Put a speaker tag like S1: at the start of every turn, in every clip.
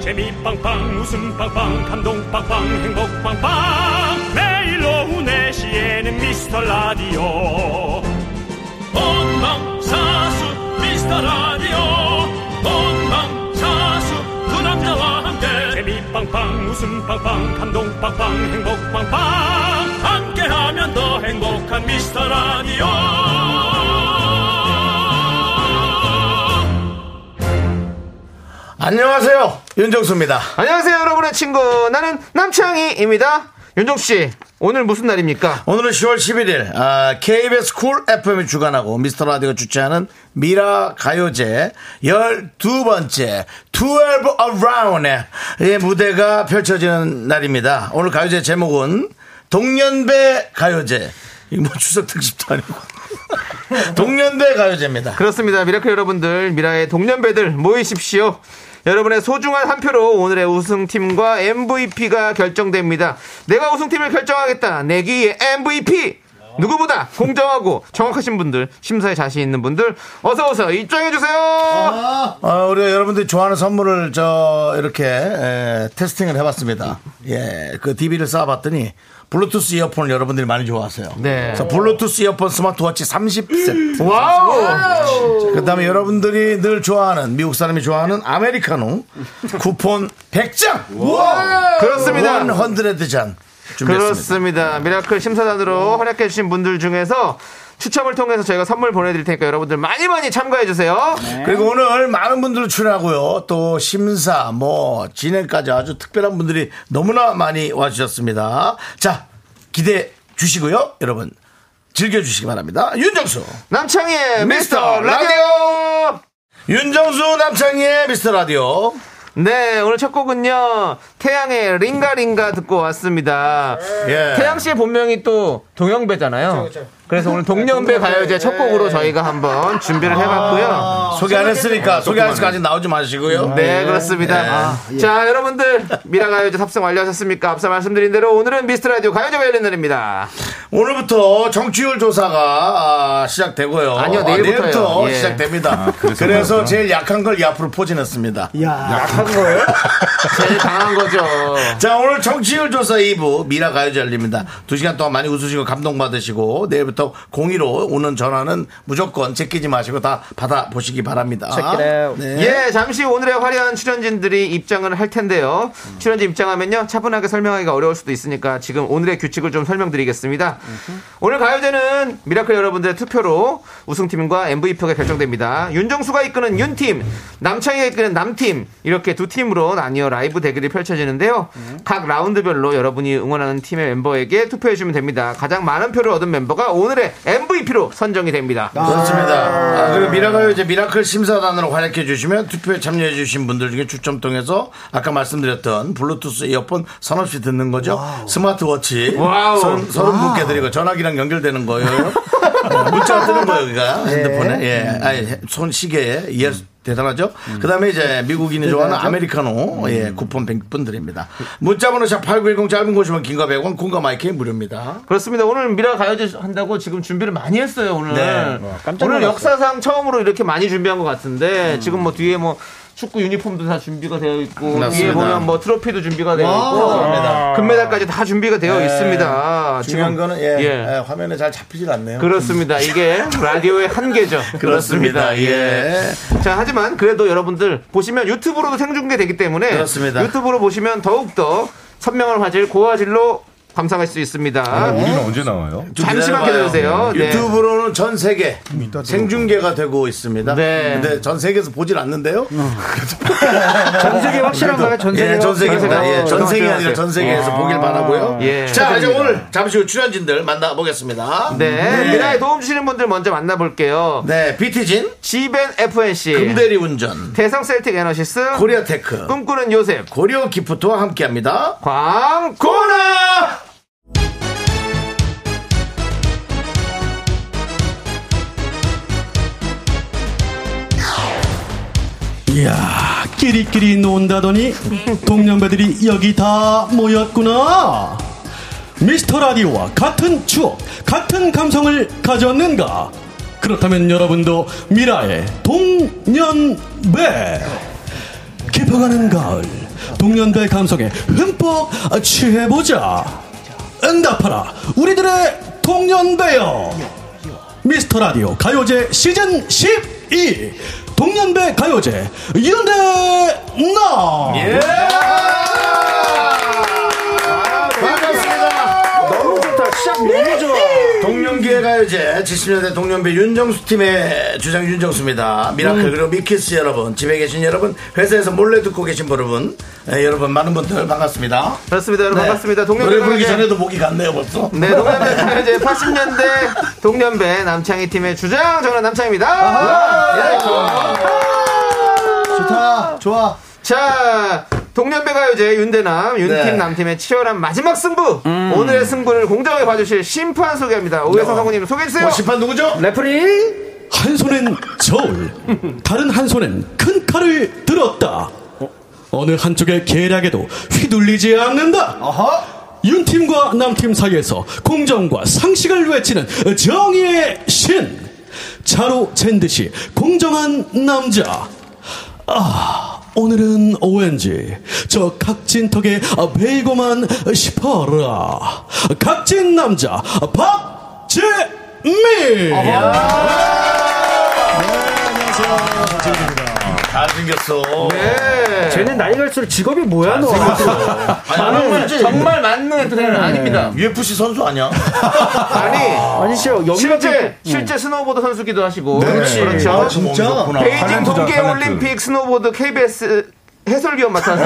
S1: 재미 빵빵 웃음 빵빵 감동 빵빵 행복 빵빵 매일 오후 4시에는 미스터 라디오 본방사수 미스터 라디오 본방사수 그 남자와 함께 재미 빵빵 웃음 빵빵 감동 빵빵 행복 빵빵 함께하면 더 행복한 미스터 라디오
S2: 안녕하세요. 윤정수입니다.
S3: 안녕하세요, 여러분의 친구. 나는 남창희입니다. 윤정수 씨, 오늘 무슨 날입니까?
S2: 오늘은 10월 11일 아, KBS 쿨 FM이 주관하고 미스터 라디오가 주최하는 미라 가요제 12번째 12 Around의 예, 무대가 펼쳐지는 날입니다. 오늘 가요제 제목은 동년배 가요제. 이거 뭐 추석 특집도 아니고. 동년배 가요제입니다.
S3: 그렇습니다. 미라클 여러분들, 미라의 동년배들 모이십시오. 여러분의 소중한 한 표로 오늘의 우승팀과 MVP가 결정됩니다. 내가 우승팀을 결정하겠다. 내기의 MVP! 누구보다 공정하고 정확하신 분들, 심사에 자신 있는 분들, 어서어서 입장해주세요!
S2: 아, 우리가 여러분들이 좋아하는 선물을 저 이렇게 에, 테스팅을 해봤습니다. 예, 그 DB를 쌓아봤더니 블루투스 이어폰을 여러분들이 많이 좋아하세요.
S3: 네.
S2: 그래서 블루투스 이어폰 스마트워치 30세트.
S3: 와우!
S2: 그다음에 여러분들이 늘 좋아하는 미국 사람이 좋아하는 아메리카노 쿠폰 100장.
S3: 그렇습니다.
S2: 헌드레드 잔 준비했습니다. 네.
S3: 그렇습니다. 미라클 심사단으로 활약해주신 분들 중에서 추첨을 통해서 저희가 선물 보내드릴 테니까 여러분들 많이 많이 참가해주세요.
S2: 그리고 오늘 많은 분들 출연하고요. 또 심사, 뭐, 진행까지 아주 특별한 분들이 너무나 많이 와주셨습니다. 자, 기대해 주시고요. 여러분, 즐겨주시기 바랍니다. 윤정수.
S3: 남창희의
S2: 미스터
S3: 미스터 라디오!
S2: 윤정수 남창희의 미스터 라디오.
S3: 네, 오늘 첫 곡은요, 태양의 링가링가 듣고 왔습니다.
S2: 예.
S3: 태양 씨의 본명이 또 동영배잖아요. 그래서 오늘 동년배 가요제 첫 곡으로 저희가 한번 준비를 해봤고요.
S2: 아, 소개 안 했으니까, 소개 안 했으니까 아직 예. 나오지 마시고요.
S3: 네, 그렇습니다. 예. 자, 여러분들, 미라가요제 탑승 완료하셨습니까? 앞서 말씀드린 대로 오늘은 미스터 라디오 가요제가 열린 날입니다.
S2: 오늘부터 정치율 조사가 아, 시작되고요.
S3: 아니요,
S2: 아,
S3: 내일부터요. 예.
S2: 시작됩니다. 아, 그래서 제일 약한 걸 이 앞으로 포진했습니다.
S3: 제일 강한 거죠.
S2: 자 오늘 정치율 조사 2부 미라 가요제 열립니다. 2시간 동안 많이 웃으시고 감동받으시고 내일부터 공의로 오는 전화는 무조건 제끼지 마시고 다 받아보시기 바랍니다. 네.
S3: 예, 잠시 후 오늘의 화려한 출연진들이 입장을 할 텐데요. 출연진 입장하면요, 차분하게 설명하기가 어려울 수도 있으니까 지금 오늘의 규칙을 좀 설명드리겠습니다. 오늘 가요제는 미라클 여러분들의 투표로 우승팀과 MVP가 결정됩니다. 윤정수가 이끄는 윤팀, 남창희가 이끄는 남팀, 이렇게 두 팀으로 나뉘어 라이브 대결이 펼쳐지는데요. 각 라운드별로 여러분이 응원하는 팀의 멤버에게 투표해주면 됩니다. 가장 많은 표를 얻은 멤버가 오늘의 MVP로 선정이 됩니다.
S2: 그렇습니다. 아, 그리고 미라가요 이제 미라클 심사단으로 활약해 주시면 투표에 참여해 주신 분들 중에 추첨 통해서 아까 말씀드렸던 블루투스 이어폰 산업시 듣는 거죠. 스마트워치
S3: 와우.
S2: 서른 서른 분께 드리고 전화기랑 연결되는 거예요. 네, 문자가 뜨는 거예요, 여기가 핸드폰에. 예, 아니 손 시계에 예. 대단하죠? 그 다음에 이제 미국인이 좋아하는 아메리카노 예, 쿠폰 100분 드립니다. 문자번호 샵8910 짧은 곳이면 긴가 100원, 공가 마이크 무료입니다.
S3: 그렇습니다. 오늘 미라 가요제 한다고 지금 준비를 많이 했어요. 오늘
S2: 네.
S3: 오늘 역사상 처음으로 이렇게 많이 준비한 것 같은데
S2: 음.
S3: 지금 뭐 뒤에 뭐 축구 유니폼도 다 준비가 되어 있고 뒤에
S2: 맞습니다. 아,
S3: 보면 뭐 트로피도 준비가 되어
S2: 감사합니다.
S3: 있고 금메달까지 다 준비가 되어 있습니다.
S2: 예, 중요한
S3: 지금,
S2: 거는 예, 예, 화면에 잘 잡히질 않네요.
S3: 그렇습니다. 이게 라디오의 한계죠.
S2: 그렇습니다. 예.
S3: 자, 하지만 그래도 여러분들 보시면 유튜브로도 생중계되기 때문에
S2: 그렇습니다.
S3: 유튜브로 보시면 더욱더 선명한 화질, 고화질로 감상할 수 있습니다.
S4: 아,
S5: 우리는 언제 나와요?
S2: 좀
S3: 아, 네. 잠시만
S2: 기다려봐요. 예.
S3: 기다려주세요. 네.
S2: 유튜브로는 전 세계 생중계가 되고 있습니다.
S3: 네.
S2: 근데 전 세계에서 보질 않는데요.
S6: 전 세계 확실한 거야 전 세계.
S2: 예, 전 세계입니다. 예, 전
S3: 전
S2: 세계
S3: 세계.
S2: 아니라 전 세계에서 보길 바라고요.
S3: 예.
S2: 자, 이제 오늘 잠시 후 출연진들 만나보겠습니다.
S3: 네. 미라에
S2: 네.
S3: 도움 주시는 분들 먼저 만나볼게요.
S2: 네, 비티진,
S3: 지벤 FNC,
S2: 금대리운전,
S3: 대성 셀틱 에너시스,
S2: 코리아테크,
S3: 꿈꾸는 요셉,
S2: 고려 기프트와 함께합니다.
S3: 광고나!
S7: 이야, 끼리끼리 논다더니 동년배들이 여기 다 모였구나. 미스터 라디오와 같은 추억, 같은 감성을 가졌는가? 그렇다면 여러분도 미라의 동년배. 깊어가는 가을, 동년배 감성에 흠뻑 취해보자. 응답하라. 우리들의 동년배여. 미스터 라디오 가요제 시즌 12 동년배 가요제 윤대 나.
S2: 반갑습니다.
S6: 너무 좋다. 시작 너무
S3: 네,
S6: 좋아.
S2: 동년기의 가요제 70년대 동년배 윤정수 팀의 주장 윤정수입니다. 미라클
S3: 음.
S2: 그리고 미키스 여러분, 집에 계신 여러분, 회사에서 몰래 듣고 계신 여러분, 예, 여러분 많은 분들 반갑습니다.
S3: 그렇습니다, 여러분.
S2: 네.
S3: 반갑습니다.
S2: 노래 부르기
S3: 동년배.
S2: 전에도 목이 갔네요 벌써.
S3: 네, 동년배 가요제 80년대 동년배 남창희 팀의 주장 정란 남창입니다.
S6: 좋다. 좋아.
S3: 자, 동년배 가요제 윤대남, 윤팀
S2: 네. 음.
S3: 남팀의 치열한 마지막 승부. 오늘의 승부를 공정하게 봐주실 심판 소개합니다. 오해성 사모님 소개해주세요.
S2: 어, 심판 누구죠?
S6: 레프리.
S7: 네. 한 손엔 저울, 다른 한 손엔 큰 칼을 들었다. 어느 한쪽의 계략에도 휘둘리지 않는다. 윤팀과 남팀 사이에서 공정과 상식을 외치는 정의의 신. 자로 잰 듯이 공정한 남자. 아, 오늘은 왠지 저 각진 턱에 베이고만 싶어라. 각진 남자 네,
S5: 네,
S7: 박재민.
S2: 잘 생겼어.
S3: 네.
S2: 예.
S6: 쟤는 나이 갈수록 직업이 뭐야 너?
S2: 정말, 음.
S3: 정말 맞는 트레이너 아닙니다.
S2: UFC 선수 아니야?
S3: 아니,
S6: 아니 씨요 여기밖에
S3: 실제,
S2: 음.
S3: 실제 스노우보드 선수기도 하시고. 음.
S5: 네.
S3: 그렇죠.
S2: 아, 진짜? 그렇구나.
S3: 베이징
S5: 그
S3: 동계올림픽 스노보드 KBS 해설위원 맡아서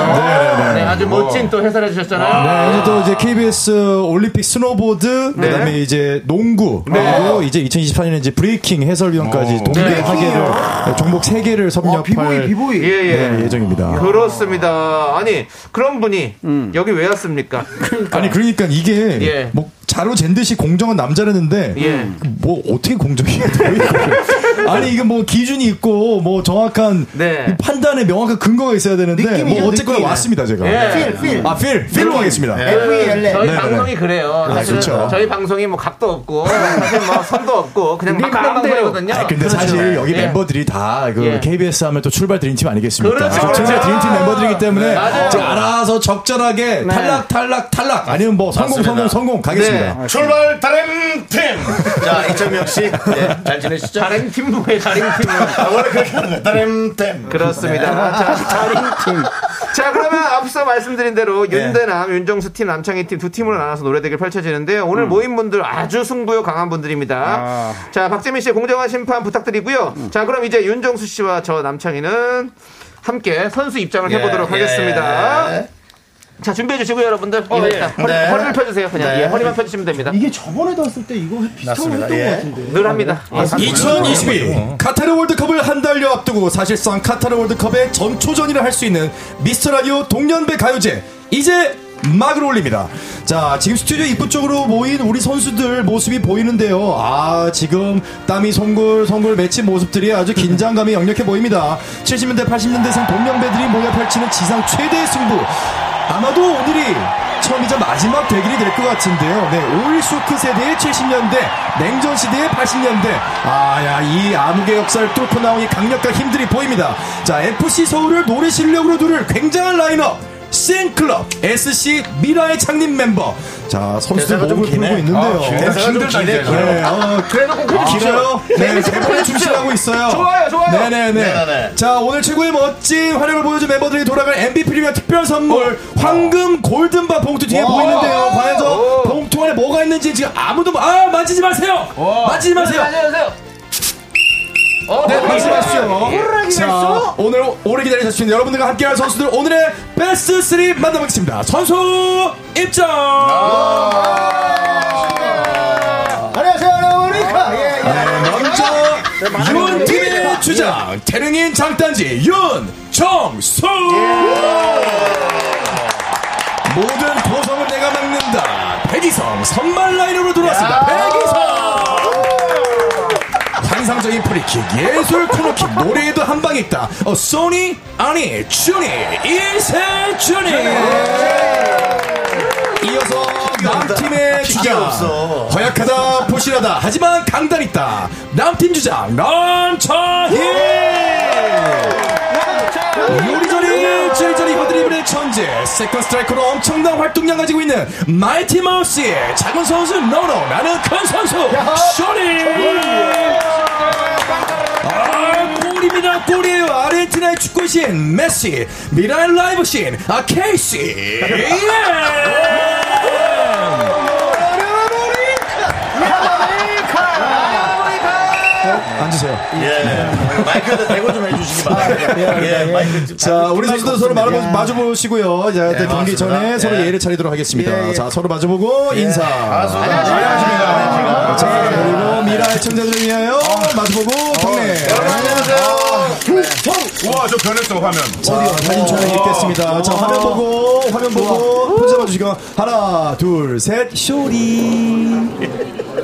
S3: 네, 아주
S5: 뭐.
S3: 멋진 또 해설해 주셨잖아요.
S5: 네, 이제 또 이제 KBS 올림픽 스노보드,
S3: 네.
S5: 그다음에 이제 농구, 그리고 이제 2024년에 이제 브레이킹 해설위원까지 동계
S3: 네. 어,
S5: 한 개를 네, 종목 세 개를 섭렵할
S6: 비보이 비보이.
S3: 예, 예.
S5: 네, 예정입니다.
S3: 그렇습니다. 아니, 그런 분이 여기 왜 왔습니까?
S5: 아니 그러니까 이게
S3: 예.
S5: 뭐 자로 잰 듯이 공정한 남자라는데
S3: 예.
S5: 뭐 어떻게 공정이에요? 도대체. 아니 이게 뭐 기준이 있고 뭐 정확한
S3: 네.
S5: 이 판단에 명확한 근거가 있어야 되는데
S6: 느낌이죠,
S5: 뭐 어쨌거나
S6: 느낌.
S5: 왔습니다 제가.
S3: 예.
S6: 필 필.
S5: 아 필, 필로 하겠습니다.
S3: E
S6: FELA.
S3: 저희
S5: 네,
S3: 방송이 그래요. 사실은
S5: 그렇죠.
S3: 저희 방송이 뭐 각도 없고 사실 뭐 선도 없고 그냥
S6: 네
S3: 막 하는
S6: 마음대로.
S3: 방송이거든요.
S5: 아, 근데 사실 여기
S3: 예.
S5: 멤버들이 다 그
S3: 예.
S5: KBS 하면 또 출발 드림팀 아니겠습니까?
S3: 그렇죠,
S5: 지금 출발
S3: 그렇죠. 네.
S5: 드림팀 멤버들이기 때문에
S3: 맞아요. 네.
S5: 지금 알아서 적절하게 네. 탈락, 탈락, 탈락 아니면 뭐 성공, 성공, 성공 가겠습니다. 네.
S2: 출발 다른 팀. 자 이창명 씨, 네, 잘 지내시죠?
S3: 다른 팀 뭐에 다른 팀
S2: 아, 원래 그렇게 하는 거야. 다른 네. 팀.
S3: 그렇습니다. 자, 팀. 자, 그러면 앞서 말씀드린 대로
S2: 네.
S3: 윤대남, 윤정수 팀, 남창희 팀 두 팀으로 나눠서 노래 대결 펼쳐지는데요.
S2: 음.
S3: 오늘 모인 분들 아주 승부욕 강한 분들입니다.
S2: 아.
S3: 자, 박재민 씨의 공정한 심판 부탁드리고요.
S2: 음.
S3: 자, 그럼 이제 윤정수 씨와 저 남창희는 함께 선수 입장을 해보도록
S2: 예,
S3: 하겠습니다.
S2: 예.
S3: 자, 준비해 주시고요, 여러분들. 이거 일단 허리,
S2: 네.
S3: 허리를 펴주세요, 그냥.
S2: 네.
S3: 예, 허리만 펴주시면 됩니다.
S6: 이게 저번에도 왔을 때 이거 비슷한 거
S2: 맞습니다.
S6: 했던
S2: 예. 아,
S6: 것 같은데.
S3: 늘 합니다. 예. 뭐,
S5: 2022 카타르 월드컵을 한 달여 앞두고 사실상 카타르 월드컵의 전초전이라 할 수 있는 미스터 라디오 동년배 가요제 이제 막을 올립니다. 자, 지금 스튜디오 입구 쪽으로 모인 우리 선수들 모습이 보이는데요. 아, 지금 땀이 송골 송골 맺힌 모습들이 아주 긴장감이 역력해 보입니다. 70년대 80년대생 동년배들이 몰려 펼치는 지상 최대의 승부. 아마도 오늘이 처음이자 마지막 대결이 될 것 같은데요. 네, 오일소크 세대의 70년대, 냉전 시대의 80년대. 아, 야, 이 암흑의 역사를 뚫고 나오니 강력한 힘들이 보입니다. 자, FC 서울을 노래 실력으로 두를 굉장한 라인업. 싱클럽 SC 미라의 창립 멤버 자 선수들
S2: 대사가 좀
S5: 목을 풀고
S2: 기네.
S5: 있는데요
S2: 대사가 좀 길네.
S5: 네, 어,
S3: 그래도 꼭 해주시죠.
S5: 길어요? 네, 대본에 충실하고 있어요.
S3: 좋아요, 좋아요.
S5: 네네네.
S2: 네네네.
S5: 자, 오늘 최고의 멋진 활약을 보여준 멤버들이 돌아갈 MVP 프리미어 어. 특별 선물 황금 골든바 봉투 뒤에 보이는데요. 과연 저 봉투 안에 뭐가 있는지 지금 아무도 아 만지지 마세요.
S2: 어.
S5: 만지지 마세요.
S3: 안녕하세요.
S5: 네, 말씀하십시오. 자, 오늘 오래 기다리셨습니다. 여러분들과 함께할 선수들 오늘의 베스트 3 만나보겠습니다. 선수 입장. 아.
S6: 안녕하세요, 아메리카. 예, 예.
S5: 먼저 아, 윤 팀의 주장 태릉인 장단지 윤정수 예. 모든 고성을 내가 막는다 백이성 선발 라인으로 들어왔습니다 백이성 환상적인 프리킥 예술 코너킥 노래에도 한 방 있다 어, 소니 아니 주니 이세주니 예. 이어서 남팀의 주장
S2: 아, 없어.
S5: 허약하다 부실하다 하지만 강단 있다 남팀 주장 남창희
S3: 자,
S5: 요리조리 줄리조리 허드리블의 천재 세컨 스트라이크로 엄청난 활동량 가지고 있는 마이티 마우스 작은 선수 노노 나는 큰 선수 쇼리 아, 골입니다 골이에요 아르헨티나의 축구 신 메시 미라의 라이브 신 아, 케이시 예! 앉으세요 네.
S2: 예. 마이크에다 대고 좀 해주시기 바랍니다. 예, 마이크 좀-
S5: 자, 우리 선수들 서로 마주, 마주보시고요. 자, 일단 경기
S2: 맞습니다.
S5: 전에 서로
S2: 예. 아,
S5: 예의를 차리도록 하겠습니다.
S6: 예, 예.
S5: 자, 서로 마주보고 인사.
S2: 안녕하십니까.
S5: 자, 그리고 미라의 청자들을 위하여 마주보고 경례.
S4: 우와 저 변했어 화면
S5: 자, 사진 촬영이 있겠습니다. 자, 화면 보고, 화면 보고, 손 잡아주시기 바랍니다. 하나, 둘, 셋, 쇼리.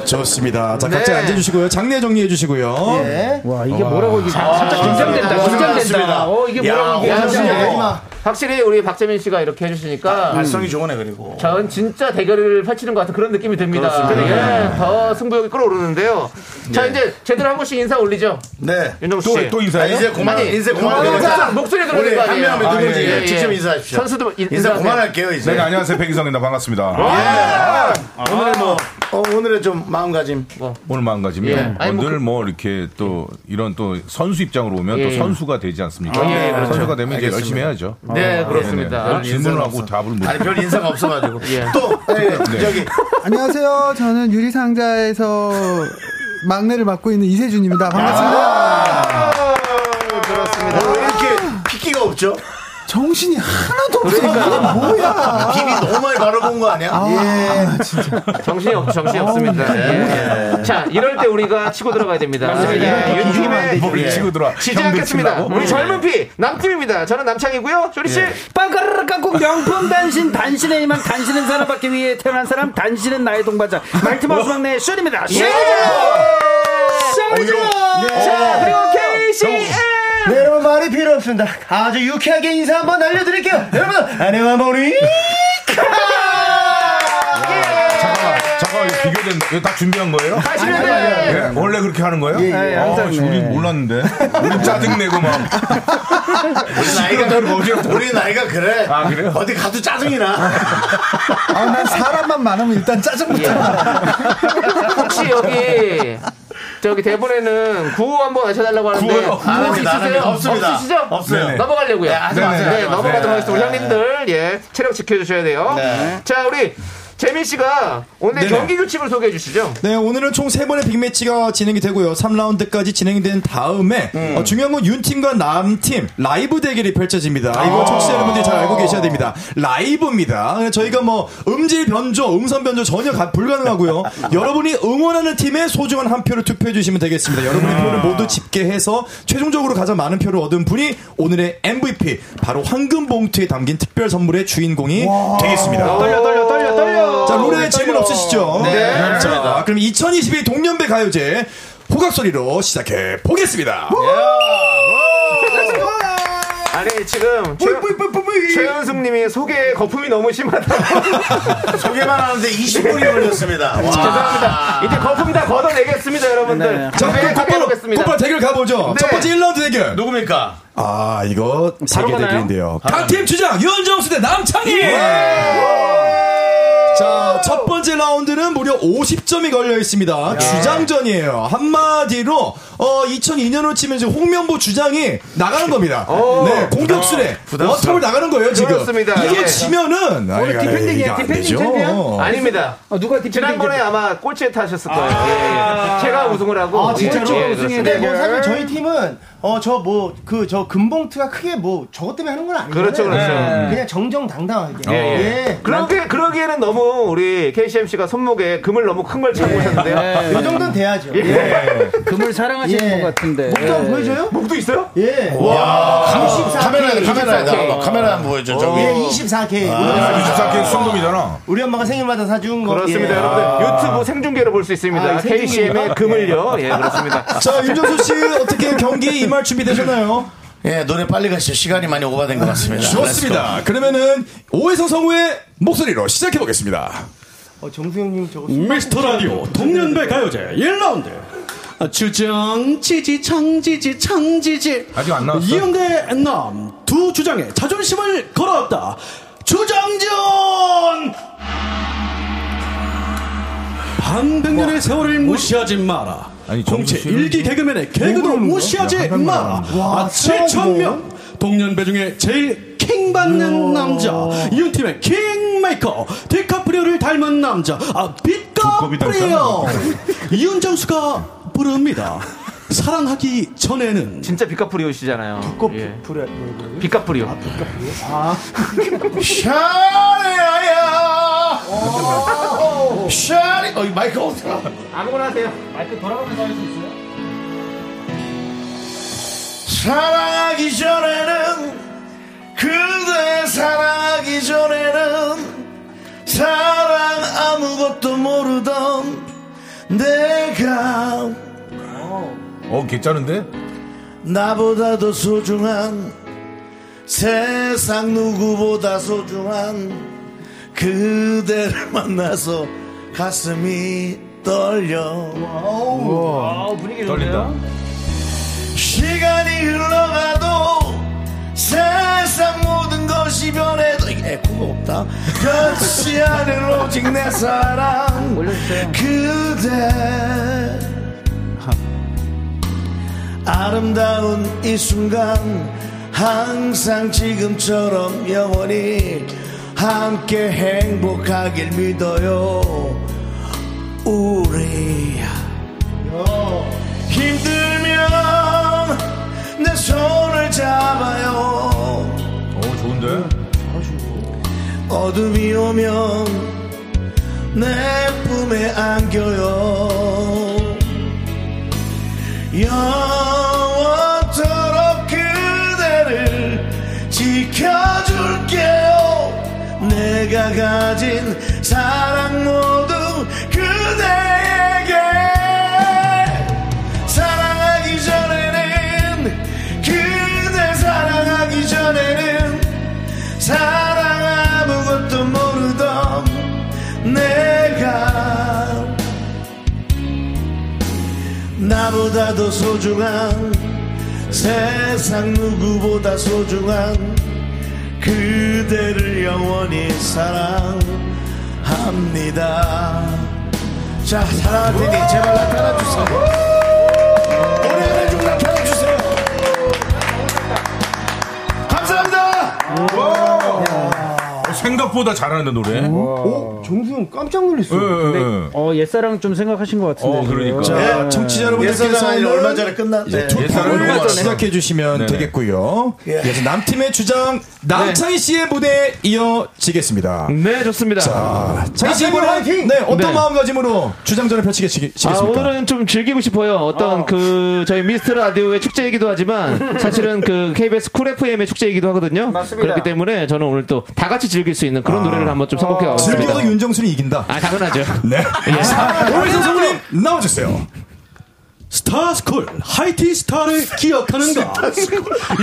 S5: 좋습니다. 자, 각자
S3: 네.
S5: 앉아주시고요. 장례 정리해주시고요.
S6: 와 이게 뭐라고 이게
S5: 아,
S4: 아,
S6: 살짝
S3: 아, 긴장된다, 긴장된다. 어, 이게
S2: 야,
S3: 뭐라고
S2: 오늘
S6: 진짜
S3: 긴장돼.
S6: 마지막.
S3: 확실히 우리 박재민 씨가 이렇게 해주시니까
S2: 발성이 좋으네 그리고.
S3: 전 진짜 대결을 펼치는 것 같은 그런 느낌이 듭니다.
S2: 그렇습니다.
S3: 예, 더 승부욕이 끌어오르는데요. 자, 이제 제대로 한 번씩 인사 올리죠.
S2: 네.
S3: 윤정수 씨.
S4: 또
S2: 자,
S4: 인사해요?
S2: 이제 고만
S3: 아니,
S2: 인생
S3: 목소리,
S2: 고만해요.
S3: 목소리 들어오는
S2: 우리
S3: 거
S2: 한
S3: 아니에요?
S2: 명이 누군지
S3: 예, 예.
S2: 직접 인사하십시오.
S3: 선수도 인-
S2: 인사
S3: 인사하세요. 어?
S2: 그만할게요 이제.
S4: 네 안녕하세요 백이성입니다 예. 반갑습니다
S2: 아, 오늘 뭐 어, 오늘의 좀 마음가짐. 뭐.
S4: 오늘 마음가짐이
S3: 예. 아니, 뭐
S4: 늘뭐 이렇게 또 이런 또 선수 입장으로 오면
S3: 예.
S4: 또 선수가 되지 않습니까
S3: 예,
S4: 네,
S3: 그렇죠.
S4: 선수가 되면 이제
S2: 아, 알겠습니다. 어.
S4: 열심히 해야죠
S3: 네, 그렇습니다.
S4: 네, 네. 질문하고 답을 네. 못
S2: 아니 별 인사가 없어가지고.
S3: 예.
S2: 또 예, 저기
S8: 안녕하세요. 저는 유리상자에서 막내를 맡고 있는 이세준입니다. 반갑습니다.
S9: 아.
S2: 어, 왜 이렇게 피기가 없죠?
S8: 정신이 하나도 없어. 이게 뭐야?
S2: 비비 그러니까. 아, 너무 많이 바라본 거 아니야?
S8: 예.
S3: 정신이 없, 정신이 없습니다. 예. 자, 이럴 때 우리가 치고 들어가야 됩니다.
S10: 아,
S3: 예, 윤팀의 예.
S4: 뭘 치고 들어와
S3: 시작하겠습니다.
S4: 형들 치려고?
S3: 우리 젊은
S10: 예.
S3: 피 남팀입니다. 저는 남창이고요. 쇼리 씨.
S10: 빵가르르 깎고 명품 단신 단신의 희망 단신은 살아받기 위해 태어난 사람 단신은 나의 동반자 말티마우스 막내 쇼입니다 쇼!
S9: 예.
S3: 쇼리죠. 자, 그리고 KCM.
S6: 네, 여러분 말이 필요 없습니다. 아주 유쾌하게 인사 한번
S2: 아.
S6: 날려드릴게요. 여러분 안녕하 머리.
S4: 잠깐만 잠깐만 이거 비교된 이거 다 준비한 거예요?
S3: 아, 80년대.
S4: 예? 원래 그렇게 하는 거예요?
S6: 예, 예,
S4: 아, 씨,
S2: 네.
S4: 우리 몰랐는데 우리 짜증내고 막
S2: 우리 나이가 우리 나이가 그래.
S4: 아, 그래요?
S2: 어디 가도 짜증이 나.
S8: 아, 난 사람만 많으면 일단 짜증부터 나.
S3: 예. 혹시 여기 저기 대본에는 구호 한번 외쳐달라고 하는데
S4: 구호요?
S3: 구호
S2: 안 합니다, 안
S3: 있으세요?
S2: 합니다. 없습니다.
S3: 없으시죠?
S2: 없어요.
S4: 네네.
S3: 넘어가려고요.
S2: 네, 하지 마세요,
S3: 네,
S2: 하지 마세요.
S3: 넘어가도록 하겠습니다. 우리
S2: 네.
S3: 형님들 예 체력 지켜주셔야 돼요.
S2: 네.
S3: 자 우리 재민 씨가 오늘
S5: 네네.
S3: 경기 규칙을 소개해 주시죠.
S5: 네, 오늘은 총 세번의 빅매치가 진행이 되고요. 3라운드까지 진행된 다음에 어, 중요한 건 윤팀과 남팀 라이브 대결이 펼쳐집니다. 이거
S3: 아.
S5: 청취자 여러분들이 잘 알고 계셔야 됩니다. 라이브입니다. 저희가 뭐 음질 변조, 음선 변조 전혀 가- 불가능하고요. 여러분이 응원하는 팀의 소중한 한 표를 투표해 주시면 되겠습니다.
S3: 아.
S5: 여러분의 표를 모두 집계해서 최종적으로 가장 많은 표를 얻은 분이 오늘의 MVP 바로 황금 봉투에 담긴 특별 선물의 주인공이 되겠습니다.
S3: 떨려 떨려 떨려 어, 떨려.
S5: 어. 자,
S10: 어,
S5: 룰에 질문 없으시죠? 네. 자, 그럼 2022 동년배 가요제 호각소리로 시작해 보겠습니다.
S3: 아니 지금 최- 최현숙 님이 소개 거품이 너무 심하다.
S2: 소개만 하는데 20분이 걸렸습니다. 와.
S3: 죄송합니다. 이제 거품 다 걷어내겠습니다 여러분들. 네,
S5: 자, 그럼 곧바로,
S3: 해보겠습니다.
S5: 곧바로 대결 가보죠.
S3: 네.
S5: 첫 번째 1라운드 대결.
S2: 누굽니까?
S5: 아, 이거 세계
S3: 가나요? 예!
S5: 대결인데요.
S10: 아,
S5: 각팀 주장 윤정수 대 남창희! 자, 첫 번째 라운드는 무려 50점이 걸려 있습니다. 주장전이에요. 한마디로, 어, 2002년으로 치면 지금 홍명보 주장이 나가는 겁니다. 네, 공격수래. 원톱을 나가는 거예요, 지금.
S3: 아, 그렇습니다.
S5: 이게
S3: 예.
S5: 지면은. 아, 이거,
S10: 디펜딩이야, 디펜딩 챔피언.
S3: 아닙니다.
S6: 어,
S10: 누가 디펜딩
S3: 지난번에 아마 꼴찌에 타셨을 거예요. 예, 예. 제가 우승을 하고.
S6: 아 진짜로.
S3: 예, 예,
S6: 근데 뭐
S3: 그렇습니다. 예,
S6: 사실 저희 팀은 어 저 뭐 그 저 금봉투가 크게 뭐 저것 때문에 하는 건 아니에요. 네.
S3: 그렇죠, 그렇죠.
S6: 그냥 정정당당하게.
S3: 예, 예. 그러게, 그러기에는 너무 우리 KCMC가 손목에 금을 너무 큰 걸 차고 오셨는데요.
S6: 이 예. 정도는 돼야죠. 예.
S10: 금을 사랑하시는
S6: 예.
S10: 것 같은데
S6: 목도 한번 보여줘요?
S3: 목도 있어요?
S6: 예.
S2: 와.
S6: 24K,
S2: 카메라에 카메라에
S3: 24K.
S2: 카메라 한번 보여줘. 아, 저기.
S6: 예, 24K. 우리,
S4: 24K 순금이잖아
S6: 우리 엄마가 생일마다 사준 거.
S3: 그렇습니다,
S6: 예.
S3: 여러분들.
S2: 아.
S3: 유튜브 생중계로 볼 수 있습니다.
S6: 아,
S3: KCM의
S6: 생중계인가?
S3: 금을요. 예, 그렇습니다.
S5: 자, 윤정수 씨, 어떻게 경기 임할 준비 되셨나요?
S2: 예, 노래 빨리 가시죠. 시간이 많이 오버된 것 같습니다.
S5: 좋습니다. 그러면은, 오해성 성우의 네, 목소리로 시작해 보겠습니다.
S6: 어, 정수 형님 저거.
S7: 미스터 라디오 동년배 가요제 1라운드 주정 지지 창지지 창지지
S4: 아직 안 나왔어?
S7: 이영대 남 두 주장의 자존심을 걸어왔다. 주장전! 반백년의 세월을 무시하지 마라.
S11: 아니,
S7: 공채
S11: 정신
S7: 일기 개그맨의 개그도
S11: 누구를
S7: 무시하지
S11: 야, 한
S7: 마라. 아, 7천 명 동년배 중에 제일 킹 받는 남자. 이은팀의 킹메이커 디카프리오를 닮은 남자. 아,
S11: 두꺼비
S7: 빛카프리오.
S11: 닮잖아.
S7: 이은정수가 부릅니다. 사랑하기 전에는
S3: 진짜 비카프리오 씨잖아요. 예.
S4: 불에
S3: 비카프리오.
S2: 샤리아야 샤리 어이 마이크 어디가
S3: 아무거나 하세요.
S2: 사랑하기 전에는 그대 사랑하기 전에는 사랑 아무것도 모르던 내가
S11: 어, 괜찮은데?
S2: 나보다 더 소중한 세상 누구보다 소중한 그대를 만나서 가슴이 떨려
S11: 떨린다.
S2: 시간이 흘러가도 세상 모든 것이 변해도 이게 에코가 없다 변치 않은 오직 내 사랑 그대 아름다운 이 순간 항상 지금처럼 영원히 함께 행복하길 믿어요 우리 힘들면 내 손을 잡아요
S11: 어, 좋은데?
S2: 어둠이 오면 내 품에 안겨요 영원토록 그대를 지켜줄게요 내가 가진 사랑 모두 그대에게 사랑하기 전에는 그대 사랑하기 전에는 사랑 아무것도 모르던 내가 나보다 더 소중한 세상 누구보다 소중한 그대를 영원히 사랑합니다. 자, 사랑할 테니 제발 나타나주세요. 네. 노래 하나 좀 나타나주세요. 감사합니다.
S11: 어, 생각보다 잘하는 노래.
S4: 어? 정수형 깜짝 놀랐어.
S10: 네.
S11: 예, 예, 예.
S12: 어, 옛사랑 좀 생각하신 것 같은데.
S11: 어, 그러니까.
S10: 예.
S5: 자, 청취자
S2: 예선이
S5: 여러분들께서는
S2: 얼마 전에 끝났대.
S11: 예, 예선을
S5: 투표를
S11: 녹았네.
S5: 시작해 주시면
S11: 네네.
S5: 되겠고요.
S2: 예.
S5: 그래서 남팀의 주장 남창희 씨의 무대에 이어지겠습니다.
S3: 네, 좋습니다.
S5: 자, 창희 씨 이번에
S4: 화이팅!
S5: 네, 어떤
S3: 네.
S5: 마음가짐으로 주장전을 펼치시겠습니까?
S3: 아, 오늘은 좀 즐기고 싶어요. 어떤 그 저희 미스터 라디오의 축제이기도 하지만 사실은 그 KBS 쿨 FM의 축제이기도 하거든요.
S12: 맞습니다.
S3: 그렇기 때문에 저는 오늘 또 다 같이 즐길 수 있는 그런 노래를 한번 좀 선곡해 왔습니다.
S5: 즐겨도 윤정수는 이긴다.
S3: 아, 당연하죠.
S5: 네.
S7: 예.
S5: 자, 오해선
S7: 아, 네.
S5: 성우님 나와주세요.
S7: 스타스쿨 하이티스타를 기억하는가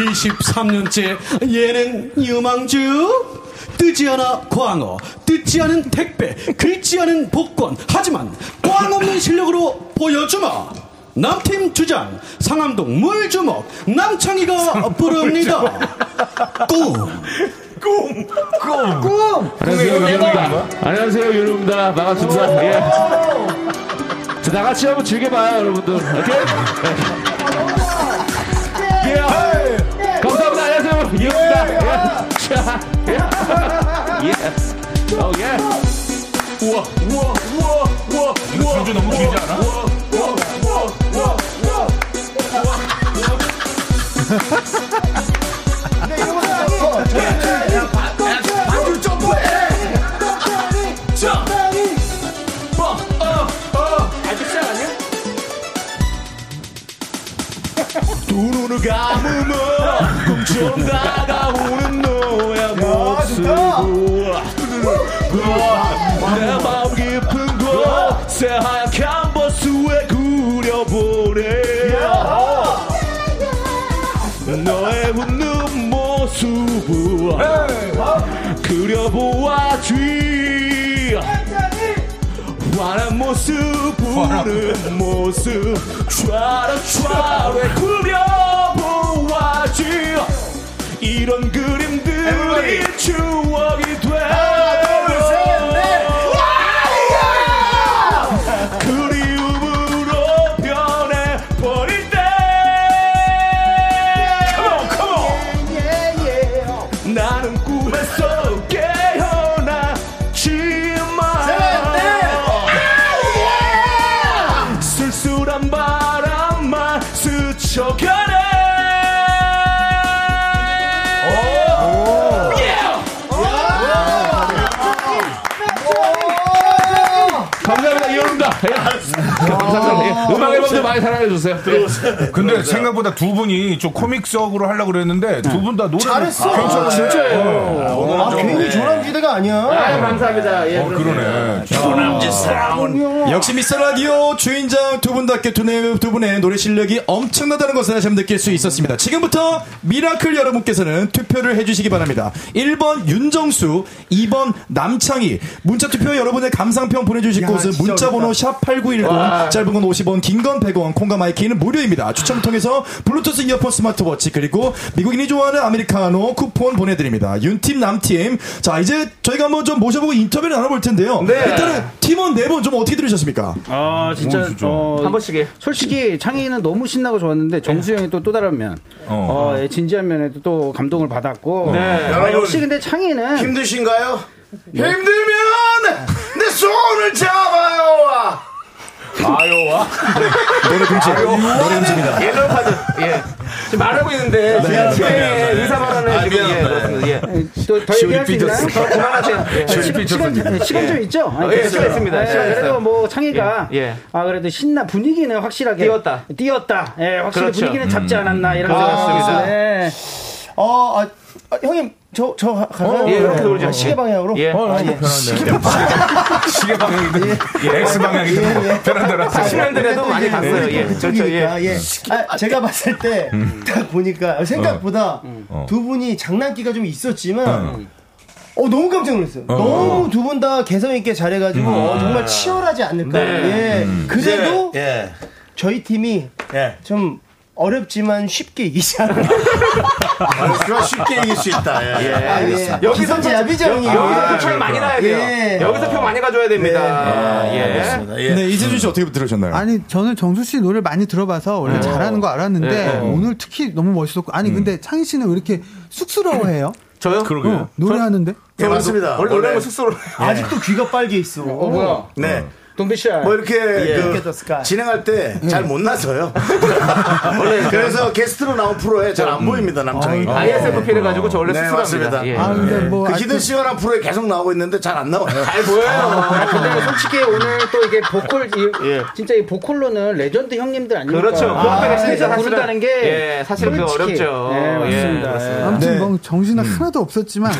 S7: 23년째 예능 유망주 뜨지 않아 광어 뜨지 않은 택배 긁지 않은 복권 하지만 꽝 없는 실력으로 보여주마 남팀 주장 상암동 물주먹 남창희가 부릅니다 꿈
S3: 안녕하세요, 윤우입니다. 안녕하세요, 윤우입니다. 반갑습니다. 예. 자, 다 같이 한번 즐겨봐요, 여러분들. 오케이? 네. 예. 예. 감사합니다. 안녕하세요, 윤우입니다. 예. 자, 예. 예. 오, 예. 우와, 우와, 우와, 우와, 우와.
S11: 전주 너무 길지 않아? 이런 그림들이 추억이 되어 그 그리움으로 변해버릴 때 Come on, come on
S12: 예,
S11: 나는 꿈에서
S2: 네.
S11: 깨어나지만 예. 쓸쓸한 바람만 스쳐가네 Yeah!
S3: 감사합니다 이현우입니다. 예, 알았습니다. 감사합니다. 예, 음악 앨범도 많이 사랑해 주세요. 네.
S4: 근데 생각보다 두 분이 좀 코믹적으로 하려고 그랬는데 두 분 다 노래
S6: 잘했어.
S4: 괜찮네.
S6: 아, 괜히 조남지대가 아. 아니야.
S3: 아유, 감사합니다. 예,
S4: 네. 어, 그러네. 네.
S2: 조남지
S6: 아,
S2: 사운.
S5: 역시 미스터 라디오 주인장 두 분답게 두, 네- 두 분의 노래 실력이 엄청나다는 것을 다시 한번 느낄 수 있었습니다. 지금부터 미라클 여러분께서는 투표를 해주시기 바랍니다. 1번 윤정수, 2번 남창희. 문자 투표 여러분의 감상평 보내주실 곳은 문자번호 샵8910, 짧은 건 50원, 긴 건 100원, 콩과 마이키는 무료입니다. 추첨 통해서 블루투스 이어폰 스마트워치, 그리고 미국인이 좋아하는 아메리카노 쿠폰 보내드립니다. 윤팀, 남팀. 자, 이제 저희가 한번 좀 모셔보고 인터뷰를 나눠볼 텐데요. 일단은 팀원 네 분 좀 어떻게 들으셨습니까?
S12: 아 진짜 어,
S3: 한 네. 번씩 해.
S12: 솔직히 창희는 너무 신나고 좋았는데 정수영이 또 또 다른 면, 어, 예, 진지한 면에도 또 감동을 받았고.
S3: 네.
S10: 네.
S12: 아, 역시 근데 창희는
S2: 힘드신가요? 힘들면 내 손을 잡아요.
S5: 노래 금지. 노래 금지입니다.
S3: 예전 카드. 예. 지금 말하고 있는데 지금 예, 예, 의사 발언을
S2: 아,
S3: 지금 예,
S2: 미안합니다.
S3: 그렇습니다. 예.
S8: 네,
S12: 또더 얘기할 수 있나요? 아,
S3: 더 그만하세요. 예.
S12: 시- 시간, 시간 좀 있죠? 아니,
S3: 예,
S12: 됐어요.
S3: 시간 있습니다. 시간 있어요.
S12: 그래도 뭐 창의가
S3: 예, 예.
S12: 아 그래도 신나 분위기는 확실하게
S3: 띄웠다.
S12: 띄웠다. 예, 확실히
S3: 그렇죠. 아,
S12: 분위기는 잡지 않았나 이런
S3: 그렇습니다.
S12: 생각이 네.
S6: 음. 어, 아, 아, 형님, 저, 저, 가- 가나요?
S3: 예, 이렇게 돌죠.
S6: 아, 시계 방향으로?
S3: 예.
S4: 어, 너무 편한데. 시계 방향이든
S3: 예.
S4: 예,
S10: 예,
S4: X
S6: 예,
S4: 방향이든 뭐 편한
S6: 아,
S4: 대로
S3: 아,
S4: 하세요.
S3: 70년대에도 많이 갔어요. 예. 그렇죠. 예.
S6: 그쪽이니까,
S10: 그러니까,
S6: 예. 아, 제가 봤을 때, 딱 보니까, 생각보다 음. 두 분이 장난기가 좀 있었지만, 어, 너무 깜짝 놀랐어요. 너무 두 분 다 개성있게 잘해가지고, 어, 정말 치열하지 않을까. 예. 그래도
S2: 예.
S6: 저희 팀이
S2: 예.
S6: 좀 어렵지만 쉽게 이기지 않을까.
S2: 아, 그거 쉽게 이길 수 있다. 예.
S3: 예.
S6: 예.
S3: 여기서
S6: 기선제 야비죠, 형님.
S3: 여기서 표를 많이 나야 돼요.
S6: 예.
S3: 여기서 표 많이 가져야 됩니다. 예.
S2: 알겠습니다. 예.
S5: 네, 이재준 씨 어떻게 들으셨나요?
S8: 아니 저는 정수 씨 노래를 많이 들어봐서
S3: 네.
S8: 원래 잘하는 거 알았는데 오늘 특히 너무 멋있었고 아니 근데 창희 씨는 왜 이렇게 쑥스러워해요?
S3: 음.
S8: 어,
S3: 저요?
S4: 그러게요.
S8: 노래하는데
S2: 예, 맞습니다.
S3: 원래 원래 숙소로
S6: 아직도 귀가 빨개 있어.
S12: 어 뭐야?
S2: 네.
S12: 동비 씨야.
S2: 뭐 이렇게 그
S6: Look at the sky.
S2: 진행할 때 잘 못 나서요. 원래 음. 어. 그래서 게스트로 나온 프로에 잘 안 보입니다 남창이.
S3: ISFP를 가지고 저 원래
S2: 네
S3: 숙소랍니다.
S2: 맞습니다.
S3: 예.
S8: 아 근데 뭐
S2: 그
S8: 아직-
S2: 히든 싱어랑 프로에 계속 나오고 있는데 잘 안 나와요.
S3: 잘 보여요.
S12: 아, 근데 솔직히 오늘 또 이게 보컬 이,
S3: 네. 예.
S12: 진짜 이 보컬로는 레전드 형님들 아닙니까?
S3: 그렇죠. 그 앞에
S12: 진짜
S3: 사실은-
S12: 부른다는 게
S3: 예, 사실은 그거
S12: 솔직히.
S3: 어렵죠.
S12: 네, 맞습니다. 네.
S3: 예, 맞습니다. 음. 네.
S8: 아무튼 뭐 정신은 하나도 없었지만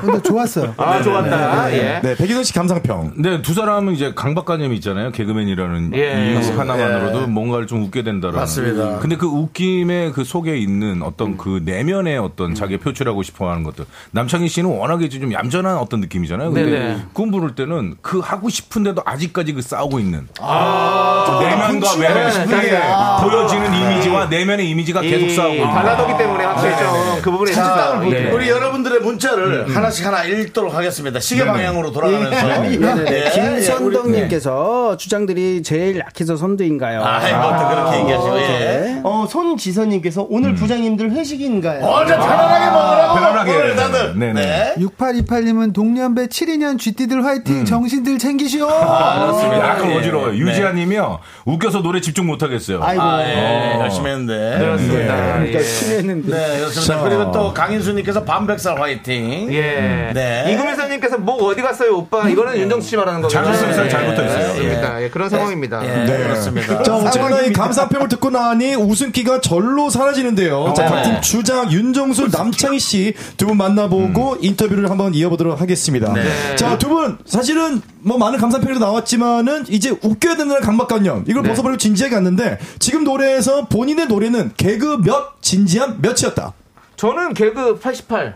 S8: 근데 좋았어요.
S3: 아, 좋았다. 예.
S5: 네, 백희선 씨 감상평.
S4: 근데 네, 두 사람은 이제 강박관념이 있잖아요. 개그맨이라는
S3: 예.
S4: 이유 하나만으로도 뭔가를 좀 웃게 된다라는.
S2: 맞습니다.
S4: 근데 그 웃김의 그 속에 있는 어떤
S3: 음.
S4: 그 내면의 어떤 자기 표출하고 싶어 하는 것들. 남창희 씨는 워낙에 이제 좀 얌전한 어떤 느낌이잖아요. 근데
S3: 네네.
S4: 꿈 부를 때는 그 하고 싶은데도 아직까지 그 싸우고 있는.
S3: 아,
S4: 그 내면과 외면
S3: 자기-
S4: 사이에 보여지는 이미지와 내면의 이미지가 계속 싸우고 있는. 아,
S3: 발라더기 네. 때문에 확실히 좀그 부분에
S2: 자,
S3: 있습니다. 예.
S2: 아, 네. 우리 여러분들의 문자를 하나씩 하나 읽도록 하겠습니다. 시계
S12: 뭐,
S2: 방향으로
S12: 네,
S2: 돌아가면서. 음. 예, 예, 우리-
S12: 김선덕님께서 주장들이 제일 약해서 선두인가요? 네.
S2: 아,
S3: 예,
S2: 이것도 그렇게 얘기하시고, 예.
S6: 어, 손지선님께서
S3: 음.
S6: 오늘 부장님들 아. 회식인가요?
S2: 어제 편안하게 먹으라고.
S4: 편안하게.
S2: 오늘 다들.
S4: 네네.
S2: 네.
S8: 6828님은 동년배 7인년 쥐띠들 화이팅 정신들 챙기시오.
S4: 아, 그렇습니다. 약간
S2: 예.
S4: 어지러워요.
S2: 네.
S4: 유지아님이요 웃겨서 노래 집중 못하겠어요. 네.
S6: 아이고.
S2: 아, 예. 그러니까 열심히 했는데.
S3: 네, 그렇습니다. 예.
S2: 네, 그렇습니다. 그리고 또 강인수님께서 반백살 화이팅.
S3: 예.
S2: 네.
S3: 이금희사님께서 목 어디 갔어요, 오빠? 이거는 윤정수 씨 말하는 거죠.
S4: 장수 선생님 잘 붙어 있어요.
S3: 그렇습니다. 예, 그런 상황입니다.
S2: 예, 그렇습니다.
S5: 자, 어쨌거나 이 감사평을 듣고 나니 웃음기가 절로 사라지는데요. 자, 각팀 주장 윤정수, 남창희 씨 두 분 만나보고
S2: 음.
S5: 인터뷰를 한번 이어보도록 하겠습니다.
S2: 네.
S5: 자, 두 분 사실은 뭐 많은 감사평이 나왔지만은 이제 웃겨야 된다는 강박관념 이걸
S2: 네.
S5: 벗어버리고 진지하게 갔는데 지금 노래에서 본인의 노래는 개그 몇 진지한 몇이었다.
S3: 저는 개그 88.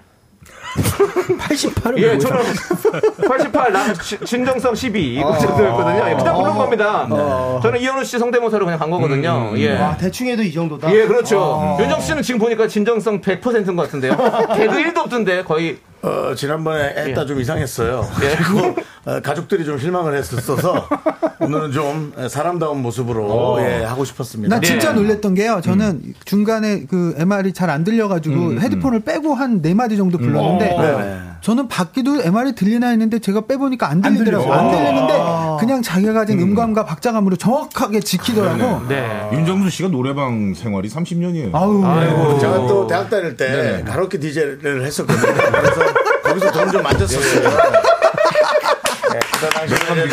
S3: 예, 저는 88, 남, 지- 진정성 12. 이거 정도였거든요. 예, 그냥 부른 겁니다. 저는 이현우 씨 성대모사로 그냥 간 거거든요. 예.
S6: 와, 대충 해도 이 정도다.
S3: 예, 그렇죠. 윤정 씨는 지금 보니까 진정성 100%인 것 같은데요. 개그 1도 없던데, 거의.
S2: 어, 지난번에 애따 좀 이상했어요.
S3: 예.
S2: 그리고 어, 가족들이 좀 실망을 했었어서 오늘은 좀 사람다운
S3: 어.
S2: 모습으로 예, 하고 싶었습니다.
S8: 나 진짜 놀랬던 게요. 저는 중간에 그 MR이 잘 안 들려가지고 헤드폰을 빼고 한 네 마디 정도 불렀는데
S2: 네.
S8: 저는 밖에도 MR이 들리나 했는데 제가 빼보니까 안 들리더라고요. 안, 들리는데 그냥 자기가 가진 음. 감과 박자감으로 정확하게 지키더라고.
S3: 네.
S4: 윤정수 씨가 노래방 생활이 30년이에요.
S8: 아우.
S2: 예,
S10: 네.
S2: 제가 또 대학 다닐 때 가로키 DJ를 했었거든요. 그래서 거기서 돈 좀 만졌었어요. 예, 그때 당시에는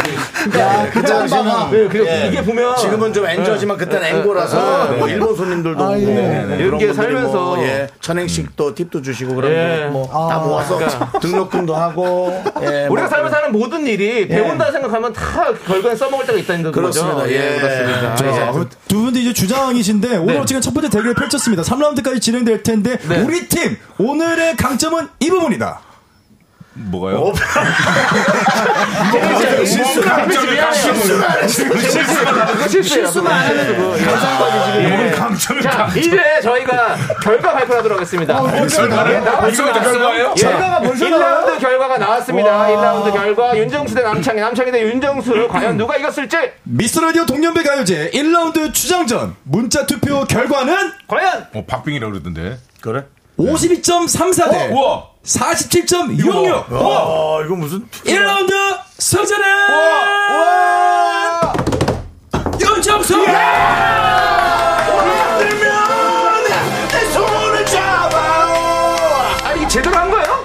S2: 예, 그때 당시에는
S3: 네, 그리고
S2: 예,
S3: 이게 보면. 아, 네.
S2: 지금은 좀 엔저지만
S11: 예.
S2: 그때는 앵고라서 뭐 일본 손님들도
S8: 아,
S2: 오고
S8: 예.
S2: 네, 네.
S3: 이렇게
S2: 그런 분들이
S3: 살면서.
S2: 뭐, 예, 천행식도 팁도 주시고 그런
S3: 예. 그러니까.
S2: 거뭐다 모아서 등록금도 하고 예,
S3: 우리가
S2: 뭐 예.
S3: 살면서 하는 모든 일이 예, 배운다 생각하면 다 결과는 써먹을 때가 있다는 거죠.
S2: 그렇습니다. 예,
S3: 아, 그렇습니다.
S2: 자,
S3: 예. 네.
S5: 두 분도 이제 주장이신데 오늘 지금 첫 번째 대결을 펼쳤습니다. 3라운드까지 진행될 텐데 우리 팀 오늘의 강점은 이 부분이다.
S4: 뭐가요?
S3: 실수만 안 하면 되고. 예.
S4: 오늘 강점이
S3: 자,
S4: 강점.
S3: 이제 저희가 결과 발표하도록 하겠습니다. 예, 나왔어, 나왔어. 예.
S6: 어, 결과가 벌써
S3: 1라운드 결과가 나왔습니다. 1라운드 결과 윤정수 대 남창희, 남창희 대 윤정수 과연 누가 이겼을지
S5: 미스라디오 동년배 가요제 1라운드 추장전 문자 투표 결과는
S3: 과연
S4: 어, 박빙이라고 그러던데.
S2: 그래?
S10: 네.
S2: 어?
S5: 52.34대
S4: 우와.
S5: 47.66
S2: 와, 아, 이거 무슨
S5: 1라운드 승자는
S2: 예!
S5: 윤정수 예!
S3: 아 이게 제대로 한 거예요?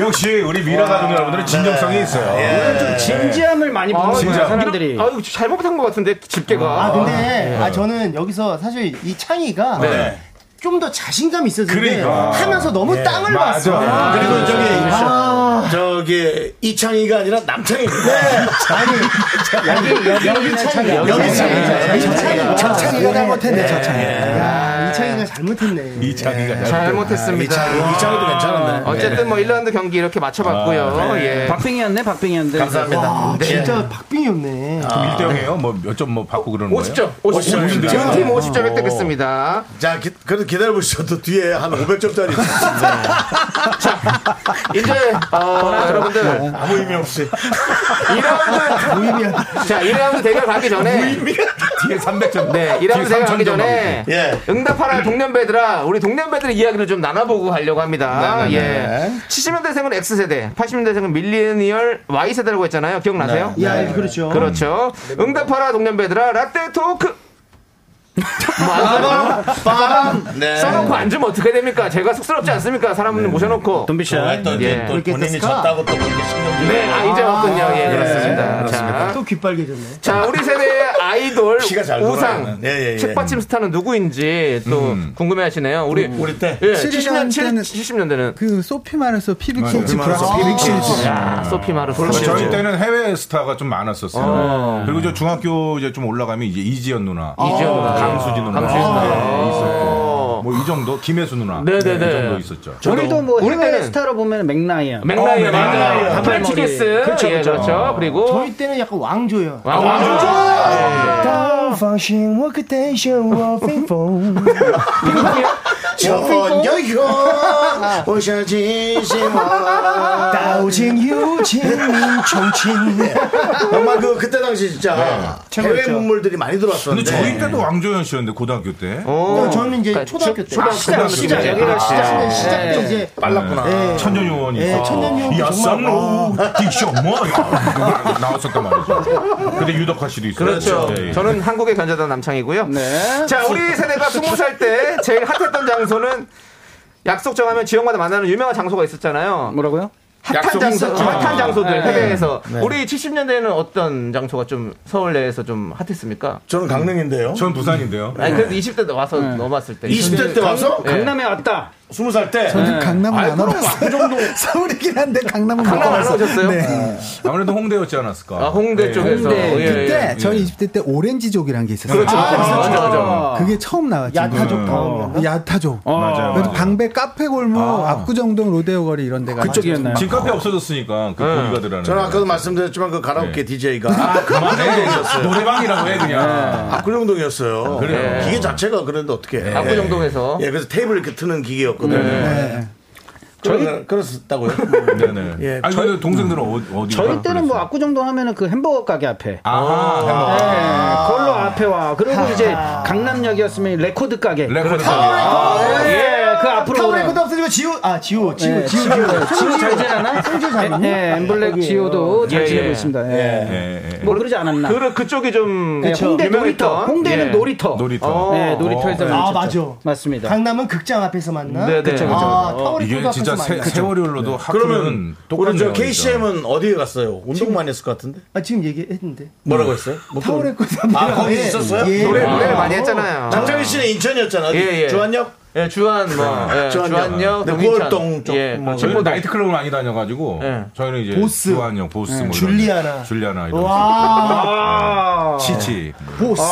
S4: 역시 우리 미라 가족 여러분들은 진정성이
S3: 네.
S4: 있어요.
S3: 예.
S10: 진지함을 많이 보는 거예요, 사람들이.
S3: 아, 아유 잘못한 것 같은데 집게가.
S6: 아, 근데
S2: 네.
S6: 아, 저는 여기서 사실 이 창의가 좀 더 자신감 있었는데
S4: 그러니까.
S6: 하면서 너무 땅을
S4: 맞아.
S6: 봤어. 아.
S4: 아,
S2: 예. 그리고 저기 저기 이창희가 아니라 남창희인데
S6: 여기 창의,
S2: 네. 여기
S3: 예.
S2: 창의. 예.
S6: 창의.
S8: 저 창의가 잘못했네, 저 창의.
S6: 야, 이 창의가 잘못했네. 예. 아.
S4: 이 자기가
S3: 예, 잘못했습니다.
S2: 아, 이창희도 괜찮은데 예. 아,
S3: 어쨌든 뭐 1라운드 경기 이렇게 맞춰봤고요. 예.
S10: 박빙이었네, 박빙이었는데.
S2: 감사합니다. 네.
S6: 아, 진짜
S4: 일
S6: 박빙이었네.
S4: 대 0이에요? 뭐 몇 점 뭐 받고 그러는 거예요?
S3: 아. 50점, 50점.
S4: 50점.
S3: 전팀 50점 획득했습니다.
S2: 아. 자 기, 그래도 기다려보시죠. 또 뒤에 한 500점짜리 있습니다.
S3: 이제 어, 여러분들
S2: 네. 아무 의미 없이
S3: 2라운드 자 2라운드 대결 가기 전에
S4: 뒤에 300점.
S3: 네 2라운드 대결 가기 전에
S2: 예.
S3: 응답하라 동년배들아 우리 동년배들의 이야기를 좀 나눠보고 가려고 합니다. 예. 70년대생은 X세대, 80년대생은 밀레니얼 Y세대라고 했잖아요. 기억나세요?
S6: 야, 그렇죠.
S3: 그렇죠. 응답하라 동년배들아 라떼 토크. 뭐안
S2: 빠밤 네.
S3: 써놓고 앉으면 어떻게 됩니까? 제가 쑥스럽지 않습니까? 사람을 모셔놓고.
S4: 그렇죠.
S10: 돈비샤.
S2: 어, 또,
S3: 예.
S2: 또 본인이 졌다고 또 그렇게 신경 쓰고
S3: 네, 아, 이제 왔군요. 예,
S2: 네,
S3: 그렇습니다. 자,
S6: 또 귓빨개졌네.
S3: 자, 우리 세대의 아이돌
S2: 키가 잘
S3: 우상,
S2: 돌아가는. 예, 예, 예.
S3: 책받침 스타는 누구인지 또 궁금해 하시네요. 우리,
S2: 우리 때
S3: 예, 70년,
S8: 70년
S3: 70년대는.
S8: 그 소피 말해서 피비키즈 브라스.
S3: 야, 소피 마르
S4: 그러니까
S3: 솔로죠. 그렇죠. 아.
S4: 저희 때는 해외 스타가 좀 많았었어요. 그리고 저 중학교 이제 좀 올라가면 이제 이지연 누나,
S3: 이지연 누나.
S4: 강수지 누나,
S3: 강수지 누나. 아.
S4: 네, 있었고 뭐 이 정도 김혜수 누나,
S3: 네네네.
S4: 이 정도 있었죠.
S10: 우리도 뭐
S3: 우리
S10: 해외
S3: 때는-
S10: 스타로 보면 맥라이언.
S3: 맥라이어,
S4: 어,
S3: 맞아요.
S4: 맥라이어.
S3: 프렌치
S10: 단발머리.
S3: 키스. 그렇죠, 예, 그렇죠. 그리고.
S6: 저희 때는 약간 왕조요. 예.
S3: 아, 왕조!
S2: 예.
S6: 다운펑신 워크테이션 워핑퐁
S2: 뭐 전여형 오셔지시 마
S6: 다우징 유진민 총친
S2: 정말 그 그때 당시 진짜
S3: 네.
S2: 해외
S6: 최고였죠.
S2: 문물들이 많이
S4: 근데
S2: 들어왔었는데 네.
S4: 저희 때도 왕조연 씨였는데 고등학교 때.
S3: 어.
S6: 그러니까 저는 이제 초등학교 때
S3: 초등학교
S6: 시작 시작
S3: 시작.
S6: 여기가
S3: 아,
S6: 시작 시작 때 이제
S4: 빨랐구나. 천년요원이
S6: 예,
S4: 있어.
S6: 천년요원
S4: 야산로 딕션 뭐 이거 나왔었단 말이죠. 근데 유덕화 씨도 있어요.
S3: 그렇죠.
S2: 네,
S4: 예, 예.
S3: 저는 한국의 견자다 남창이고요.
S10: 네.
S3: 자, 우리 세대가 스무 살 때 제일 핫했던 장소는 약속 정하면 지역마다 만나는 유명한 장소가 있었잖아요.
S10: 뭐라고요?
S3: 핫한
S2: 약속
S3: 장소,
S2: 행사죠. 아,
S3: 핫한 장소들
S10: 네.
S3: 해외에서
S2: 네.
S3: 우리 70년대에는 어떤 장소가 좀 서울 내에서 좀 핫했습니까?
S2: 저는 강릉인데요. 네.
S4: 전 부산인데요.
S3: 아니 그래도 20대 와서 넘어왔을 때
S2: 20대 때 와서
S3: 예.
S10: 강남에 왔다.
S2: 20살 때 네.
S8: 저는 강남을 안 와봤어요.
S3: 그 정도
S8: 서울이긴 한데 강남은 못
S3: 강남 안
S8: 와봤어요.
S3: 오셨어요?
S6: 네.
S4: 네. 아무래도 홍대였지 않았을까.
S3: 아, 홍대
S4: 예.
S3: 쪽에서
S10: 홍대.
S3: 예, 예.
S8: 네. 그때 저희 20대 때 오렌지족이라는 게 있었어요.
S3: 그렇죠. 맞아, 맞아.
S8: 그게 처음 나왔죠.
S6: 야타족 다음이었나?
S8: 야타족.
S6: 어.
S4: 맞아요.
S8: 그래서
S4: 맞아요.
S8: 방배 카페 골목 압구정동 로데오 거리 이런 데가
S10: 그쪽이었나요?
S4: 지금 카페 없어졌으니까 그 고기가들하는.
S2: 네.
S4: 네. 아,
S2: 저는 아까도 말씀드렸지만 그 가라오케 DJ가
S4: 그만해. 노래방이라고 해 그냥. 아,
S2: 압구정동이었어요. 네.
S4: 그래요? 네.
S2: 기계 자체가 그런데 어떻게 해. 네.
S3: 압구정동에서.
S2: 예, 그래서 테이블 이렇게 트는 기계였거든요. 저희 그랬었다고요?
S4: 네네.
S2: 예,
S4: 아니 근데 동생들은 어- 어디?
S10: 저희 때는 뭐 압구정동 하면은 그 햄버거 가게 앞에.
S4: 아,
S10: 네, 걸로 앞에 와. 그리고 이제 강남역이었으면 레코드 가게. 그렇죠.
S4: 레코드.
S6: 아.
S10: 예, 그 앞으로 오는.
S6: 타워레코드 없어지고 지우 아 지우 지우 지우
S10: 지호 잘 지내나?
S6: 지우 잘 있니?
S10: 예, 엠블랙 지호도 잘
S3: 예,
S5: 네.
S10: 지내고
S3: 예.
S10: 있습니다. 예.
S4: 예, 예.
S10: 뭐 그러지 않았나?
S3: 그 그쪽이 좀
S10: 예, 홍대 놀이터.
S3: 유명했던.
S10: 홍대는
S3: 예.
S10: 놀이터.
S4: 놀이터.
S10: 예, 놀이터에서
S6: 아
S10: 많이
S6: 맞아.
S10: 쳤죠. 맞습니다.
S6: 강남은 극장 앞에서 만나.
S3: 네, 네.
S6: 아 타워레코드
S4: 이게
S6: 앞에서
S4: 진짜 세,
S6: 만나.
S4: 세월별로도
S2: 네. 그러면
S4: 하면
S2: 우리
S4: 똑같네요.
S2: 저
S4: 진짜.
S2: KCM은 어디에 갔어요? 운동만 했을 것 같은데?
S6: 아 지금 얘기했는데.
S2: 뭐라고 했어요?
S6: 타워레코드
S2: 아, 거기 있었어요?
S6: 예.
S3: 노래 노래를 많이 했잖아요.
S2: 장창희 씨는 인천이었잖아요. 어디?
S3: 예, 예.
S2: 주한역?
S3: 예, 주한 뭐 예,
S2: 주한역.
S3: 주한역,
S2: 네,
S3: 경인천.
S2: 구월동 쪽
S3: 예,
S2: 뭐.
S4: 저희는
S3: 뭐
S4: 나이트클럽을 많이 다녀가지고
S3: 예.
S4: 저희는 이제
S6: 보스.
S4: 주한영 보스
S2: 네,
S4: 뭐 이런
S6: 줄리아나.
S4: 줄리아나 이런 음. 네.
S6: 와
S4: 치치
S6: 보스.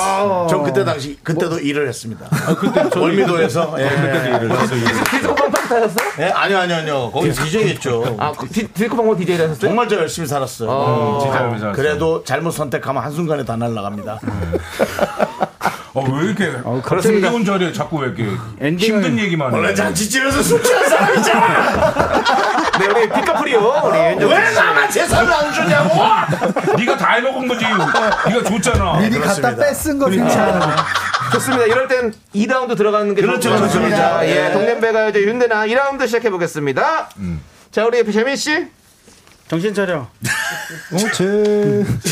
S2: 전 그때 당시 그때도 일을 했습니다.
S4: 아. 그때 저
S2: 월미도에서 예.
S4: 그때도 일을 했어요.
S3: 디스코방방 타셨어?
S2: 예, 아니요 아니요 아니요 거기 DJ 했죠.
S3: 아, 그 디- 디스코방방 DJ 하셨어요?
S2: 정말 저 열심히 살았어요.
S3: 어.
S4: 진짜 열심히 음, 살았어요. 음.
S2: 그래도 잘못 선택하면 한순간에 다 날아갑니다.
S4: 어 왜 이렇게 갑자기
S10: 그렇습니다.
S4: 좋은 자리에 자꾸 왜 이렇게
S10: 엔딩을-
S4: 힘든 얘기만 해.
S2: 원래 잔치집에서 술 취한 사람이잖아.
S3: 네, 우리 피카프리오 우리
S2: 왜
S3: 윤정
S2: 나만 재산을 안 주냐고!
S4: 네가 다 해먹은 거지. 네가 줬잖아.
S8: 미리 갖다 뺏은 거 괜찮아.
S3: 그러니까. 좋습니다. 이럴 땐 2라운드 들어가는 게
S2: 그렇죠,
S3: 좋을 것
S2: 그렇죠,
S3: 같습니다.
S2: 그렇죠.
S3: 예,
S2: 예.
S3: 동년배가 이제 윤대나 2라운드 시작해 보겠습니다. 자, 우리 재민 씨.
S10: 정신 차려.
S6: 어,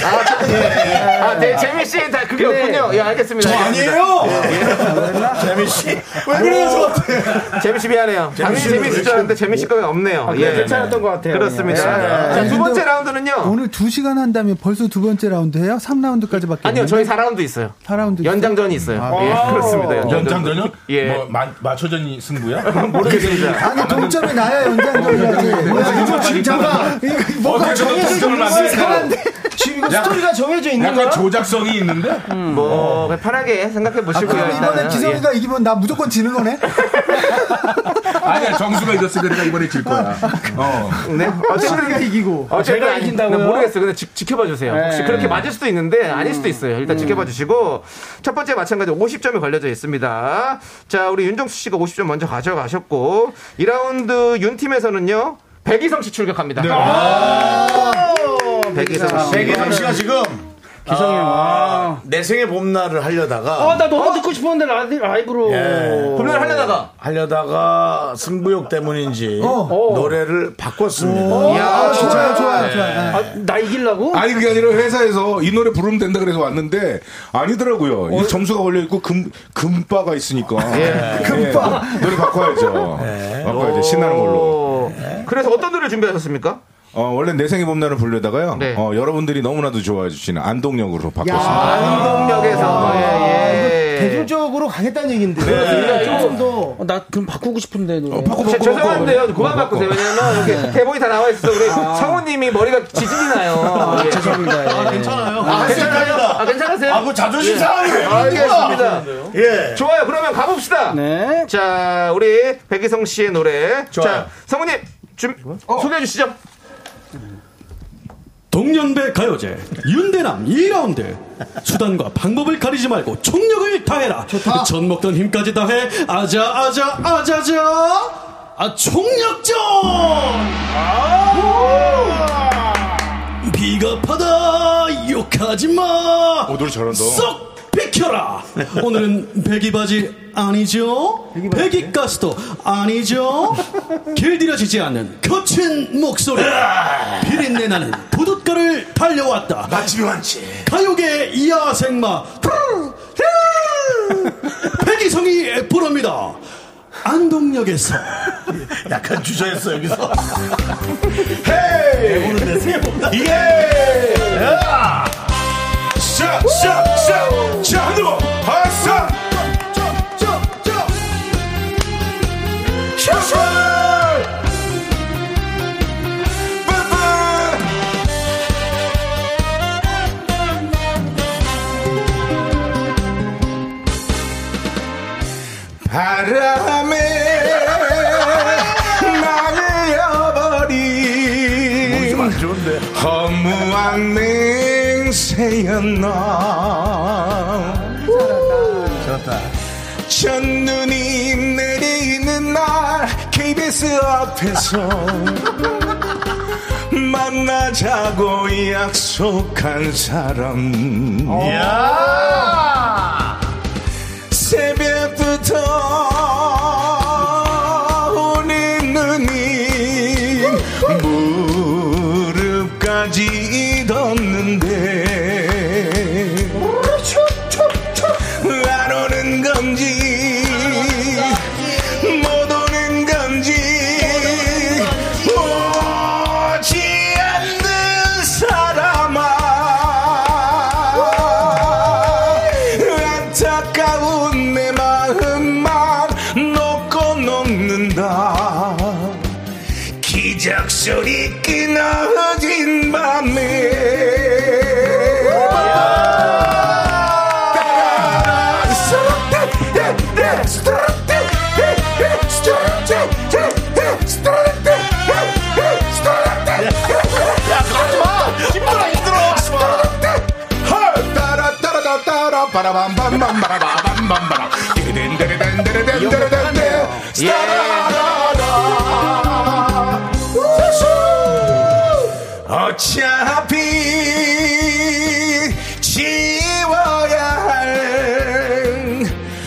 S3: 아, 네, 재민 씨. 다 그게 없군요. 예, 알겠습니다. 알겠습니다. 예,
S2: 재민 씨. 왜 그래요, 저한테?
S3: 재민 씨 미안해요. 당연히
S2: 씨는
S3: 재민 씨줄 알았는데 재민
S6: 뭐-
S3: 씨 거가 없네요. 예.
S10: 아, 괜찮았던 것 같아요. 예.
S3: 그렇습니다. 자, 두 번째 라운드는요.
S8: 네. 오늘 2시간 한다면 벌써 두 번째 라운드 해요? 3라운드까지밖에
S3: 아니요, 저희 4라운드 있어요.
S8: 4라운드.
S3: 연장전이 있어요.
S2: 아,
S3: 예, 그렇습니다. 연장전.
S4: 연장전이요?
S3: 예.
S4: 뭐 마- 맞춰전이 승부야?
S3: 모르겠습니다.
S8: 아니 동점이 나야
S3: 네?
S8: 연장전이지.
S4: 진짜가
S6: 뭐가
S4: 어떻게
S6: 정해져
S4: 저도 덕질을
S6: 있는 거야?
S4: 하네.
S6: 사람한테 지금 이거 스토리가 정해져 있는 거야?
S4: 약간 조작성이 있는데?
S3: 뭐 그냥 편하게 생각해 보시고요.
S6: 아,
S8: 그럼 이번에
S3: 일단은. 예.
S8: 기성이가 이기면 나 무조건 지는 거네?
S4: 아니야 정수가 이겼으니까 이번에 질 거야. 어.
S3: 예. 네. 어쨌든
S6: 스토리가 아, 이기고. 뭐 네.
S3: 어, 제가
S10: 이긴다고요?
S3: 모르겠어요. 근데 지, 켜봐 주세요. 혹시 그렇게 맞을 수도 있는데
S6: 음.
S3: 아닐 수도 있어요. 일단 지켜봐 주시고 첫 번째 마찬가지 50점이 걸려져 있습니다. 자, 우리 윤정수 씨가 50점 먼저 가져가셨고 2라운드 윤 팀에서는요. 백이성 씨 출격합니다.
S6: 네. 아.
S10: 어,
S3: 오! 백이성 씨.
S2: 백예성
S10: 아,
S2: 씨가 지금. 기성이 아, 내 생의 봄날을 하려다가.
S12: 어,
S10: 아, 나 너무 듣고 싶었는데 라이, 라이브로.
S2: 예.
S3: 분명히 하려다가
S2: 하려다가 승부욕 때문인지 노래를 바꿨습니다.
S3: 야,
S8: 좋아요, 좋아요, 좋아요.
S3: 네.
S10: 아, 나 이기려고?
S11: 아니 그게 아니라 회사에서 이 노래 부르면 된다 그래서 왔는데 아니더라고요.
S3: 어?
S11: 이 점수가 걸려 있고 금 금바가 있으니까
S3: 예.
S11: 금바 노래 바꿔야죠. 바꿔야죠 신나는 걸로.
S3: 오. 그래서 어떤 노래 준비하셨습니까?
S11: 어, 원래 내 생의 봄날을 부르다가요.
S3: 네.
S11: 어, 여러분들이 너무나도 좋아해 주시는 안동역으로 바꿨습니다.
S3: 안동역에서 예, 예.
S6: 아, 대중적으로 가겠다는 얘기인데.
S3: 네.
S6: 조금 더.
S10: 어, 나 그럼 바꾸고 싶은데 노래.
S12: 어,
S3: 제- 어, 죄송한데요. 그만 어, 바꾸세요. 왜냐면
S2: 네.
S3: 여기 대본이 다 나와 있어. 우리
S2: 아.
S3: 성우님이 머리가 지진이 나요. 예.
S10: 죄송합니다. 예.
S2: 괜찮아요.
S3: 아, 괜찮아요? 아, 괜찮으세요? 예.
S2: 아, 그 자존심 상하네.
S3: 알겠습니다.
S2: 예.
S3: 좋아요. 그러면 가봅시다.
S10: 네.
S3: 자, 우리 백이성 씨의 노래. 자, 성우님 준
S2: 어.
S3: 소개해 주시죠.
S7: 동년배 가요제 윤대남 2라운드 수단과 방법을 가리지 말고 총력을 다해라 전 먹던 힘까지 다해 아자 아자 아자자 아 총력전 우! 비겁하다 욕하지 마
S11: 오, 노래 잘한다.
S7: 쏙 비켜라 오늘은 배기바지 아니죠 배기가스도 아니죠 길들여지지 않는 거친 목소리 비린내 나는 부둣가를 달려왔다
S2: 마침이 완치.
S7: 가요계 야생마 배기성이 부릅니다 안동역에서
S2: 약간 주저했어 여기서.
S11: 샤샤샤 자한으로 발사 샤샤 빠빠 바람에 나를 잃어버린 허무한 맹세였나 첫눈이 내리는 날 KBS 앞에서 만나자고 약속한 사람 새벽부터 우리 눈이 무릎까지 덮는데 안 오는 건지 못 오는 건지 오지 않는 사람아 안타까운 내 마음만 놓고 녹는다 기적소리 끊어진 밤에 바라밤밤밤바라밤밤바라 디딘데레덴데레덴데레덴데 스타라라라 어차피 지워야 할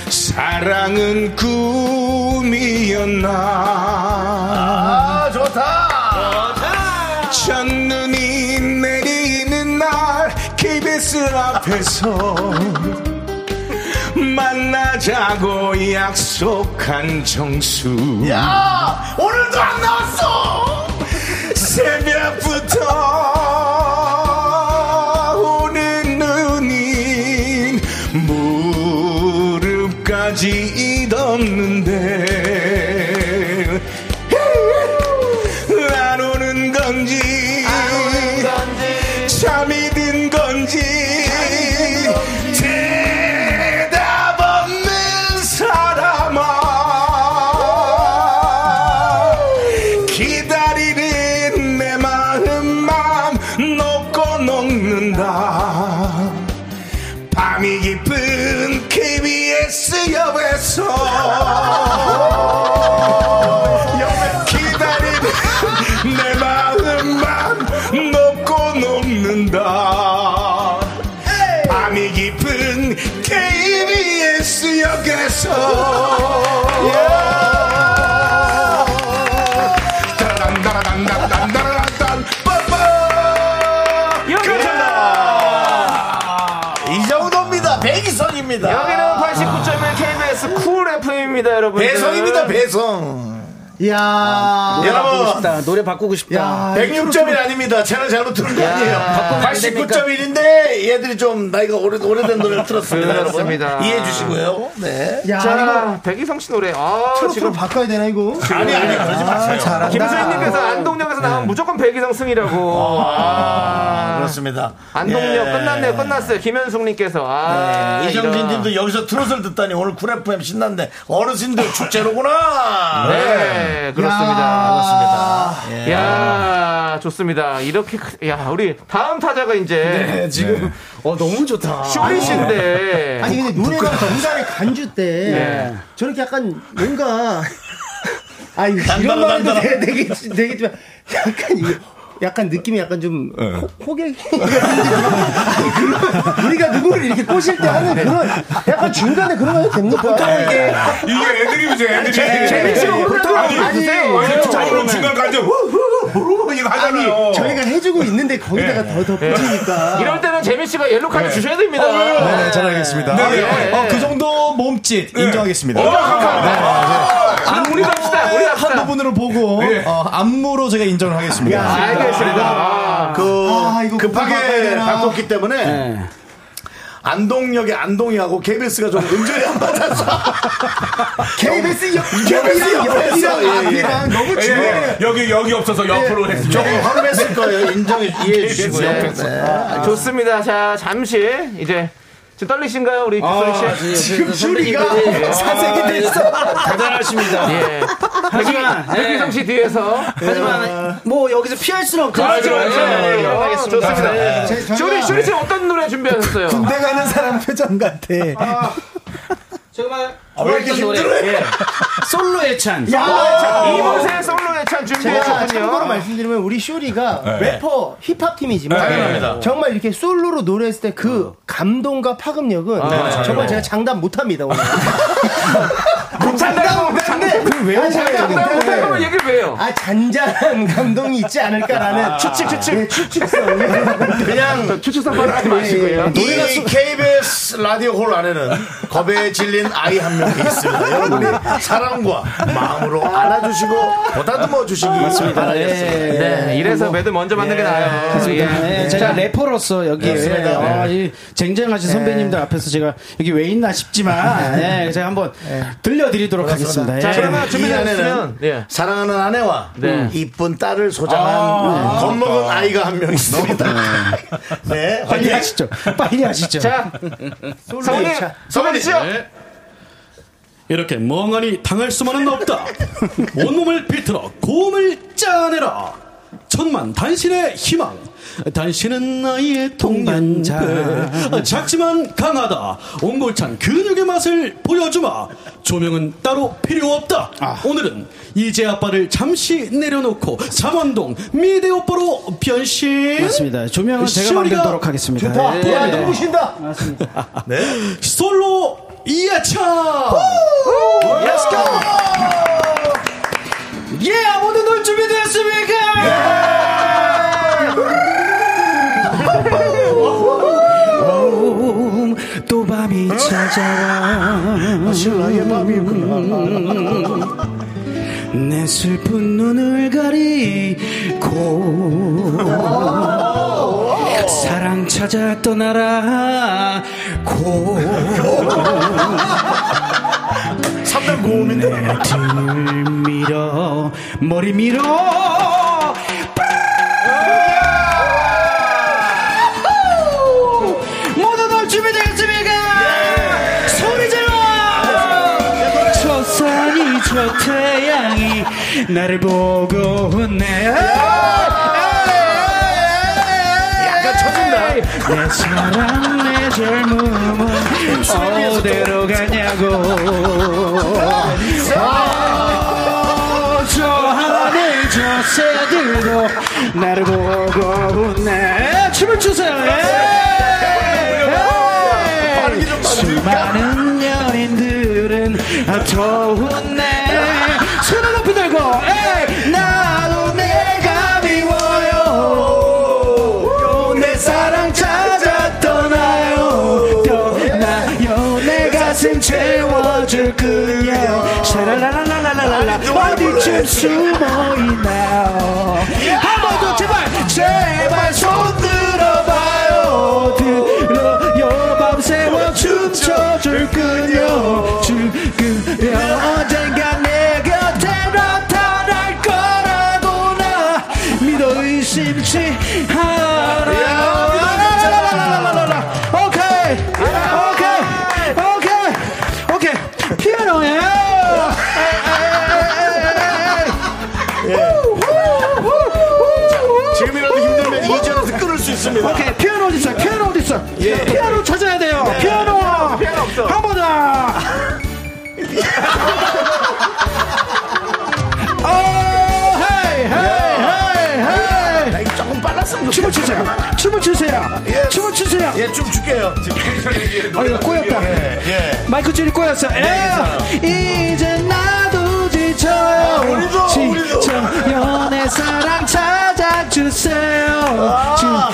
S11: 사랑은 꿈이었나
S2: 아 좋다.
S11: 첫눈이 내리는 날 KBS 앞에서 만나자고 약속한 정수
S2: 야 오늘도 안 나왔어.
S11: 새벽부터 오는 눈이 무릎까지 덮는데 안 오는 건지 잠이 든 건지 대답 없는 사람아 기다리는 내 마음만 녹고 녹는다 밤이 깊은 KBS 옆에서 기다리는 내 마음만 녹고 녹는다 밤이 깊은 KBS 역에서 따란따라단단단단단 빠빠
S2: 아. 이 정도입니다. 백이성입니다.
S3: 여기는 89.1 KBS 쿨 FM입니다, 여러분.
S2: 배성입니다. 배성. 아,
S6: 이야.
S10: 바꾸고
S2: 여러분
S3: 아,
S10: 싶다. 노래 바꾸고 싶다.
S6: 야,
S2: 106점이 아닙니다. 채널 잘못 들은 거 아니에요.
S10: 되니까.
S2: 89.1인데 얘들이 좀 나이가 오래, 오래된 노래를 틀었습니다.
S3: 그렇습니다.
S2: 여러분. 이해해 주시고요. 네.
S6: 야, 이거
S3: 자, 백이성 씨 노래. 아,
S6: 트로트로
S3: 지금
S6: 바꿔야 되나 이거?
S2: 아니 아니 그러지 마세요. 잘한다.
S3: 김수인님께서 안동역에서 나오면 무조건 백이성 승이라고. 아,
S2: 그렇습니다.
S3: 안동역
S2: 예.
S3: 끝났네요, 끝났어요. 김현숙님께서. 아,
S2: 네, 이정진
S3: 이런.
S2: 님도 여기서 트롯을 듣다니 오늘 쿨 FM 신난데 어르신들 축제로구나.
S3: 네, 그렇습니다.
S2: 그렇습니다. 예.
S3: 야 좋습니다. 이렇게, 크- 야, 우리 다음 타자가 이제 네.
S2: 지금
S10: 어 너무 좋다.
S3: 쇼리 씨인데. 어,
S6: 아니 근데 노래가 정간에 간주 때
S10: 네.
S3: 예.
S6: 저렇게 약간 뭔가 아 이런
S2: 단단한
S6: 말도
S2: 단단한.
S6: 되- 되겠 되겠지만 약간 이게 약간 느낌이 약간 좀 호- 호객 아니, 그런- 우리가 누구를 이렇게 꼬실 때 하는 그런 약간 중간에 그런 거 해도 됩니까? 이게
S11: 그러니까 이게 애들이 이제 애들이
S6: 재밌어 보통
S11: 아니,
S6: 아니
S11: 아니 저런 중간 간제 후후후후 이거 하잖아요 네.
S6: 저희가 해주고 있는데 거기다가 더 덧붙이니까
S3: 이럴 때는 재민 씨가 옐로 카드 주셔야 됩니다.
S5: 어, 네, 잘 알겠습니다.
S11: 네, 네.
S5: 어, 그 정도 몸짓 인정하겠습니다.
S11: 어, 감사합니다.
S5: 네, 네.
S3: 아, 우리 갑시다. 네. 우리
S5: 한
S3: 갑시다.
S5: 부분으로 보고 어, 안무로 제가 인정을 하겠습니다.
S3: 알겠습니다.
S2: 그
S6: 아, 이거 바꿔야
S2: 급하게
S6: 되나?
S2: 바꿨기 때문에 네. 안동역에 안동이하고 KBS가 좀 음절이 안 맞아서
S6: KBS 역
S2: KBS
S6: 옆이랑
S2: 옆에서, 예,
S6: 옆이랑
S2: 예.
S6: 앞이랑 너무
S4: 예,
S6: 중요해.
S4: 여기 여기 없어서 옆으로 했죠.
S2: 조금 허름했을 거예요. 인정해 이해해 주시고요.
S3: 네. 아, 좋습니다. 자, 잠시 이제 지금 떨리신가요, 우리 빅소리 씨?
S6: 지금 슈리가
S3: 아,
S6: 사색이 됐어.
S10: 대단하십니다.
S3: 예.
S10: 하지만
S3: 백희성 씨 뒤에서.
S10: 하지만 뭐 여기서 피할 수는 없죠.
S3: 예, 알겠습니다. 좋습니다.
S6: 제- 네, 저희가
S3: 쇼리, 쇼리 씨는 어떤 노래 준비하셨어요?
S6: 군대 가는 사람 표정 같아.
S10: 잠깐만. 어떤 노래? 예. 솔로 애찬.
S3: 아,
S6: 야,
S3: 이곳의 네, 솔로 애찬
S6: 제가 참고로
S3: 준비했었군요.
S6: 말씀드리면 우리 쇼리가
S3: 네.
S6: 래퍼 힙합 팀이지만 정말 이렇게 솔로로 노래했을 때 그
S3: 어.
S6: 감동과 파급력은
S3: 아, 네,
S6: 정말 제가 장담 못합니다 오늘.
S3: 장담 못하는데
S6: 왜
S3: 장담 못할 거면 얘기를 왜 해요? 아.
S6: 아 잔잔한 감동이 있지 않을까라는 추측 추측 추측성 아,
S2: 그냥
S3: 추추상 발언 하지 마시고요.
S2: 이 KBS 라디오 홀 안에는 겁에 질린 아이 한 명이 있습니다. 여러분이 사랑과 마음으로 안아주시고 보다듬어
S3: 아,
S2: 주시기
S3: 예.
S2: 바라겠습니다.
S3: 네, 이래서 매듭 먼저 만든 게 나아요. 예.
S10: 네, 제가 래퍼로서 여기 예, 어,
S3: 네.
S10: 이 쟁쟁하신 선배님들 앞에서 제가 여기 왜 있나 싶지만 예, 제가 한번 들려드리도록 하겠습니다.
S3: 네. 자,
S10: 예.
S3: 그러면
S2: 이 안에는 네.
S3: 준비되셨으면 예.
S2: 사랑하는 아내와
S3: 네.
S2: 이쁜 딸을 소장한 겁먹은 아, 아이가 한 명 있습니다. 네,
S10: 빨리
S2: 화이팅!
S10: 하시죠. 빨리 하시죠.
S3: 자, 성훈이, 성훈이 씨요.
S7: 네. 이렇게 멍하니 당할 수만은 없다. 온몸을 비틀어 고음을 짜내라. 천만 당신의 희망. 당신은 나의 동반자. 작지만 강하다. 온골찬 근육의 맛을 보여주마. 조명은 따로 필요 없다.
S10: 아.
S7: 오늘은 이제 아빠를 잠시 내려놓고 삼원동 미대 오빠로 변신.
S10: 맞습니다. 조명은 제가
S7: 시원이가 네.
S10: 만들도록 하겠습니다. 예.
S6: 야 너무 신다.
S7: 솔로 이하차.
S10: Let's go! 예, 모두 놀 준비됐습니까? 오, 음, 또 밤이 찾아와 내 슬픈 눈을 가리고 사랑 찾아 떠나라 고
S2: 3단 고음인데.
S10: 등을 밀어 머리 밀어 모두 널 준비됐습니까 소리 질러 저 산이 저 태양이 나를 보고 웃네 약간 쳐진다 내 사랑 내 젊음은 어디로 가냐고 어, 저 하늘 저 새들도 나를 보고 웃네 춤을 추세요 예. 수많은 연인들은 더 웃네 손을 높이 들고 에이, 나도 내가 미워요 내 사랑 찾아 떠나요 떠나요 내 가슴 채워줄 그예요 샤라라라라라라 아, 어디쯤 숨어있나요 한 번 더 제발 제발 손 들어봐요 들어요 밤새워 춤춰줄 그녀 줄 그녀 언젠가 내 곁에 나타날 거라고 나 믿어 의심치 않아요 오케이 오케이 오케이 오케이 피아노에
S2: 지금이라도 힘들면 이전에서 끊을 수 있습니다. 예.
S10: 오케이 피아노 어디 있어 피아노 어디 있어 피아노 찾아야 돼요 피아노
S3: 피아노 없어.
S10: 한번 더. 오, 어, 헤이, 헤이, 헤이, 헤이.
S2: 조금 빨랐으면
S10: 춤을 추세요. 춤을 추세요. 춤을 추세요.
S2: 예, 좀 줄게요.
S10: 어, 이거 꼬였다.
S2: 예,
S10: 마이크 줄이 꼬였어.
S2: 네,
S10: 에이, 이제 나도 지쳐요.
S2: 우리도, 우리도.
S10: 지쳐요. 내 사랑 찾아주세요.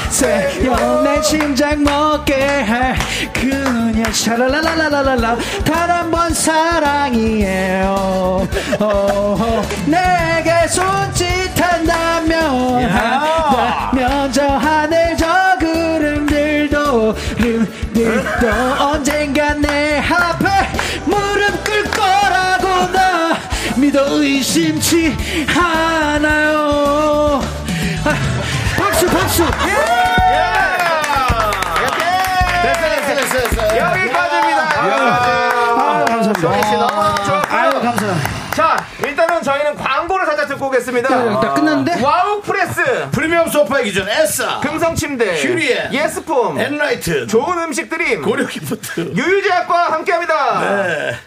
S10: 주세요. 내 심장 먹게 할 그녀. 사랑해 샤라라라라라라 단 한 번 사랑이에요 어허. 내게 손짓한다면 한다면 저 하늘 저 구름들도 구름들도 언젠가 내 앞에 무릎 꿇을 거라고 나 믿어 의심치 않아요 아, 박수 박수
S2: 됐어, 됐어, 됐어.
S3: 여기까지입니다.
S10: 아, 감사합니다.
S3: 정희 씨 너무
S10: 아유,
S3: 좋았고요.
S10: 감사합니다.
S3: 자, 일단은 저희는 광고를 살짝 듣고
S10: 야,
S3: 오겠습니다. 어,
S10: 다 끝났는데?
S3: 와우 프레스,
S2: 프리미엄 소파의 기준 에싸
S3: 금성 침대,
S2: 큐리에.
S3: 예스폼,
S2: 엔라이트
S3: 좋은 음식 드림,
S2: 고려기프트
S3: 유유제약과 함께합니다.
S2: 네.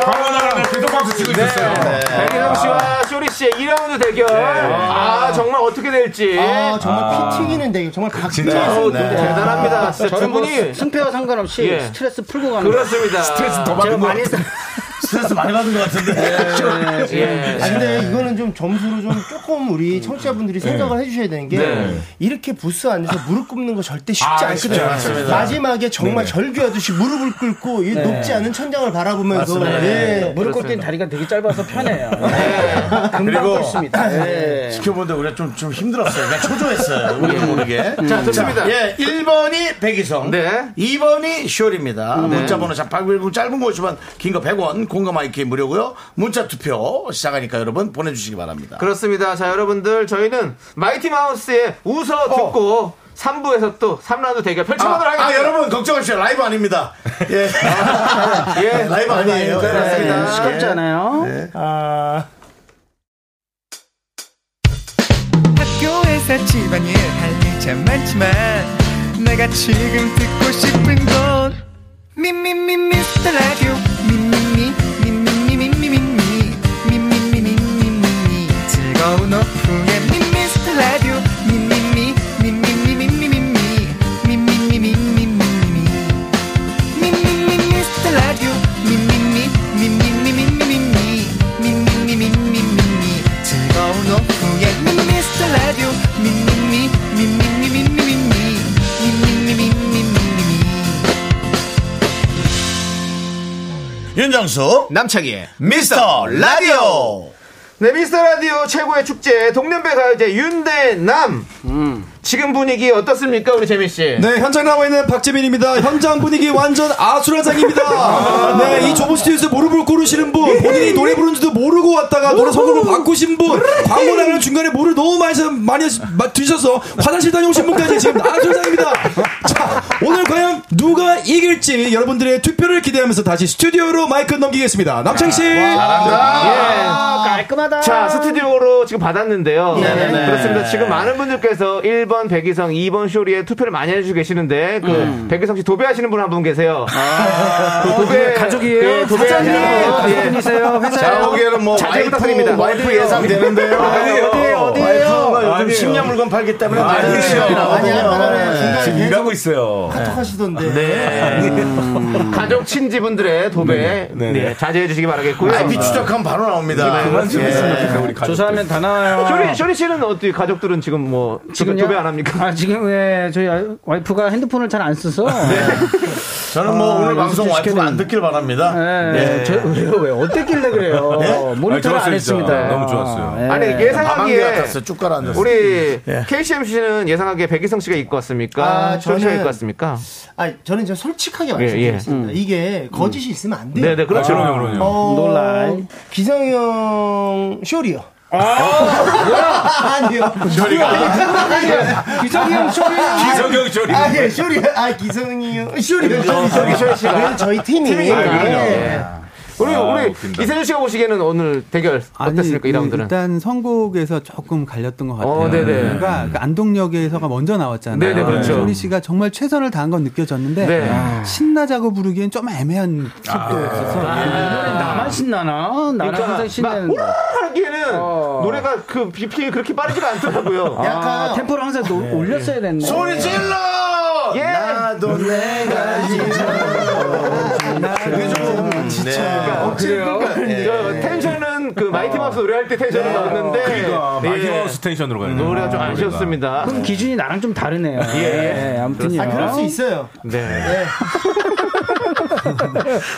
S11: 광고 나가면 계속 박수 치고 있었어요.
S3: 네. 백희성 씨와 쇼리 씨의 1라운드 대결. 아, 정말 어떻게 될지.
S6: 아, 정말 피 튀기는 대결. 정말 각자.
S3: 어우, 대단합니다. 진짜 두
S10: 저는 뭐
S3: 분이.
S10: 승패와 상관없이
S3: 아, 예.
S10: 스트레스 풀고 가는
S3: 그렇습니다. 스트레스 더
S10: 제가 많이 했
S2: 스트레스 많이 받은 것 같은데
S3: 예.
S6: 아, 근데 이거는 좀 점수로 좀 조금
S11: 음.
S6: 우리 청취자분들이
S11: 예.
S6: 생각을 해주셔야 되는 게
S3: 네.
S6: 이렇게 부스 안에서 무릎 꿇는 거 절대 쉽지
S11: 아, 쉽지
S6: 않거든요.
S11: 않습니다. 네.
S6: 마지막에 정말 절규하듯이 무릎을 꿇고 이 높지 않은 천장을 바라보면서
S3: 네.
S11: 네.
S6: 예.
S10: 네, 무릎 꿇기는 다리가 되게 짧아서 편해요. 네. 금방
S2: 그리고 아,
S10: 뚫습니다. 예. 음.
S2: 지켜보는데 우리가 좀, 좀 힘들었어요. 그냥 초조했어요. 우리도 모르게.
S3: 자, 좋습니다.
S2: 예, 1번이 백이성.
S3: 네.
S2: 2번이 쇼리입니다.
S10: 네.
S2: 문자번호 샵8910 짧은 거 50원, 긴 거 100원, 공감 IQ 무료고요. 문자 투표 시작하니까 여러분 보내주시기 바랍니다.
S3: 그렇습니다. 자, 여러분들, 저희는 마이티 마우스의 웃어 듣고 3부에서 또 3라운드 대결 펼쳐보도록
S2: 아, 아,
S3: 하겠습니다.
S2: 여러분 걱정하십시오. 라이브 아닙니다. 예.
S3: 예.
S2: 라이브 아니에요.
S3: 그렇습니다.
S10: 네. 시끄럽지 않아요?
S9: 학교에서 집안일 할 일 참 많지만 내가 지금 듣고 싶은 건 미미미 미스터 라디오 미미미 미미미 미미미 미미미 미미미 즐거운 오후에 미스터 라디오 미미미 미미미 미미미 미미미 미미미 미미미 미스터 라디오 미미미 미미미 미미미 미미미 미미미 즐거운 오후에 미스터 라디오 미미미 미미미 미미미 미미미 미미미
S2: 윤정수,
S3: 남창희의
S2: 미스터 라디오.
S3: 네, 미스터 라디오 최고의 축제 동년배 가요제 윤대남. 지금 분위기 어떻습니까, 우리 재민 씨?
S5: 네, 현장 나와 있는 박재민입니다. 현장 분위기 완전 아수라장입니다. 네, 이 좁은 스튜디오에서 무릎을 꿇으시는 분, 본인이 노래 부르는지도 모르고 왔다가 노래 선곡을 바꾸신 분, 광고 나가는 중간에 물을 너무 많이, 서- 많이 하시- 마- 드셔서 화장실 다녀오신 분까지 지금 아수라장입니다. 자, 오늘 과연 누가 이길지 여러분들의 투표를 기대하면서 다시 스튜디오로 마이크 넘기겠습니다. 남창씨!
S3: 예.
S10: 깔끔하다.
S3: 자, 스튜디오로 지금 받았는데요.
S2: 네네네.
S3: 그렇습니다. 지금 많은 분들께서 1번 백이성, 2번 쇼리에 투표를 많이 해주고 계시는데, 그, 백이성 씨 도배하시는 분 한 분 계세요. 그 도배.
S10: 가족이에요?
S3: 예, 도배하시는
S10: 사장님,
S3: 분. 예.
S10: 가족분이세요? 회사요?
S2: 제가 보기에는 뭐
S3: 자제
S2: 와이프,
S3: 부탁드립니다.
S2: 와이프 예상되는데요.
S10: 어디에요? 아, 어디에요?
S2: 와이프가 요즘 심야 물건 팔기 때문에 많이
S6: 아니,
S3: 네.
S2: 시작이라고.
S10: 네.
S6: 아까는 중간에
S11: 지금
S6: 계속
S11: 일하고 있어요.
S6: 카톡하시던데.
S11: 네.
S3: 가족 친지분들의 도배. 네, 자제해 주시기 바라겠고요. 네.
S2: IP 추적하면 바로 나옵니다.
S11: 그만 좀
S2: 예.
S11: 했으면 좋겠다, 우리 가족.
S10: 조사하면 다 나와요.
S3: 쇼리, 쇼리 씨는 어떻게 가족들은 지금 뭐, 지금
S10: 지금요?
S3: 도배 안 합니까?
S10: 아, 지금 왜 저희 아- 와이프가 핸드폰을 잘 안 써서.
S2: 저는 뭐
S10: 아,
S2: 오늘
S10: 연습
S2: 방송
S10: 좀
S2: 와이프가
S10: 시켜드리네.
S2: 안 듣길 바랍니다. 네.
S10: 예. 저, 왜요, 왜요? 어땠길래 그래요? 모니터를 안
S11: 좋았어요, 진짜.
S10: 했습니다.
S11: 너무 좋았어요.
S10: 예.
S3: 아니,
S2: 밤한개
S3: 예상하기에.
S2: 같았어요. 쭉 가라앉았어요.
S3: 우리 KCMC는 예상하기에 백희성 씨가 입고 왔습니까?
S6: 아,
S3: 쇼리 씨가
S6: 저는-
S3: 입고 왔습니까?
S6: 아, 저는 이제
S3: 예,
S6: 솔직하게 말씀드리겠습니다. 이게 거짓이 있으면 안
S3: 음.
S6: 돼요.
S3: 네네, 그렇죠.
S11: 그럼요, 그럼요.
S6: 어,
S10: 놀라이.
S6: 기성형 쇼리요. 아, 뭐야? 아니요.
S10: 기성이 형 쇼리.
S11: 기성경 쇼리.
S6: 아, 예, 쇼리. 아, 기성형 쇼리요. 쇼리, 쇼리,
S3: 쇼리 씨가.
S6: 그래서 저희 팀이. 예.
S3: 우리 우리
S11: 웃긴다.
S3: 이세준 씨가 보시기에는 오늘 대결 어땠습니까? 이
S8: 그
S3: 라운드는.
S8: 일단 선곡에서 조금 갈렸던 것 같아요.
S3: 어, 네네.
S10: 음.
S8: 그러니까 그 안동역에서가 먼저 나왔잖아요.
S3: 네네, 그렇죠.
S8: 소리 씨가 정말 최선을 다한 건 느껴졌는데
S3: 네.
S10: 아.
S3: 아.
S8: 신나자고 부르기엔 좀 애매한 속도였어서
S10: 아. 나만 신나나? 나는 항상 신나는.
S3: 그러니까
S10: 어.
S3: 막 하기에는 노래가 그 BPM이 그렇게 빠르지가 않더라고요.
S10: 아, 템포를 항상 노- 올렸어야
S12: 아.
S10: 됐네.
S2: 소리 질러!
S3: 예.
S2: 나도
S3: 네.
S2: 내가
S3: 네. 그러니까
S2: 예.
S3: 저 텐션은 그 마이티 마우스 노래할 때 텐션을 넣었는데
S4: 그러니까
S3: 예.
S4: 마지막으로 스테이션으로 가야 돼.
S3: 노래가 좀 아쉬웠습니다.
S10: 그럼 기준이 나랑 좀 다르네요. 예, 아무튼요.
S6: 아, 그럴 수 있어요.
S3: 네.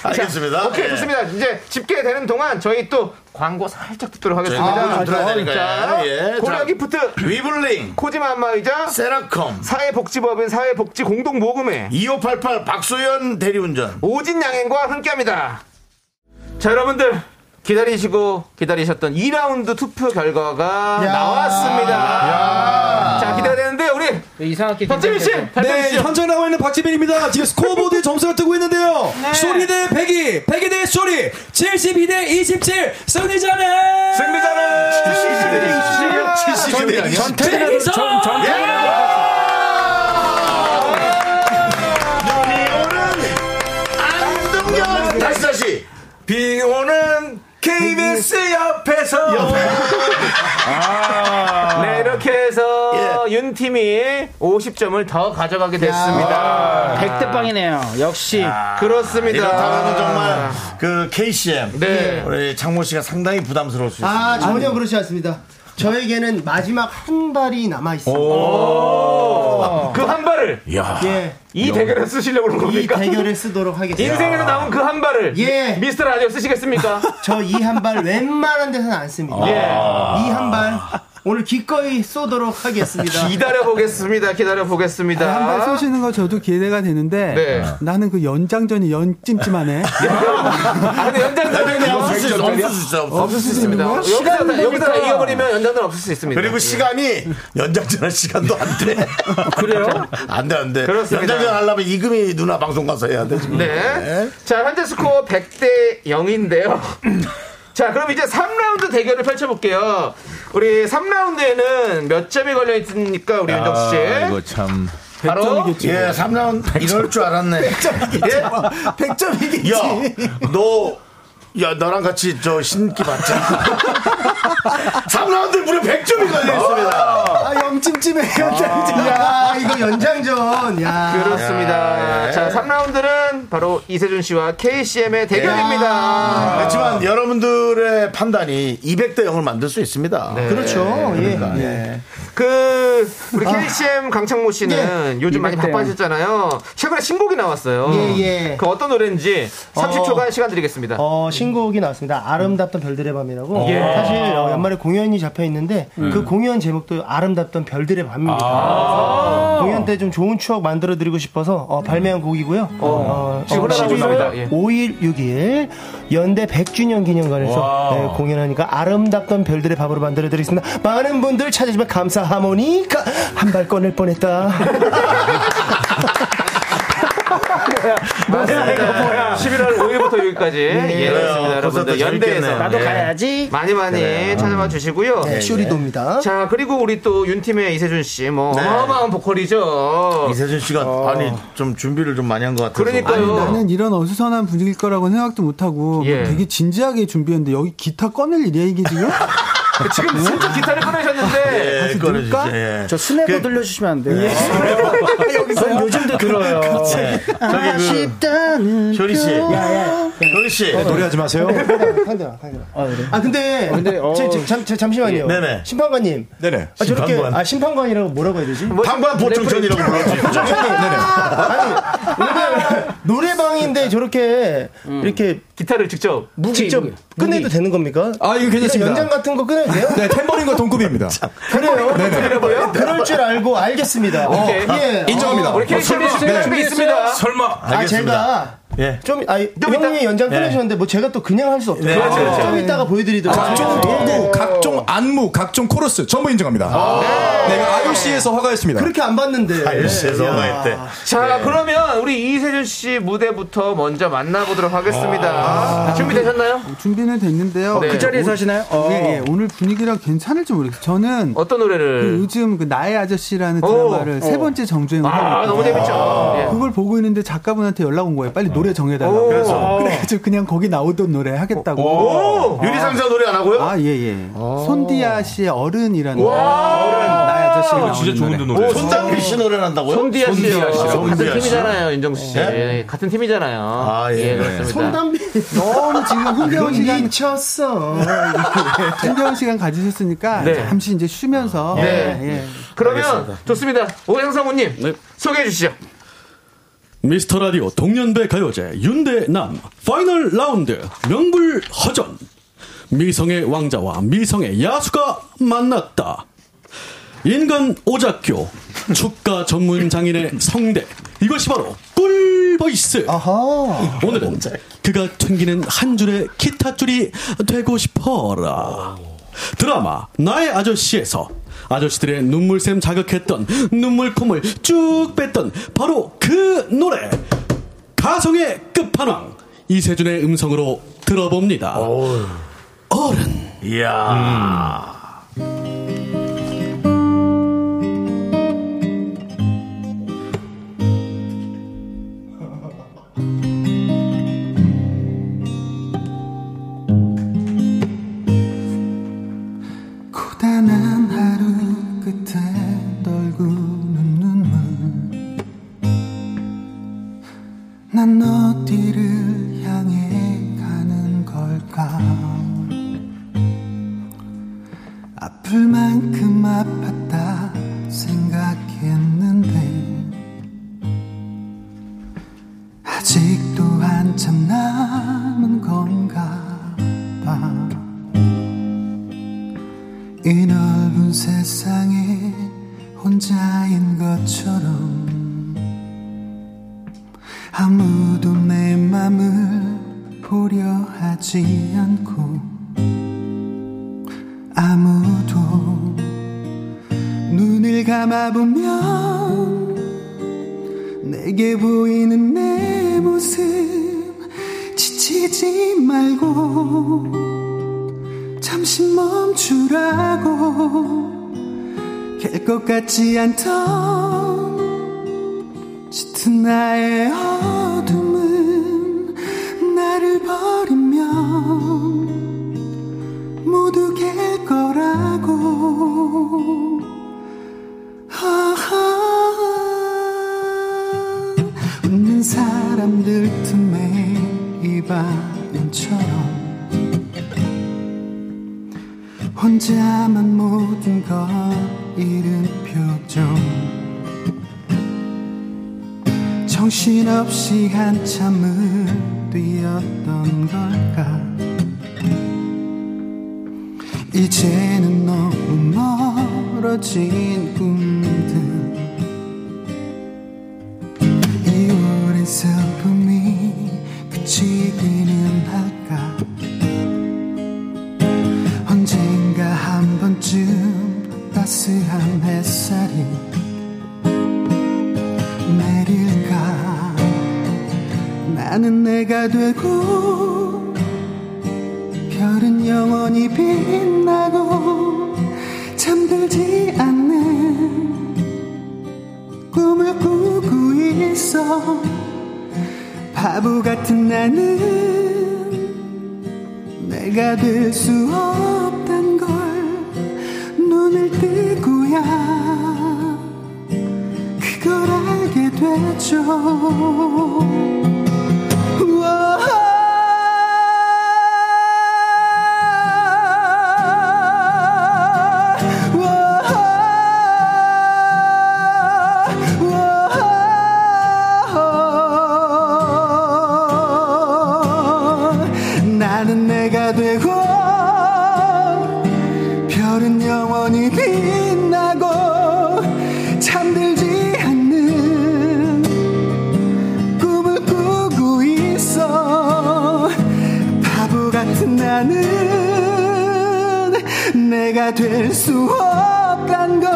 S2: 알겠습니다.
S3: 오케이
S2: 예.
S3: 좋습니다. 이제 집계되는 동안 저희 또 광고 살짝 듣도록
S2: 아,
S3: 하겠습니다.
S2: 광고 좀 들어야
S3: 자,
S2: 되니까요. 예, 자.
S3: 고려 기프트
S2: 위블링,
S3: 코지마 안마의자
S2: 세라컴,
S3: 사회복지법인 사회복지 공동모금회
S2: 2588 박소연 대리운전.
S3: 오진 양행과 함께합니다. 자 여러분들 기다리시고 기다리셨던 2라운드 투표 결과가 나왔습니다. 자 기대가 되는데 우리
S9: 그 이상하게
S3: 박재민 씨
S5: 네,
S3: 발표해 주시죠.
S5: 현장 나와 있는 박지민입니다. 지금 스코어보드에 점수가 뜨고 있는데요.
S12: 네.
S5: 쇼리 대 백이, 백이 대 쇼리, 72 대 27, 승리자는!
S2: 시시대
S5: 전태일
S3: 예!
S2: 안동역 다시 다시.
S5: 비 오는
S10: 음.
S5: KBS 옆에서.
S3: 네, 이렇게 해서 윤 팀이 50점을 더 가져가게 됐습니다.
S10: 백대빵이네요. 역시.
S3: 그렇습니다.
S2: 이렇다면 정말 그 KCM
S3: 네.
S2: 우리 장모 씨가 상당히 부담스러울 수 있어요.
S6: 아, 전혀 그렇지 않습니다. 저에게는 마지막 한 발이 남아있습니다.
S3: 그 한 발을
S6: 예.
S3: 이 대결에 쓰시려고 그런
S6: 이
S3: 겁니까?
S6: 대결을 쓰도록 하겠습니다.
S3: 인생에서 나온 그 한 발을
S6: 예.
S3: 미스터 라디오 쓰시겠습니까? 예.
S6: 저 이 한 발 웬만한 데서는 안 씁니다. 아.
S3: 아.
S6: 이 한 발 오늘 기꺼이 쏘도록 하겠습니다.
S3: 기다려 보겠습니다. 기다려 보겠습니다.
S8: 한 발 쏘시는 거 저도 기대가 되는데
S3: 네.
S8: 나는 그 연장전이 연찜찜하네.
S3: 아, 근데 연장전은
S2: 네, 없을 수 있어, 없을 수 있어. 없을 수 있어.
S8: 없을 수 있는 거야?
S3: 여기서 다, 여기서 다 이겨버리면 연장전 없을 수 있습니다. 예.
S2: 그리고 시간이 연장전할 시간도 안 돼. 그래요? 안 돼, 안 돼.
S3: 그렇습니다.
S2: 연장전 하려면 이금희 누나 방송 가서 해야 돼. 지금.
S3: 네. 자, 현재 스코어 100대 0인데요. 자, 그럼 이제 3라운드 대결을 펼쳐볼게요. 우리 3라운드에는 몇 점이 걸려있습니까, 우리 윤정수 씨?
S4: 아, 이거 참.
S3: 바로.
S2: 예, 3라운드 이럴 줄 알았네. 100점이겠지. 야, 너, 야, 나랑 같이 저 신기 봤잖아. 3라운드 무려 100점이 걸려있습니다.
S6: 아, 영찜찜해. 연장전. 야, 이거 연장전. 야.
S3: 그렇습니다. 자, 3라운드는 바로 이세준 씨와 KCM의 대결입니다.
S2: 그렇지만 여러분들의 판단이 200대 0을 만들 수 있습니다.
S3: 네.
S2: 그러니까.
S6: 그렇죠. 예.
S3: 그, 우리 KCM 강창모 씨는 요즘 많이
S10: 200 대요.
S3: 바빠졌잖아요. 최근에 신곡이 나왔어요.
S6: 예, 예.
S3: 그 어떤 노래인지 30초간 시간 드리겠습니다.
S6: 어, 신곡이 나왔습니다. 아름답던 별들의 밤이라고.
S3: 예.
S6: 사실 어, 연말에 공연이 잡혀 있는데
S3: 음.
S6: 그 공연 제목도 아름답던 별들의 밤입니다.
S3: 아.
S6: 그래서 공연 때 좀 좋은 추억 만들어 드리고 싶어서 어, 발매한 곡이고요. 어,
S3: 지금 올라가고 있습니다. 예.
S6: 5일 6일 연대 100주년 기념관에서 네, 공연하니까 아름답던 별들의 밤으로 만들어 드리겠습니다. 많은 분들 찾아주면 감사하모니까 한 발 꺼낼 뻔했다.
S3: 11월 5일부터 여기까지 예, 그렇습니다, 여러분들
S2: 콘서트
S3: 연대에서
S2: 재밌겠네요.
S10: 나도
S2: 예.
S10: 가야지.
S3: 많이 많이 찾아봐 주시고요.
S6: 네,
S3: 예.
S6: 쇼리도입니다.
S3: 자 그리고 우리 또 윤 팀의 이세준 씨, 뭐 어마어마한 보컬이죠. 어.
S2: 이세준 씨가 아니 좀 준비를 좀 많이 한 것 같아서.
S3: 그러니까요.
S8: 나는 이런 어수선한 분위기일 거라고는 생각도 못하고
S3: 예.
S8: 되게 진지하게 준비했는데 여기 기타 꺼낼 일이야 이게 지금? 어?
S3: 지금 진짜 기타를 꺼내셨는데
S2: 예, 그거는 진짜, 예.
S10: 저 스냅으로 들려주시면 안 돼요.
S2: 아, 여기서 요즘도 들어요.
S10: 아쉽다는
S2: 효리 씨, 효리 씨,
S5: 어, 노래하지 마세요.
S6: 어, 네, 상대라,
S2: 그
S6: 상대라. 아, 근데, 제- 제- 잠, 제- 잠시만요.
S2: 네네.
S6: 심판관님.
S5: 네네.
S6: 아, 저렇게
S2: 심판관.
S6: 아 심판관이라고 뭐라고 해야 되지?
S2: 방관 보충천이라고 불렀지.
S6: 아니 노래, 방인데 저렇게 이렇게
S3: 기타를 직접 네.
S6: 직접 끝내도 되는 겁니까?
S5: 아, 이거 괜찮습니다.
S6: 연장 같은 거 끝내도 돼요?
S5: 네, 탬버린과 동급입니다.
S6: 그래요? 네, 그럴 줄 알고 알겠습니다.
S3: 오케이.
S2: 어,
S6: 예.
S5: 인정합니다. 어, 네.
S3: 우리 캐릭터를 준비 있습니다.
S4: 설마.
S6: 아 제가
S2: 예.
S6: 좀, 아, 형님이 연장 끊으셨는데, 뭐, 제가 또 그냥 할 수 없죠.
S2: 네. 그렇죠, 그렇죠. 네.
S6: 좀 이따가 보여드리도록
S5: 각종 도구, 각종 안무, 각종 코러스 전부 인정합니다.
S12: 아.
S5: 네, 이거 IOC에서 화가했습니다.
S6: 그렇게 안 봤는데.
S5: 아, 네.
S2: 알씨에서
S6: 야.
S2: 어마했대.
S3: 자 그러면 우리 이세준 씨 무대부터 먼저 만나보도록 하겠습니다. 아, 준비되셨나요?
S8: 준비는 됐는데요.
S3: 네.
S10: 그 자리에서 하시나요? 어.
S8: 예, 예. 오늘 분위기랑 괜찮을지 모르겠어요. 저는
S3: 어떤
S8: 그
S3: 노래를?
S8: 요즘 그 나의 아저씨라는
S3: 오,
S8: 드라마를 세
S3: 오.
S8: 번째 정주행을
S3: 아
S8: 하고
S3: 너무
S8: 있거든요. 어,
S3: 재밌죠. 예.
S8: 그걸 보고 있는데 작가분한테 연락 온 거예요. 빨리 노래 정해달라고.
S3: 오.
S8: 그래서 그래가지고 그냥 거기 나오던 노래 하겠다고.
S2: 유리상자 노래 안 하고요? 어.
S8: 아, 예, 예. 손디아 씨의 어른이라는 노래. 나의 아저씨가 나오는
S4: 진짜 좋은데
S8: 노래.
S4: 노래.
S2: 손장비 씨 노래를 한다고요?
S3: 어, 손디아 씨요.
S2: 손디아
S3: 같은
S2: 씨요?
S3: 팀이잖아요. 팀이잖아요, 윤정수
S8: 네?
S3: 씨. 예, 같은 팀이잖아요. 아,
S2: 예.
S3: 그렇습니다.
S9: 손담비 너무 지금 흥겨운 시간 아, 미쳤어.
S8: 즐거운 시간 가지셨으니까
S3: 네.
S8: 잠시 이제 쉬면서
S3: 네.
S8: 예.
S3: 그러면 좋습니다. 오향성우님 소개해 주시죠.
S7: 미스터 라디오 동년배 가요제 윤대남 파이널 라운드 명불허전 미성의 왕자와 미성의 야수가 만났다 인간 오작교 축가 전문 장인의 성대 이것이 바로 꿀보이스 오늘은 그가 튕기는 한 줄의 기타줄이 되고 싶어라 드라마 나의 아저씨에서 아저씨들의 눈물샘 자극했던 눈물콧물 쭉 뺐던 바로 그 노래 가성의 끝판왕 이세준의 음성으로 들어봅니다 어른
S2: 이야.
S13: 고단한 하루 끝에 떨구는 눈물 난 어디를 향해 가는 걸까 아플 만큼 아팠다 생각했는데 아직도 한참 남은 건가 봐 이 넓은 세상에 혼자인 것처럼 아무도 내 맘을 보려 하지 않고 아무도 눈을 감아보면 내게 보이는 내 모습 지치지 말고 잠시 멈추라고 갤 것 같지 않던 짙은 나의 어둠은 나를 버리면 모두 갤 거라고 아하. 웃는 사람들 틈에 이방인처럼 혼자만 모든 걸 잃은 표정 정신없이 한참을 뛰었던 걸까 이제는 너무 멀어진 꿈들 이 오랜 슬픔이 그치기는 할까 언젠가 한 번쯤 따스한 햇살이 내릴까 나는 내가 되고 별은 영원히 빛나고 잠들지 않는 꿈을 꾸고 있어 바보 같은 나는 내가 될 수 없단 걸 눈을 뜨고야 그걸 알게 되죠. 우와. 우와. 우와. 나는 내가 되고 별은 영원히 빛나고 잠들지 않는 꿈을 꾸고 있어 바보 같은 나는 내가 될 수 없단 걸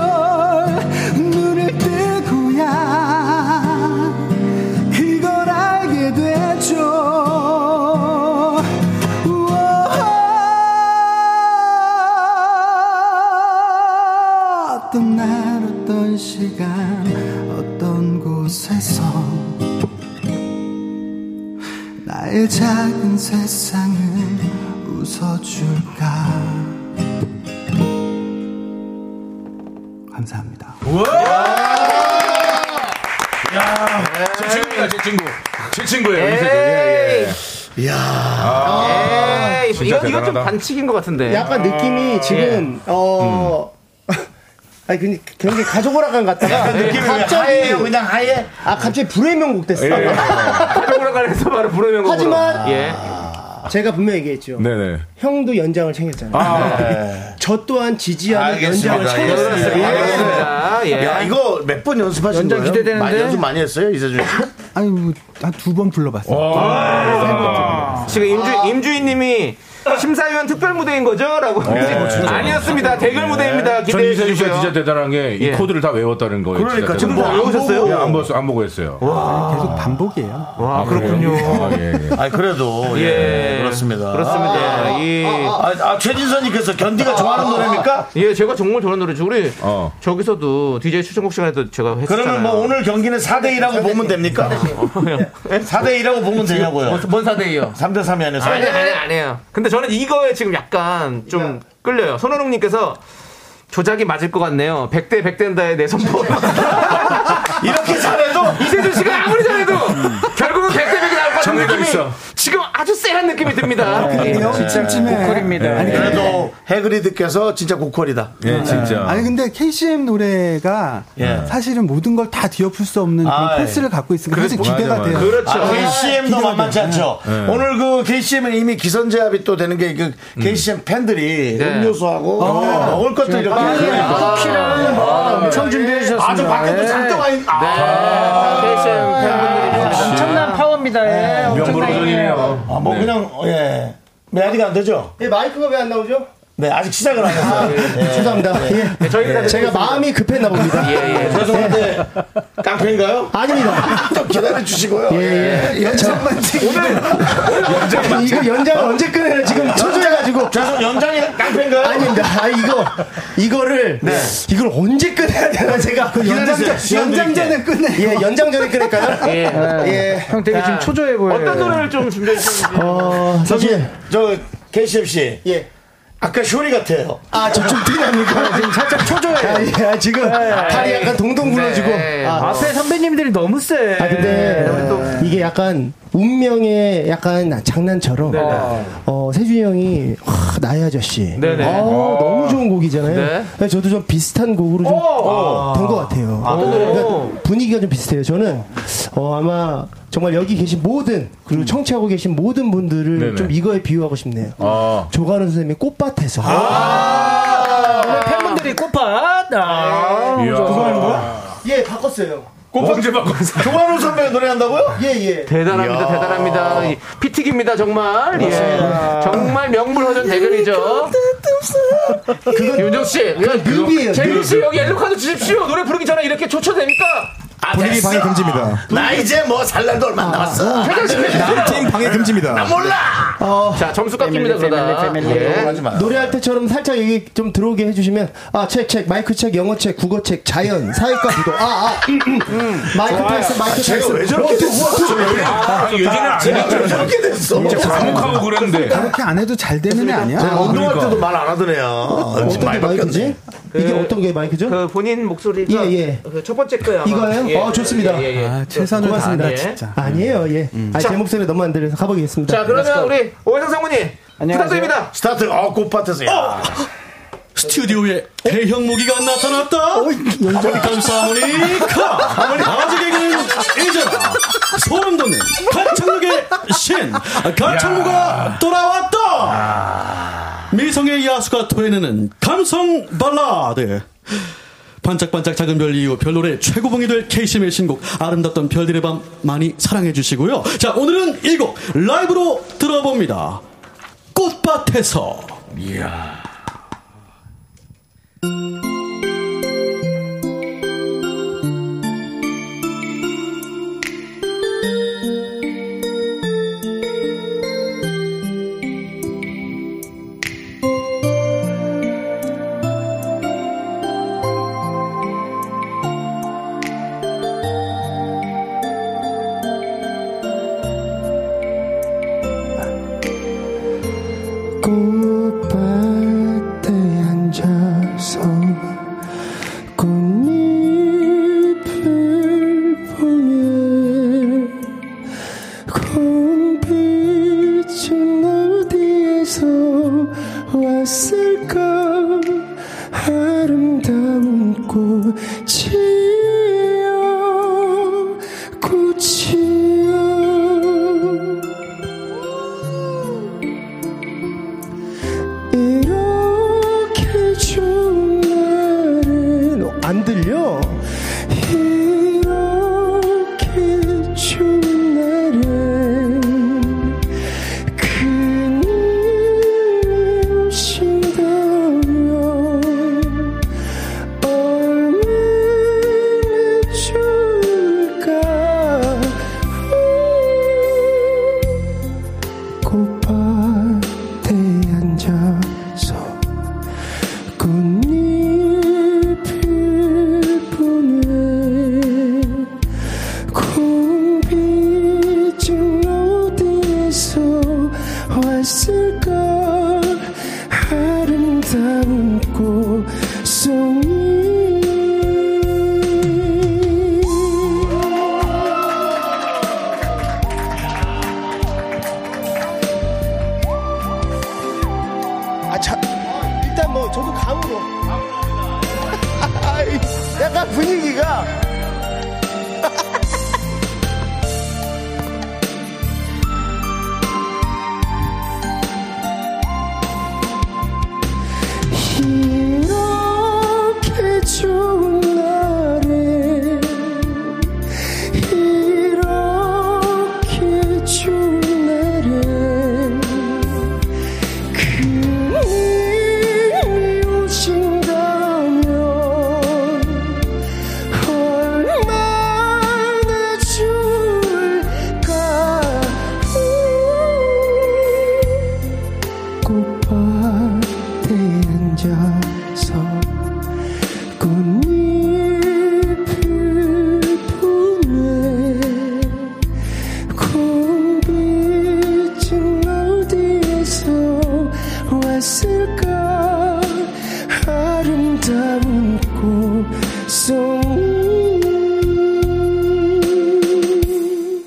S13: 눈을 뜨고야 그걸 알게 되죠. 우와. 어떤 날, 어떤 시간, 어떤 곳에서 나의 작은 세상은 웃어줄까. 감사합니다.
S2: 야,
S4: 제 친구입니다, 제 친구. 제 친구예요.
S3: 에이.
S4: 이세돌. 예, 아, 예.
S2: 이야.
S3: 에이,
S4: 진짜
S3: 이거, 이거 좀
S4: 대단하다.
S3: 반칙인 것 같은데.
S2: 아,
S3: 아, 예.
S6: 약간
S2: 예.
S6: 느낌이 지금 어.
S2: 음.
S6: 아니 근데 굉장히 가족 오락관 같다가 갑자기
S2: 하얘요, 그냥 하얘. 예.
S6: 아 갑자기 불의 명곡 됐어.
S3: 가족오락관에서 바로 부르면
S6: 하지만-
S3: 예.
S6: 제가 분명 히 얘기했죠.
S4: 네네.
S6: 형도 연장을 챙겼잖아요. 네. 저 또한 지지하는
S2: 알겠습니다.
S6: 연장을
S2: 예.
S6: 챙겼어요.
S2: 예.
S3: 알겠습니다. 예.
S2: 야, 이거 몇 번 연습하신
S10: 연장
S2: 거예요?
S10: 기대되는데.
S2: 많이 연습 많이 했어요, 이세준 씨?
S8: 아니 뭐한두 번 불러봤어요.
S3: 지금 임주, 임주인님이 심사위원 특별 무대인 거죠? 라고. 네. 아니었습니다. 대결
S4: 네.
S3: 무대입니다.
S4: 전
S3: 기대해
S4: 이세준 씨가 진짜
S3: 주세요.
S4: 대단한 게 이
S3: 예.
S4: 코드를 다 외웠다는 거예요.
S2: 그러니까
S4: 진짜
S2: 지금
S4: 대단한
S2: 뭐안
S4: 거.
S2: 보셨어요?
S4: 예, 안 보고, 안 보고 했어요.
S8: 아, 계속 반복이에요.
S4: 아, 그렇군요. 예, 예.
S2: 아, 그래도 예, 그렇습니다.
S3: 그렇습니다. 이
S2: 아, 아, 최진선님께서 견디가 좋아하는 노래입니까?
S3: 예, 제가 정말 좋아하는 노래죠. 우리
S4: 어.
S3: 저기서도 DJ 추천곡 시간에도 제가 했잖아요.
S2: 그러면 뭐 오늘 경기는 4대 2라고 보면 됩니까? 4대 2라고 보면
S3: 예?
S2: 되냐고요.
S3: 뭔 사대예요?
S2: 3대 3이 아니라 4대
S3: 아니 아니 아니에요. 근데 저는 이거에 지금 약간
S2: 네.
S3: 좀 끌려요. 손호농 님께서 조작이 맞을 것 같네요. 100대 100된다의 내 선포.
S2: 이렇게 잘해도
S3: 이세준 씨가 아무리 잘해도
S2: 음.
S3: 결국은 100대 100이 나올 것 같은
S4: 정리가
S3: 느낌이
S4: 있어.
S3: 지금 아주 세한 느낌이
S8: 아,
S6: 아,
S3: 듭니다.
S2: 예.
S10: 보컬입니다.
S2: 네.
S10: 아니,
S2: 그래도 해그리드께서 진짜 고퀄이다. 네.
S4: 예, 진짜.
S8: 아니 근데 KCM 노래가
S2: 예.
S8: 사실은 모든 걸 다 뒤엎을 수 없는 그런
S2: 아,
S8: 포스를 갖고 있으니까 사실
S4: 그래서-
S8: 기대가
S4: 맞아, 맞아.
S8: 돼요.
S3: 그렇죠.
S2: 아, KCM도
S8: 기대가
S2: 만만치
S8: 돼요.
S2: 않죠. 오늘 그 KCM은 이미 기선제압이 또 되는 게 그 KCM 팬들이
S3: 네.
S2: 음료수하고
S8: 어.
S2: 먹을 것도 이렇게
S8: 아,
S10: 쿠키랑 뭐 엄청 준비해 주셨습니다.
S2: 아주 밖에도 잔뜩 와 있.
S3: 네. 아~ 팬분들이
S10: 엄청난 파워입니다.
S6: 네.
S10: 예. 엄청난
S4: 명불허전이네요.
S2: 아, 뭐 그냥 예. 네, 아직 안 되죠?
S6: 예, 마이크가 왜 안 나오죠?
S2: 네, 아직 시작을 안 했어요. 예.
S6: 죄송합니다. 예.
S3: 네, 저희가 다
S6: 제가 마음이 급했나 봅니다. 네.
S3: 예, 예.
S2: 죄송한데 깡패인가요?
S6: 아닙니다.
S2: 좀 기다려 주시고요.
S6: 예, 예. 연장만 오늘 이거 연장을 언제 끊으려 지금 초조해가지고
S2: 아, 죄송 연장이 깡패인가요?
S6: 아닙니다. 아 이거 이거를
S10: 네.
S6: 이걸 언제 끊어야 되나
S10: 그
S6: 제가
S2: 기다리세요. 시간
S6: 연장전에 끊어. 예, 연장전에 끊을까요? 예.
S10: 형 되게 지금 초조해 보여요.
S3: 어떤 노래를 좀 준비해 주셨는지.
S6: 어, 사실
S2: 저 KCM 씨
S6: 예.
S2: 아까 쇼리 같아요.
S6: 아, 저좀 티납니까? 지금 살짝 초조해. 아, 예, 아, 지금
S2: 네.
S6: 다리 약간 동동 굴러지고.
S3: 네.
S6: 아,
S10: 앞에 선배님들이 너무 세.
S6: 아, 근데 이게 약간 운명의 약간 장난처럼 어, 세준이 형이 와, 나의 아저씨.
S3: 네네.
S6: 어, 너무 좋은 곡이잖아요.
S3: 네.
S6: 그래서 저도 좀 비슷한 곡으로 좀된것 같아요. 그러니까 분위기가 좀 비슷해요. 저는 어, 아마 정말 여기 계신 모든 그리고 청취하고 계신 모든 분들을
S4: 네네.
S6: 좀 이거에 비유하고 싶네요.
S4: 아.
S6: 조가는 선생님의 꽃밭에서
S10: 오늘 팬분들이 꽃밭. 아.
S4: 이야.
S6: 예 바꿨어요.
S4: 꽃방제 받고
S2: 조관우 선배 노래한다고요?
S6: 예 예.
S3: 대단합니다, 대단합니다. 이 피튀기입니다, 정말. 예. 정말
S6: 예,
S3: 명불허전 대결이죠. 윤정
S2: 아,
S3: 씨,
S6: 뮤비예요,
S3: 재민 씨 여기 옐로카드 주십시오. 노래 부르기 전에 이렇게 조처됩니까?
S2: 아,
S3: 아,
S5: 분위기 방해 금지입니다.
S2: 나 이제 뭐 살날도 얼마 안
S3: 아,
S2: 남았어.
S5: 남팀 방해 금지입니다.
S2: 몰라.
S6: 어.
S3: 자, 점수
S6: 네,
S3: 깎입니다, 그러다. 예.
S2: 하지 마.
S6: 노래할 때처럼 살짝 여기 좀 들어오게 해주시면 아 책 책 마이크 책 영어 책 국어 책 자연 사회과 부도 아아 음, 마이크 텍스 마이크 텍스
S2: 왜 저렇게 됐어?
S4: 아니, 예전에 안
S2: 제가 왜 저렇게 됐어?
S4: 감옥하고 그랬는데.
S8: 아, 그렇게 안 해도 잘 되는 애 아니야?
S2: 운동할 때도 말 안 아, 하던 애야.
S6: 어떤 게 마이크지? 이게 어떤 게 마이크죠?
S3: 그 본인 목소리가
S6: 예, 예.
S3: 그첫 번째 거야.
S6: 이거예요? 어, 좋습니다.
S8: 아, 최선을
S6: 고맙습니다.
S8: 다한다
S3: 예.
S8: 진짜.
S6: 아니에요 예. 아, 제 목소리 너무 안 들려서 가보겠습니다.
S3: 음. 자, 그러면 우리 오해성 성훈이 부탁드립니다.
S2: 네,
S3: 어!
S2: 스타트. 아 꽃밭에서. 야.
S7: 스튜디오에 대형 모기가 나타났다. 어머니 감사하니 카. 아직에는 이제다. 소름 돋는 강창국의 신 강창국아 돌아왔다. 미성의 야수가 토해내는 감성 발라드. 반짝반짝 작은 별 이후 별노래 최고봉이 될 KCM의 신곡 아름답던 별들의 밤 많이 사랑해 주시고요. 자 오늘은 이 곡 라이브로 들어봅니다. 꽃밭에서.
S9: 꽃밭에 앉아서 꽃잎을 보며 이젠 어디에서 왔을까 아름다운 꽃송이
S6: 아, 자, 일단 뭐 저도 감으로. 아이, 약간 분위기가.
S9: 이렇게 좋은 날에 이렇게 좋은 날에 그님이 오신다면 얼마나 좋을까 꽃밭에 앉아서 꽃잎을 보네 꽃빛은 어디에서 왔을까 아름다운 꽃송이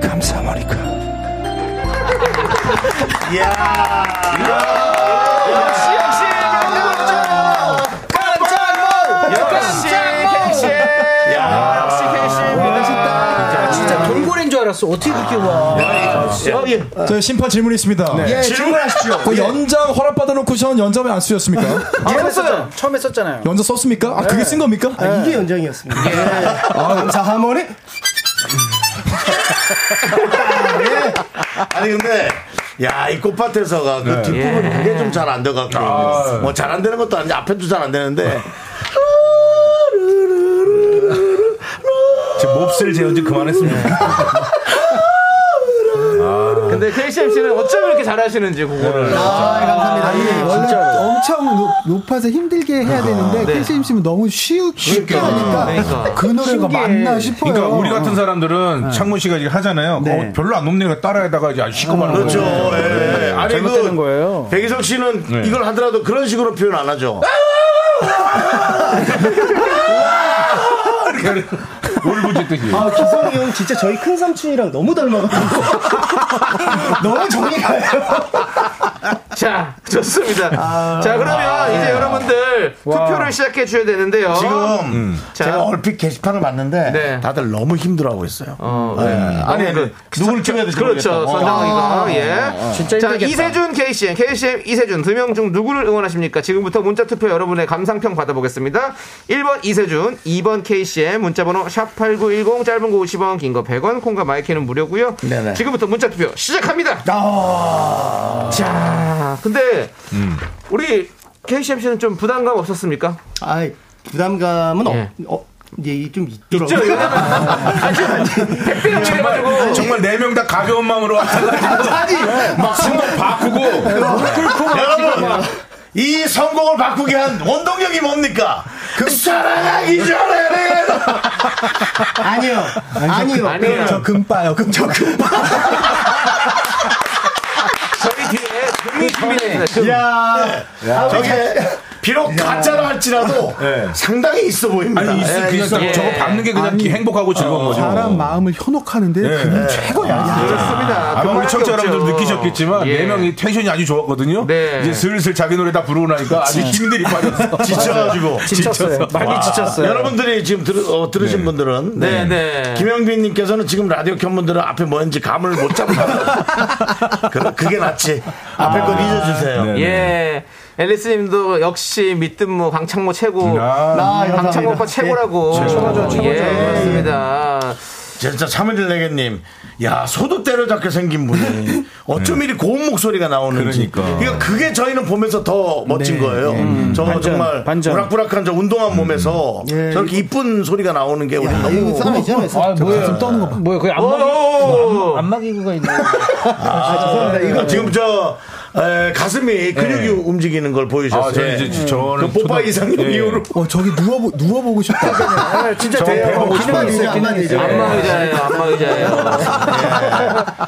S9: 감사합니다.
S3: 역시 캐시. 야, 역시 아.
S10: 예.
S3: 캐시입니다.
S12: 진짜
S6: 아.
S12: 돌고래인 줄 알았어. 어떻게 그렇게
S5: 네.
S12: 와. 아, 예.
S5: 저 아, 심판 질문이 있습니다.
S12: 네.
S6: 예,
S2: 질문하시죠.
S5: 그 연장 허락 받아놓고 션 연장에 안 쓰셨습니까?
S12: 처음에 썼잖아요. 네. 처음에 썼잖아요.
S5: 연장 썼습니까? 아 그게 쓴 겁니까? 예.
S6: 아, 이게 연장이었습니다. 아, 감사 하모니?
S2: 아니 근데 야 이
S12: 네.
S2: 꽃밭에서가 그 뒷부분
S3: 예.
S2: 그게 좀 잘 안 돼갖고
S3: 아.
S2: 뭐 잘 안 되는 것도 아닌데 앞에도 잘 안 되는데
S4: 지금 몹쓸 재현지 그만했습니다.
S2: 네.
S6: 아.
S3: 근데 KCM 씨는 어쩜 이렇게 잘하시는지 그거를.
S6: 감사합니다.
S8: 아니, 예,
S4: 예,
S8: 원래 엄청 높, 높아서 힘들게 해야 되는데
S3: 네.
S8: KCM 씨는 너무 쉬우, 쉽게 하니까
S3: 그러니까.
S8: 그 노래가 맞나 싶어요.
S4: 아,
S8: 네.
S4: 그러니까 우리 같은 사람들은 창문 씨가 지금 하잖아요. 어, 별로 안 높네요. 따라에다가 이제 시커말는
S2: 그렇죠.
S4: 거죠. 네.
S2: 예. 아니
S12: 네. 잘못되는
S2: 그
S12: 거예요. 네.
S2: 백희석 씨는 이걸 하더라도 그런 식으로 표현 안 하죠.
S3: 아!
S2: 그러니까
S4: 울부짖듯이.
S6: 아, 기성이 형 진짜 저희 큰 삼촌이랑 너무 닮아가지고. 너무 정이 가요.
S3: 자, 좋습니다.
S2: 아.
S3: 자, 그러면
S8: 아.
S3: 이제 여러분들 투표를 시작해 주셔야 되는데요.
S2: 지금
S3: 자.
S2: 제가 얼핏 게시판을 봤는데
S3: 네.
S2: 다들 너무 힘들어하고 있어요.
S3: 어,
S2: 예.
S3: 네.
S2: 아니
S3: 그-
S2: 누굴 찍어야 될지
S3: 그렇죠.
S2: 모르겠다. 어.
S3: 선정하기가 예.
S12: 진짜
S3: 자,
S12: 힘들겠다.
S3: 이세준 KCM, KCM 이세준 두 명 중 누구를 응원하십니까? 지금부터 문자 투표 여러분의 감상평 받아보겠습니다. 1번 이세준, 2번 KCM 문자 번호 샵8910 짧은 거 50원, 긴 거 100원, 콩과 마이크는 무료고요.
S2: 네네.
S3: 지금부터 문자 투표 시작합니다.
S6: 아.
S3: 자, 근데 우리 KCM 씨는 좀 부담감 없었습니까?
S6: 아, 부담감은
S3: 예.
S6: 없, 어, 예, 좀 있더라고요.
S3: 택배를 해가지고
S4: 정말 네 명 다 가벼운 마음으로 왔다가 막 손목 바꾸고
S2: 여러분 이 성공을 바꾸게 한 원동력이 뭡니까? 그 사랑하기 전에
S6: 아니요. 아니요.
S2: 그,
S3: 아니에요.
S6: 저 금빠요. 금, 저 금빠.
S3: 저희 뒤에 금이 준비되어 있습니다.
S6: 야.
S2: 저게 비록 가짜라 할지라도 상당히 있어 보입니다.
S8: 예,
S4: 아니, 있어, 그냥
S8: 그러니까
S4: 딱 저거 밟는 게 그냥 기- 행복하고 즐거운 거죠.
S8: 어,
S4: 예.
S8: 사람 마음을 현혹하는데 그게 최고야.
S4: 아, 마 우리 청취자 여러분들 느끼셨겠지만
S8: 예.
S4: 네 명이 텐션이 아주 좋았거든요. 이제 슬슬 자기 노래 다 부르고 나니까 아주 힘들이 빠졌어.
S2: 네. 지쳐가지고
S4: 네. 지쳤어요. 많이 지쳤어요.
S2: 여러분들이 지금 들, 어, 들으신
S4: 네.
S2: 분들은
S4: 네,
S2: 네.
S4: 네.
S2: 김영빈님께서는 지금 라디오 켠 분들은 앞에 뭔지 감을 못 잡는다. 그래, 그게 낫지. 앞에 거 잊어주세요.
S3: 예. 앨리스님도 역시 밑든무 강창모 최고.
S2: 아, 감사합니다.
S3: 강창모 오빠 최고라고.
S2: 예. 최고죠, 최고죠.
S3: 예, 그렇습니다.
S2: 진짜 참을내겠님, 야 소도 때려잡게 생긴 분이 어쩜 이리 고운 목소리가 나오는지.
S4: 그러니까.
S2: 그게 저희는 보면서 더 멋진
S4: 네,
S2: 거예요.
S4: 네. 음.
S2: 저
S4: 반전,
S2: 정말
S4: 반전.
S2: 우락부락한 저 운동한 몸에서
S4: 예.
S2: 저렇게 이쁜 소리가 나오는 게 우리 너무
S12: 아, 뭐야?
S2: 가슴
S12: 떠는 거 봐. 뭐야? 그게 안마기,
S2: 뭐
S12: 안- 안마기 그거 있네.
S2: 아,
S12: 죄송합니다. 이거- 네.
S2: 지금 저 에, 가슴이 근육이
S4: 예.
S2: 움직이는 걸 보여주셨어요.
S4: 아, 저 이제 저- 저는
S2: 그 뽀빠 이상
S4: 예.
S2: 이후로
S8: 예. 어, 저기 누워보, 누워보고 싶다.
S2: 저 배워보고 싶어요.
S3: 안마 의자예요, 안마 의자예요.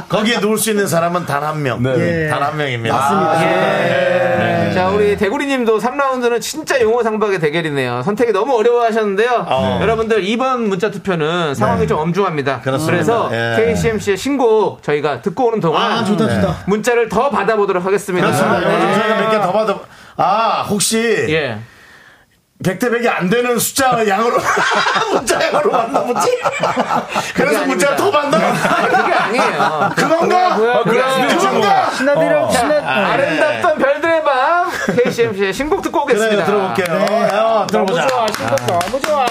S2: 거기에 누울 수 있는 사람은 단 한 명. 예.
S3: 네.
S2: 단 한 명입니다.
S3: 아, 예.
S2: 네.
S3: 자, 우리 대구리님도 3라운드는 진짜 용호 상박의 대결이네요. 선택이 너무 어려워하셨는데요.
S2: 어.
S3: 네. 여러분들 이번 문자 투표는 상황이 좀 엄중합니다.
S2: 네. 그렇습니다.
S3: 그래서
S2: 예.
S3: KCMC의 신곡 저희가 듣고 오는 동안 네.
S2: 아, 좋다, 좋다.
S3: 문자를 더 받아보도록 하겠습니다. 네.
S2: 그렇습니다. 요즘 저희가 몇 개 더 받아. 아, 혹시.
S3: 예.
S2: 백 대백이안 되는 숫자 양으로. 문자 양으로 만나 보지? 그래서 문자 더 받나?
S3: 그게 아니에요.
S2: 그건가?
S3: 뭐야, 뭐야, 그래.
S2: 그건가?
S3: 신나들어,
S2: 어.
S3: 신나-
S2: 아, 예.
S3: 아름답던 네. 별들의 밤 KCMC의 신곡 듣고 오겠습니다.
S2: 그래요, 들어볼게요.
S3: 네.
S2: 어, 들어보자.
S3: 너무 좋아, 신곡 너무 좋아.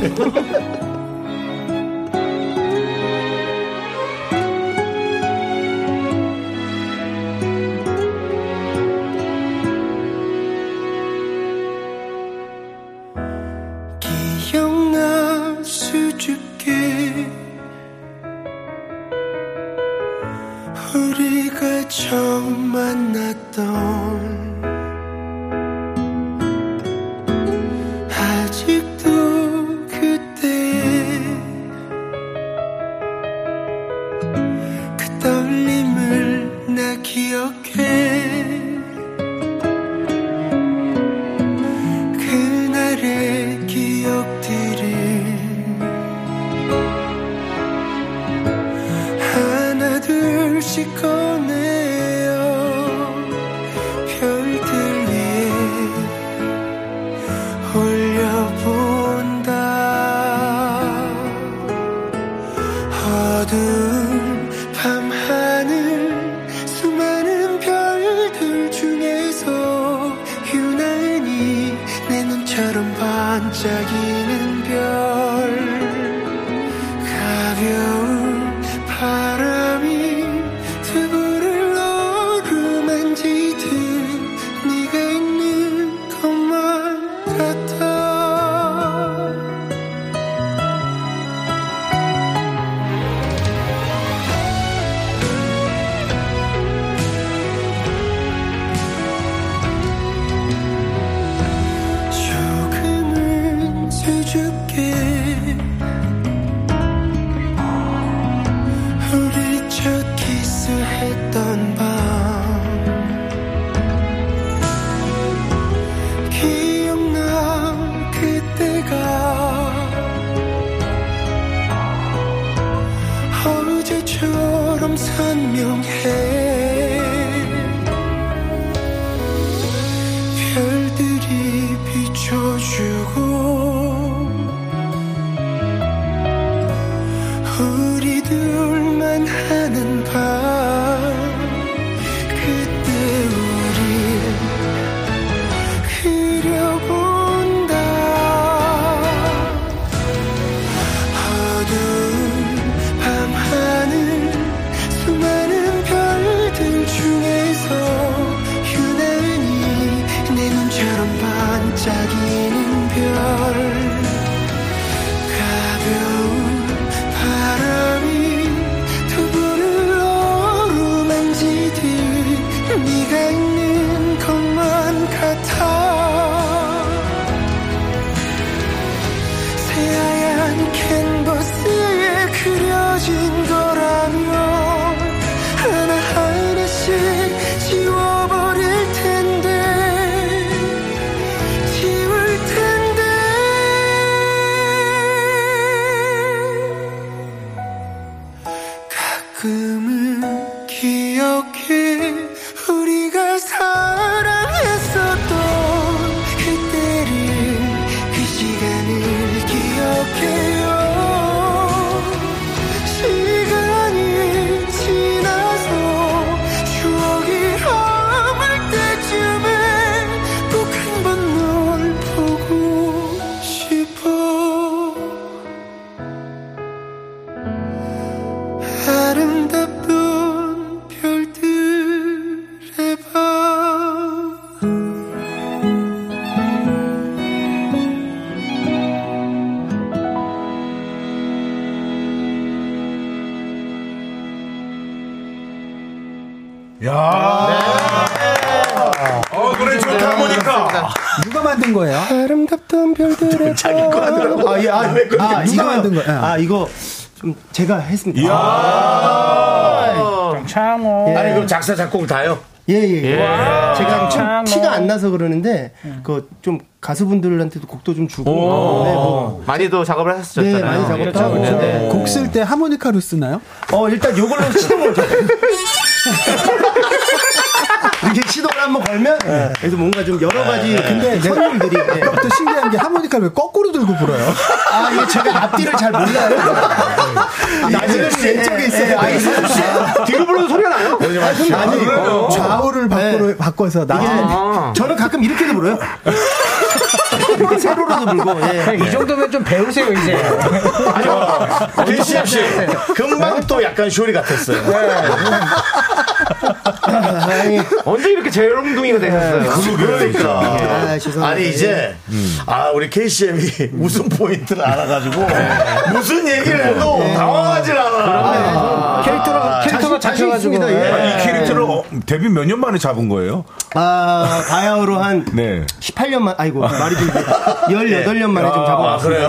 S3: 예.
S9: 기억나 수줍게 우리가 처음 만났던 아직도 그때의 그 떨림을 나 기억해 그날의 기억들을 하나 둘씩 꺼내요 별들 위에 올려본다 어두운 밤하늘 수많은 별들 중에서 유난히 내 눈처럼 반짝이는 별 가벼운 바람이 두부를 어루만지듯 네가 있는 것만 같아 조금은 수줍게 우리 첫 키스했던 밤 기억나 그때가 어제처럼 선명해 별들이 비춰주고 우리 둘만 하는 밤그
S11: 어, 노래
S2: 네,
S11: 좋다 보니까.
S8: 누가 만든 거예요?
S6: 아름답던 별들의 자기
S8: 거 하더라고.
S6: 아, 예, 아,
S8: 왜 그렇게 누가
S6: 아, 이거-
S8: 만든 거야?
S6: 아, 이거 좀 제가 했습니다.
S12: 강창호.
S2: 아니 그럼 작사 작곡 다요?
S6: 예. 예예.
S2: 예.
S6: 제가
S12: 참,
S6: 좀 티가 안 나서 그러는데
S12: 음.
S6: 그 좀 가수분들한테도 곡도 좀 주고. 네, 뭐.
S3: 많이도 작업을
S6: 네,
S3: 하셨잖아요. 네.
S6: 많이
S2: 그렇죠,
S6: 작업하고. 네.
S8: 곡 쓸 때 하모니카로 쓰나요?
S6: 어 일단 요걸로 시동을 줘. 이렇게 시도를 한번 걸면 네. 그래서 뭔가 좀 여러
S8: 네,
S6: 가지 근데 선율들이 네.
S8: 또 신기한 게 하모니카를 왜 거꾸로 들고 불어요?
S6: 아 이게 제가 앞뒤를 잘 몰라요.
S4: 아,
S6: 아,
S8: 나중에는
S4: 예,
S8: 왼쪽에 있어요.
S3: 뒤로 불러도 소리가 나요?
S8: 네. 아, 아니 어, 좌우를 바꾸로, 바꿔서 나.
S6: 네.
S12: 아.
S6: 저는 가끔 이렇게도 불어요. 이렇게 세로로도 불고. 예.
S12: 이 정도면 좀 배우세요 이제.
S2: 김시엽 씨
S12: 네.
S2: 금방 또 약간 쇼리 같았어요.
S6: 아니, 네.
S3: 언제 이렇게 재롱둥이가 되셨어요?
S2: 그러니까.
S6: 아, 죄송합니다.
S2: 아니 이제
S12: 예.
S2: 아 우리 KCM이 웃음 포인트를 알아가지고
S12: 네.
S2: 무슨 얘기를 해도 당황하질 않아.
S12: 캐릭터가 캐릭터가
S6: 자신
S12: 잡혀가지고.
S6: 있습니다. 예.
S4: 아, 이 캐릭터를 어, 데뷔 몇 년 만에 잡은 거예요?
S6: 아, 바야흐로 한
S4: 네.
S6: 18년만, 아이고, 말이 좀, 18년만에 좀
S2: 아,
S6: 잡아봤어요.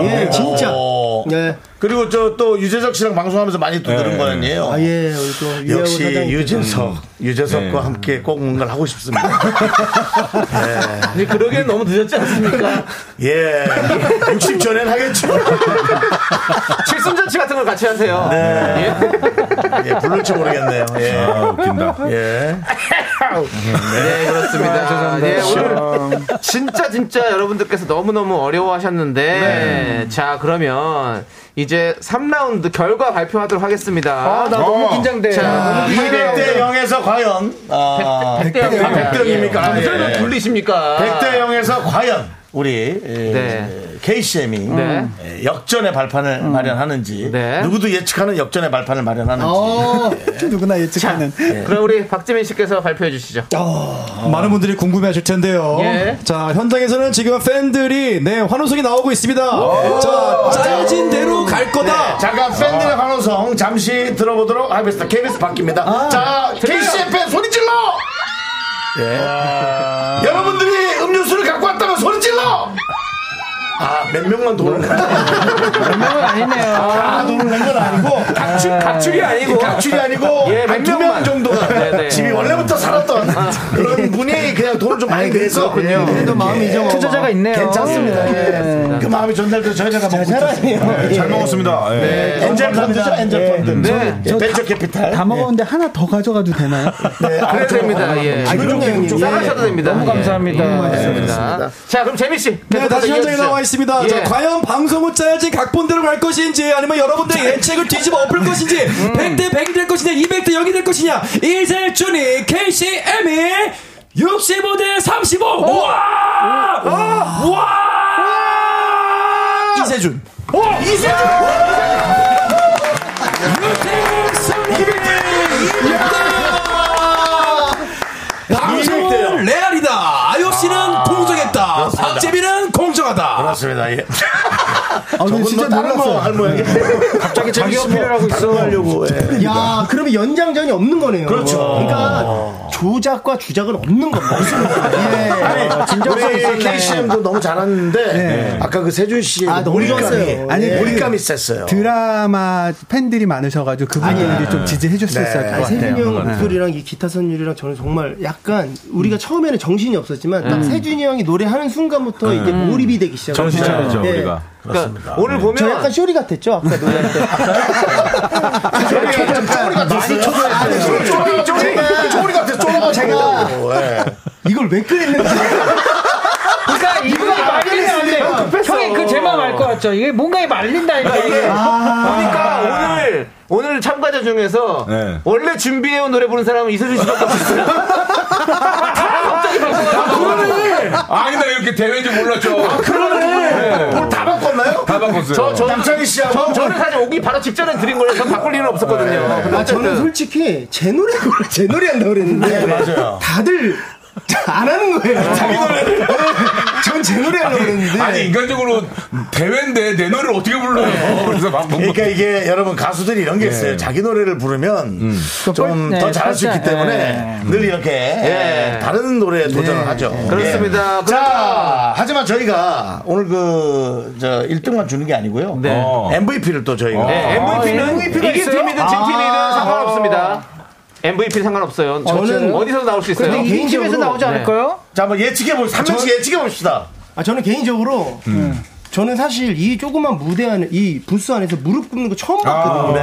S2: 그래요?
S6: 예, 진짜.
S2: 오.
S6: 예.
S2: 그리고 저 또 유재석 씨랑 방송하면서 많이 또 들은 거 아니에요?
S6: 아, 예, 우리 또, 유해우
S2: 네. 역시
S6: 사장님께서. 음.
S2: 유재석, 유재석과
S4: 네.
S2: 함께 꼭 뭔가를 하고 싶습니다. 네.
S12: 근데 그러기엔 너무 늦었지 않습니까?
S2: 예. 60전엔 하겠죠.
S3: 칠순 잔치 같은 걸 같이 하세요.
S2: 네. 예, 부를지 모르겠네요. 예.
S4: 아, 웃긴다.
S2: 예. 아,
S3: 네, 그렇습니다. 예, 오늘 진짜 진짜 여러분들께서 너무너무 어려워하셨는데 자 그러면 이제 3라운드 결과 발표하도록 하겠습니다.
S12: 아나 너무 긴장돼.
S3: 자,
S2: 어. 200대 0에서 과연 아, 100대 0입니까? 아, 예.
S3: 무슨 돌리십니까?
S2: 100대 0에서 과연 우리
S3: 네.
S2: KCM이 예,
S3: 네.
S2: 역전의 발판을
S6: 음.
S2: 마련하는지
S3: 네.
S2: 누구도 예측하는 역전의 발판을 마련하는지
S8: 어, 누구나 예측하는.
S3: 네. 그럼 우리 박지민 씨께서 발표해 주시죠.
S5: 어.
S2: 어.
S5: 많은 분들이 궁금해하실 텐데요.
S3: 예.
S5: 자 현장에서는 지금 팬들이 네 환호성이 나오고 있습니다. 자 짜여진 대로 갈
S3: 네.
S5: 거다.
S2: 네. 잠깐 팬들의 환호성 잠시 들어보도록 하겠습니다. KBS 바뀝니다.
S10: 아.
S2: 자, KCM 팬 소리 질러! 예. 여러분들이 음료수를 갖고 왔다면 소리 질러! 아, 몇 명만 도는 거야?
S12: 명은 아니네요.
S2: 다 도는 건건 아니고, 각출, 각출이 아니고, 각출이 아니고,
S3: 예, 몇 명만.
S2: 한두명 정도.
S3: 네, 네.
S2: 집이 원래부터 살았던 그런 분이 그냥 돈을 좀 많이 내서.
S6: 그래도 마음이죠. 뭐.
S12: 투자자가 있네요.
S2: 괜찮습니다. 예. 그 마음이 전달돼서 저희가 먹고 있어요.
S8: 예.
S4: 네, 잘 먹었습니다. 예.
S2: 네.
S8: 네.
S2: 엔젤 펀드죠, 엔젤 펀드.
S3: 네.
S2: 예, 벤처 캐피탈. 네.
S8: 다 먹었는데 하나 더 가져가도 되나요? 아,
S3: 그래야 됩니다. 예.
S8: 예.
S3: 싸가셔도 됩니다.
S2: 예.
S3: 너무
S12: 감사합니다.
S3: 자, 그럼 재민 씨.
S5: 네,
S3: 계속해서
S5: 다시 현장에
S3: 이어주세요.
S5: 나와 있습니다.
S3: 예.
S5: 자, 과연 방송을 짜야지 각본대로 갈 것인지, 아니면 여러분들의 예측을 뒤집어 엎을 것인지,
S3: 음.
S5: 100대 100이 될 것이냐, 200대 0이 될 것이냐, 이세준이 KCM이 65대 35!
S2: 아!
S5: 우와! 우와! 이세준. 방송은
S2: 네.
S5: 레알이다. IOC는 공정했다. 박재민은 공정하다.
S2: 맞습니다. 아, 예.
S8: 아, 근데 진짜 놀랐어요.
S2: 할 모양이
S6: 예.
S12: 갑자기 자기 어필을 하고 있어.
S2: 하려고. 예.
S6: 뭐 야, 그러면 연장전이 없는 거네요. 그렇죠.
S2: 아.
S6: 그러니까 조작과 주작은 없는 겁니다. 예.
S2: 진정성 있 KCM도 그 너무 잘하는데 아까 그 세준 씨의
S6: 아, 너무 좋았어요.
S2: 아니
S6: 예.
S2: 몰입감이 셌어요.
S8: 드라마 팬들이 많으셔가지고 그분들이 좀 지지해 줬었을 것
S6: 네. 아니,
S8: 같아요. 네.
S6: 세준이 형 목소리랑 이 기타 선율이랑 저는 정말 약간 우리가 처음에는 정신이 없었지만 딱 세준이 형이 노래하는 순간부터
S8: 음.
S6: 이게 몰입이 되기 시작해요.
S4: 정신 차리죠,
S6: 예.
S4: 우리가. 네.
S3: 그러니까 오늘 보면
S6: 저 약간 쇼리 같았죠? 아까 노래
S2: 쪼리가 많이 초조했어요. 쪼리, 쪼리, 쪼리 같아, 쪼리가 제가.
S6: 어, 예. 이걸 왜
S4: 네.
S6: 그랬는지.
S12: 그러니까 이분이 말리면 안
S3: 네,
S10: 네,
S12: 돼. 형이 그 제 마음 알 것 같죠? 이게 뭔가 말린다니까 이게.
S11: 아.
S4: 아.
S3: 보니까 아, 오늘 오늘 참가자 중에서
S4: 네.
S3: 원래 준비해온 노래 부른 사람은 이세준 씨밖에 없어요.
S4: 아,
S11: 아, 아니, 나 이렇게 대회인 줄 몰랐죠.
S2: 뭘다 바꿨나요?
S11: 다 바꿨어요.
S2: 남창희 씨하고
S3: 네. 저는 사실 오기 바로 직전에 드린 거예요. 전 바꿀 일은 없었거든요. 근데
S4: 네,
S6: 아, 저는 솔직히 제 노래, 제 노래 한다고 그랬는데.
S2: 맞아요.
S6: 다들 안 하는 거예요.
S4: 아,
S6: 자기 노래를. 전 어, 제 노래 하려고 그랬는데.
S4: 아니 인간적으로 대회인데 내 노래를 어떻게 불러요? 그래서 막 뭔가-
S2: 그러니까 이게 여러분 가수들이
S3: 예.
S2: 이런 게 있어요. 자기 노래를 부르면 좀
S3: 네,
S2: 더 잘할 수 있기
S3: 살짝,
S2: 때문에
S3: 예.
S2: 늘 이렇게
S3: 예.
S2: 다른 노래에 도전을
S3: 네.
S2: 하죠.
S3: 그렇습니다.
S2: 예. 자, 하지만 저희가 오늘 그, 저, 1등만 주는 게 아니고요.
S3: 네.
S2: 어. MVP를 또 저희가. 아,
S3: 네, MVP는 이긴 팀이든 진 팀이든 상관없습니다.
S2: 예.
S3: MVP 상관없어요. 저는 어디서 나올 수 있어요? 네.
S2: 자, 한번 예측해볼, 3명씩 예측해봅시다. 음.
S6: 아, 저는 개인적으로 음. 저는 사실 이 조그만 무대 안에 이 부스 안에서 무릎 꿇는 거 처음 봤거든요.
S2: 아, 네.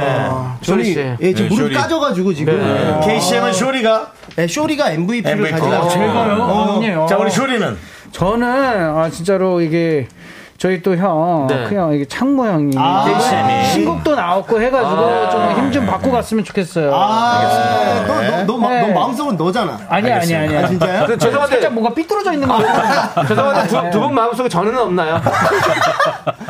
S2: 쇼리
S6: 저는
S2: 씨.
S6: 예,
S2: 네,
S6: 지금 무릎
S2: 쇼리.
S6: 까져가지고 지금
S2: 네.
S6: 아.
S2: KCM은 쇼리가
S6: 네, 쇼리가 MVP를
S2: MVP.
S6: 가져가.
S2: 어, 제가요?
S12: 아니에요.
S2: 자, 우리 쇼리는?
S12: 저는 아 진짜로 이게 저희 또 형
S2: 네.
S12: 그냥 이게 창모 형이
S2: 아, 네.
S12: 신곡도 나왔고 해가지고
S6: 아.
S12: 좀 힘 좀 받고 갔으면 좋겠어요. 네.
S6: 아, 너, 너, 너, 마- 너 마음속은 너잖아.
S12: 아니 아니 아니
S6: 아, 진짜요?
S3: 그, 죄송한데- 아,
S12: 살짝 뭔가 삐뚤어져 있는 거.
S3: 죄송한데 두 분 마음속에 저는 없나요?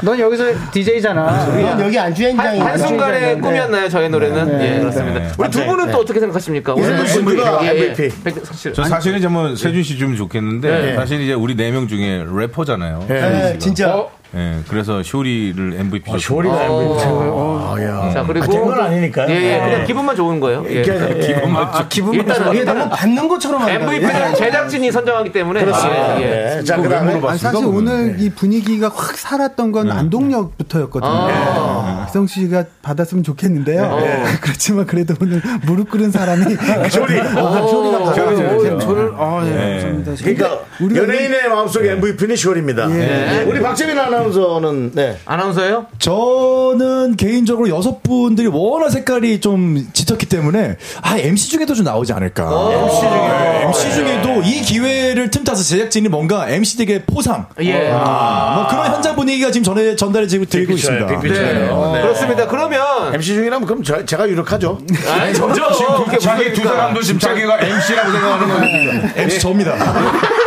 S12: 넌 여기서 DJ잖아.
S6: 넌 여기 안주행장이
S3: 한 순간의 꿈이었나요 저희 노래는?
S12: 네.
S3: 예 그렇습니다.
S4: 네.
S3: 우리 두 분은
S4: 네.
S3: 또 어떻게 생각하십니까?
S4: 예,
S3: 오늘
S4: 무슨 분이가
S3: 예, 예.
S4: MVP?
S3: 백- 사실-
S4: 저
S3: 아니,
S4: 사실은
S11: 뭐
S2: 예.
S4: 정말 세준 씨 주면 좋겠는데
S3: 예.
S4: 사실 이제 우리 네 명 중에 래퍼잖아요.
S6: 예,
S2: 네,
S6: 진짜.
S3: 어?
S4: 예, 그래서 쇼리를 MVP. 아,
S2: 쇼리가 MVP. 아, 야.
S3: 자 그리고
S2: 아, 된건 아니니까요.
S3: 예, 예. 그냥
S2: 예.
S3: 기분만 좋은 거예요. 예.
S2: 이렇게- 예. 아, 기분만 좋은
S3: 일단은
S2: 거예요.
S3: 일단은
S6: 받는 것처럼
S3: MVP는 제작진이 선정하기 때문에 아, 예.
S2: 그렇습니다.
S8: 아, 예.
S2: 네. 자, 그다음에-
S8: 아니, 사실 오늘 이 분위기가 확 살았던
S4: 네.
S8: 건 안동역부터였거든요.
S2: 아.
S8: 기성 씨가 받았으면 좋겠는데요.
S2: 네.
S8: 그렇지만 그래도 오늘 무릎 꿇은 사람이
S2: 쇼리.
S8: 아, 쇼리가 받았어요.
S2: 저를, 아,
S8: 예,
S4: 네.
S2: 감사합니다. 그러니까, 연예인의 마음속에 MVP는 쇼리입니다.
S5: 예.
S2: 네. 우리 박재민 아나운서는, 네.
S3: 네. 아나운서예요?
S5: 저는 개인적으로 여섯 분들이 워낙 색깔이 좀 짙었기 때문에 아 MC 중에도 좀 나오지 않을까.
S3: 어.
S5: MC 중에 MC 중에도 이 기회를 틈타서 제작진이 뭔가 MC들에게 포상.
S3: 예.
S5: 아, 뭐 그런 현장 분위기가 지금 전해 전달해 지고 드리고 있습니다.
S2: 빅피처예요. 네.
S3: 어, 그렇습니다. 그러면
S2: MC 중이라면 그럼 저- 제가 유력하죠.
S5: 네.
S3: 아니, 저죠. 그게 무슨
S4: 자기 두
S3: 얘기입니까?
S4: 사람도 지금 자기가 MC라고 생각하는 거예요.
S5: MC 저입니다.